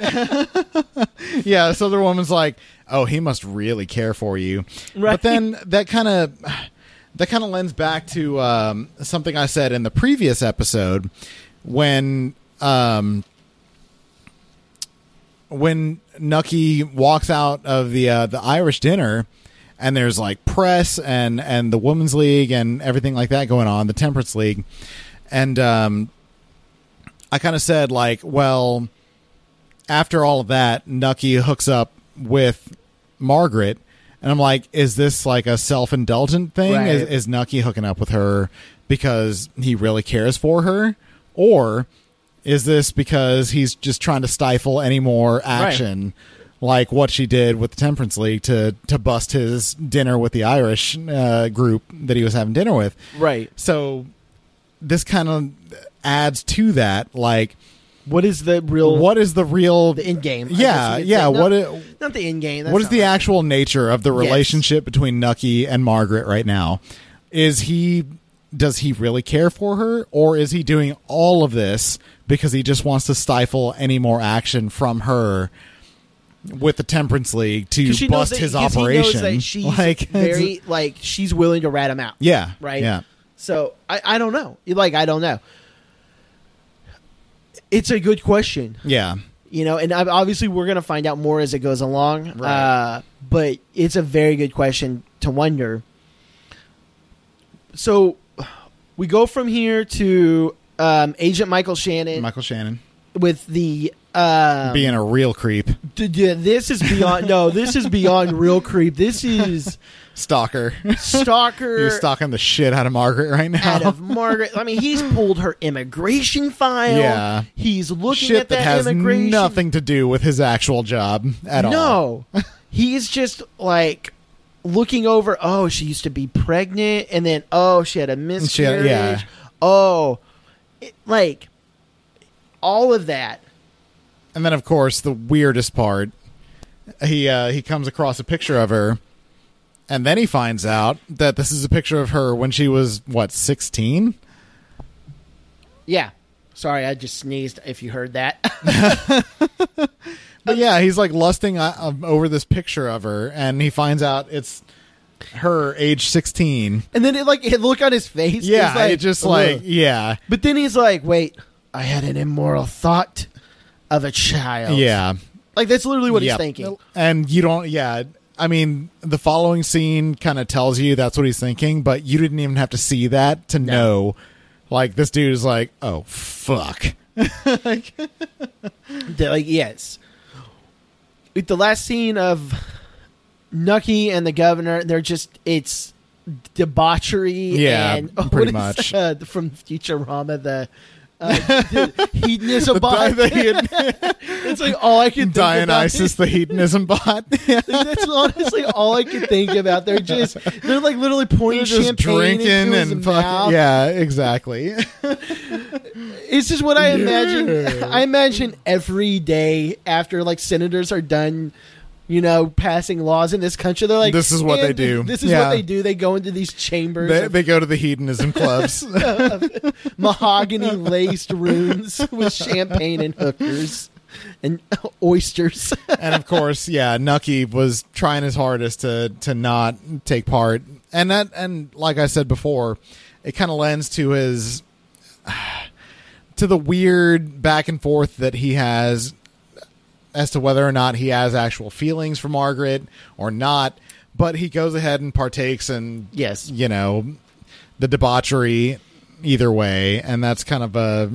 Speaker 4: <laughs> yeah, this other woman's like, "Oh, he must really care for you." But
Speaker 3: Right.
Speaker 4: then that kind of that kind of lends back to um, something I said in the previous episode when um, when Nucky walks out of the uh, the Irish dinner and there's like press and and the women's league and everything like that going on, the temperance league. And um I kind of said like, well, after all of that, Nucky hooks up with Margaret. And I'm like, is this like a self indulgent thing?
Speaker 3: Right.
Speaker 4: Is, is Nucky hooking up with her because he really cares for her? Or is this because he's just trying to stifle any more action like what she did with the temperance league to to bust his dinner with the irish uh, group that he was having dinner with
Speaker 3: right.
Speaker 4: so this kind of adds to that like
Speaker 3: What is the real
Speaker 4: what is the real
Speaker 3: the end game? I
Speaker 4: yeah
Speaker 3: guess you could
Speaker 4: yeah
Speaker 3: say. Not-
Speaker 4: what i-
Speaker 3: Not the end game. that's
Speaker 4: what is
Speaker 3: not
Speaker 4: the
Speaker 3: right.
Speaker 4: actual nature of the relationship between Nucky and Margaret right now? Is he does he really care for her or is he doing all of this because he just wants to stifle any more action from her with the temperance league to
Speaker 3: 'Cause she knows
Speaker 4: bust
Speaker 3: that-
Speaker 4: his
Speaker 3: 'cause he knows
Speaker 4: operation
Speaker 3: that she's
Speaker 4: <laughs> like
Speaker 3: very like she's willing to rat him out.
Speaker 4: yeah
Speaker 3: right?
Speaker 4: yeah
Speaker 3: So I, I don't know. Like I don't know. It's a good question.
Speaker 4: yeah
Speaker 3: you know and ob- obviously we're going to find out more as it goes along
Speaker 4: Right.
Speaker 3: uh, but it's a very good question to wonder so we go from here to um, agent michael shannon
Speaker 4: michael shannon
Speaker 3: with the uh,
Speaker 4: being a real creep
Speaker 3: d- d- this is beyond no this is beyond real creep this
Speaker 4: <laughs>
Speaker 3: is
Speaker 4: stalker
Speaker 3: stalker
Speaker 4: you're stalking the shit out of margaret right now
Speaker 3: out
Speaker 4: <laughs>
Speaker 3: of Margaret. I mean, he's pulled her immigration file.
Speaker 4: Yeah.
Speaker 3: He's looking
Speaker 4: shit
Speaker 3: at that,
Speaker 4: has
Speaker 3: immigration
Speaker 4: nothing to do with his actual job at all
Speaker 3: <laughs> No. He's just like looking over, oh, she used to be pregnant and then oh, she had a
Speaker 4: she had-
Speaker 3: miscarriage.
Speaker 4: yeah.
Speaker 3: Oh. It- like all of that.
Speaker 4: And then, of course, the weirdest part, he uh, he comes across a picture of her, and then he finds out that this is a picture of her when she was what sixteen.
Speaker 3: Yeah. Sorry, I just sneezed if you heard that. <laughs>
Speaker 4: But yeah, he's like lusting uh, um, over this picture of her, and he finds out it's her age sixteen.
Speaker 3: and then it like it look on his face. is
Speaker 4: Yeah,
Speaker 3: like,
Speaker 4: it just like
Speaker 3: ugh.
Speaker 4: yeah,
Speaker 3: But then he's like, "Wait, I had an immoral thought of a child."
Speaker 4: yeah.
Speaker 3: Like that's literally what he's
Speaker 4: Yep.
Speaker 3: thinking.
Speaker 4: And you don't, yeah. I mean, the following scene kind of tells you that's what he's thinking, but you didn't even have to see that to know. Like, this dude is like, oh, fuck.
Speaker 3: They're like, yes. with the last scene of Nucky and the governor, they're just it's debauchery.
Speaker 4: Yeah,
Speaker 3: and, <laughs>
Speaker 4: pretty
Speaker 3: what is,
Speaker 4: much.
Speaker 3: uh, from Futurama. The
Speaker 4: <laughs>
Speaker 3: uh, hedonism bot. <laughs> it's like all I can think about.
Speaker 4: Dionysus the hedonism bot. <laughs>
Speaker 3: That's honestly all I can think about. They're just they're like literally pouring
Speaker 4: They're just
Speaker 3: champagne
Speaker 4: drinking
Speaker 3: into his
Speaker 4: and fucking.
Speaker 3: mouth.
Speaker 4: Yeah, exactly. <laughs>
Speaker 3: It's just what I imagine.
Speaker 4: Yeah.
Speaker 3: I imagine every day after like senators are done, you know, passing laws in this country, they're like,
Speaker 4: This is what
Speaker 3: "Man,
Speaker 4: they do."
Speaker 3: This is
Speaker 4: Yeah.
Speaker 3: what they do. They go into these chambers,
Speaker 4: they,
Speaker 3: of
Speaker 4: they go to the hedonism clubs.
Speaker 3: <laughs>
Speaker 4: <laughs>
Speaker 3: mahogany laced rooms with champagne and hookers and oysters. <laughs>
Speaker 4: and of course, yeah, Nucky was trying his hardest to to not take part, and that and like I said before, it kind of lends to his <sighs> to the weird back and forth that he has as to whether or not he has actual feelings for Margaret or not. But he goes ahead and partakes in
Speaker 3: Yes.
Speaker 4: you know the debauchery either way, and that's kind of a.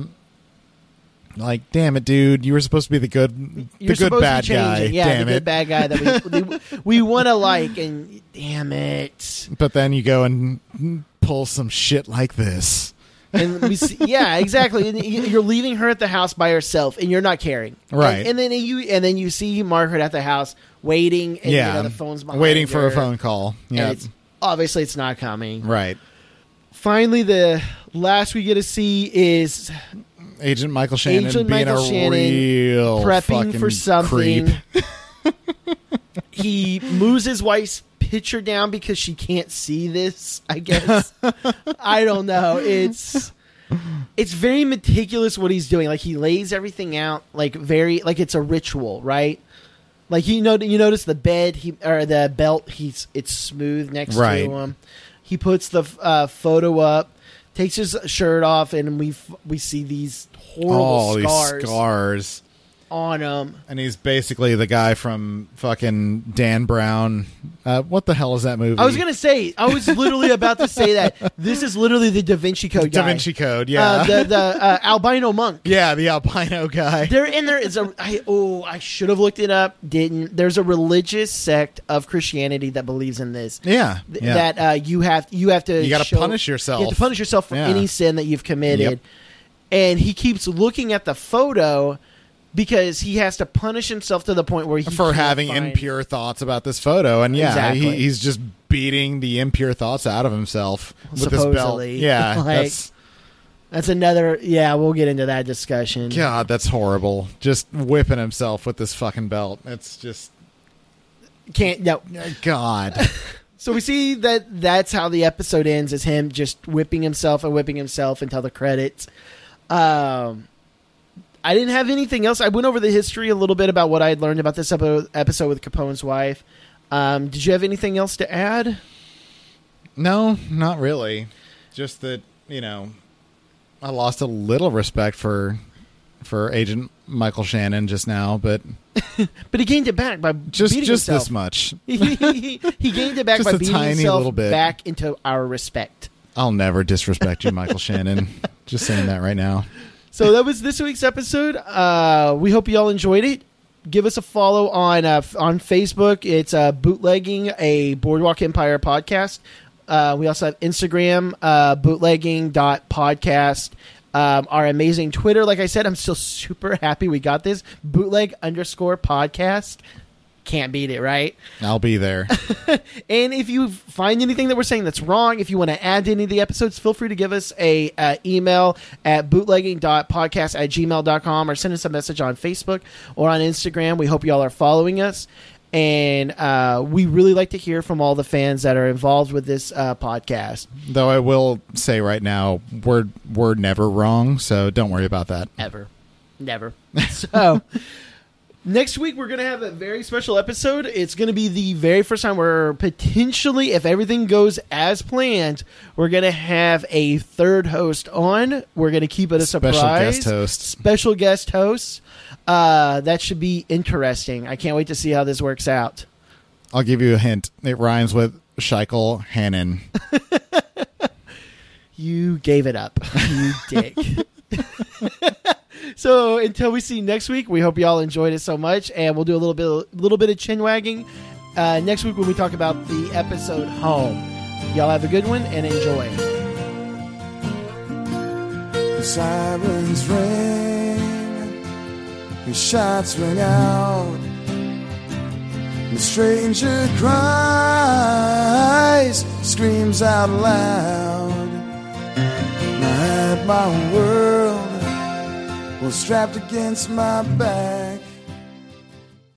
Speaker 4: Like, damn it, dude! You were supposed to be the good,
Speaker 3: You're
Speaker 4: the good
Speaker 3: supposed
Speaker 4: bad
Speaker 3: to change
Speaker 4: guy.
Speaker 3: it. Yeah,
Speaker 4: damn
Speaker 3: the
Speaker 4: it!
Speaker 3: good bad guy that we we, we want to like, and damn it.
Speaker 4: But then you go and pull some shit like this,
Speaker 3: and we see, yeah exactly and y- you're leaving her at the house by herself and you're not caring
Speaker 4: Right.
Speaker 3: and, and then you and then you see margaret at the house waiting and
Speaker 4: yeah,
Speaker 3: you know, the phone's behind
Speaker 4: waiting for
Speaker 3: her,
Speaker 4: a phone call.
Speaker 3: and
Speaker 4: Yeah,
Speaker 3: it's, obviously it's not coming
Speaker 4: right.
Speaker 3: finally the last we get to see is
Speaker 4: Agent Michael Shannon
Speaker 3: Agent
Speaker 4: being
Speaker 3: Michael
Speaker 4: a
Speaker 3: Shannon
Speaker 4: real
Speaker 3: prepping
Speaker 4: fucking
Speaker 3: for something
Speaker 4: creep.
Speaker 3: he moves his wife's picture down because she can't see this i guess
Speaker 4: <laughs>
Speaker 3: i don't know it's it's very meticulous what he's doing like he lays everything out like very like it's a ritual right like you know you notice the bed he or the belt he's it's smooth next
Speaker 4: Right.
Speaker 3: to him he puts the uh, photo up takes his shirt off and we f- we see these horrible
Speaker 4: All Oh, these
Speaker 3: scars
Speaker 4: scars,
Speaker 3: on him
Speaker 4: and he's basically the guy from fucking Dan Brown. Uh, what the hell is that movie?
Speaker 3: I was gonna say, I was literally about to say that this is literally the Da Vinci Code guy,
Speaker 4: Da Vinci Code. Yeah,
Speaker 3: uh, the the uh, albino monk.
Speaker 4: <laughs> yeah, the albino guy.
Speaker 3: There and there is a I oh I should have looked it up, didn't. There's a religious sect of Christianity that believes in this.
Speaker 4: Yeah,
Speaker 3: th-
Speaker 4: yeah.
Speaker 3: That uh, you have you have to
Speaker 4: You gotta
Speaker 3: show-
Speaker 4: punish yourself.
Speaker 3: You have to punish yourself for
Speaker 4: Yeah.
Speaker 3: any sin that you've committed.
Speaker 4: Yep.
Speaker 3: And he keeps looking at the photo because he has to punish himself to the point where he
Speaker 4: for
Speaker 3: can't
Speaker 4: having
Speaker 3: find-
Speaker 4: impure thoughts about this photo. And yeah,
Speaker 3: Exactly.
Speaker 4: he, he's just beating the impure thoughts out of himself with this belt.
Speaker 3: Supposedly. <laughs>
Speaker 4: Yeah,
Speaker 3: Like-
Speaker 4: that's
Speaker 3: That's another. Yeah, we'll get into that discussion.
Speaker 4: God, that's horrible. Just whipping himself with this fucking belt. It's just uh,
Speaker 3: Can't no. <laughs>
Speaker 4: God.
Speaker 3: So we see that that's how the episode ends is him just whipping himself and whipping himself until the credits. Um, I didn't have anything else. I went over the history a little bit about what I had learned about this epi- episode with Capone's wife. Um, did you have anything else to add?
Speaker 4: no, not really. Just that you know, I lost a little respect for for Agent Michael Shannon just now, but
Speaker 3: But he gained it back by
Speaker 4: just
Speaker 3: beating
Speaker 4: just
Speaker 3: himself.
Speaker 4: this much.
Speaker 3: <laughs> he, he gained it back
Speaker 4: Just
Speaker 3: by
Speaker 4: a
Speaker 3: beating
Speaker 4: tiny little
Speaker 3: himself
Speaker 4: bit.
Speaker 3: back into our respect.
Speaker 4: I'll never disrespect you, Michael Shannon. Just saying that right now.
Speaker 3: so that was this week's episode. Uh, we hope you all enjoyed it. Give us a follow on uh, f- on Facebook. It's uh, bootlegging a Boardwalk Empire podcast. Uh, we also have Instagram uh, bootlegging dot podcast. Um, our amazing Twitter. Like I said, I'm still super <laughs> happy we got this bootleg underscore podcast. Can't beat it, right?
Speaker 4: I'll be there.
Speaker 3: And if you find anything that we're saying that's wrong, if you want to add to any of the episodes, feel free to give us a uh, email at bootlegging.podcast at gmail.com or send us a message on Facebook or on Instagram. We hope you all are following us. And uh, we really like to hear from all the fans that are involved with this uh, podcast
Speaker 4: Though I will say right now, we're we're never wrong, so don't worry about that.
Speaker 3: ever. Never. <laughs> So. Next week we're gonna have a very special episode. It's gonna be the very first time we're potentially, if everything goes as planned, we're gonna have a third host on. We're gonna keep it a
Speaker 4: Special
Speaker 3: surprise.
Speaker 4: guest host.
Speaker 3: Special guest host. Uh, that should be interesting. I can't wait to see how this works out.
Speaker 4: I'll give you a hint. It rhymes with Scheichel Hannon.
Speaker 3: <laughs> You gave it up, you dick. So until we see you next week, we hope y'all enjoyed it so much, and we'll do a little bit, a little bit of chin wagging uh, next week when we talk about the episode home. Y'all have a good one and enjoy.
Speaker 4: The sirens ring, the shots ring out, the stranger cries, screams out loud. And I had my world was strapped against my back.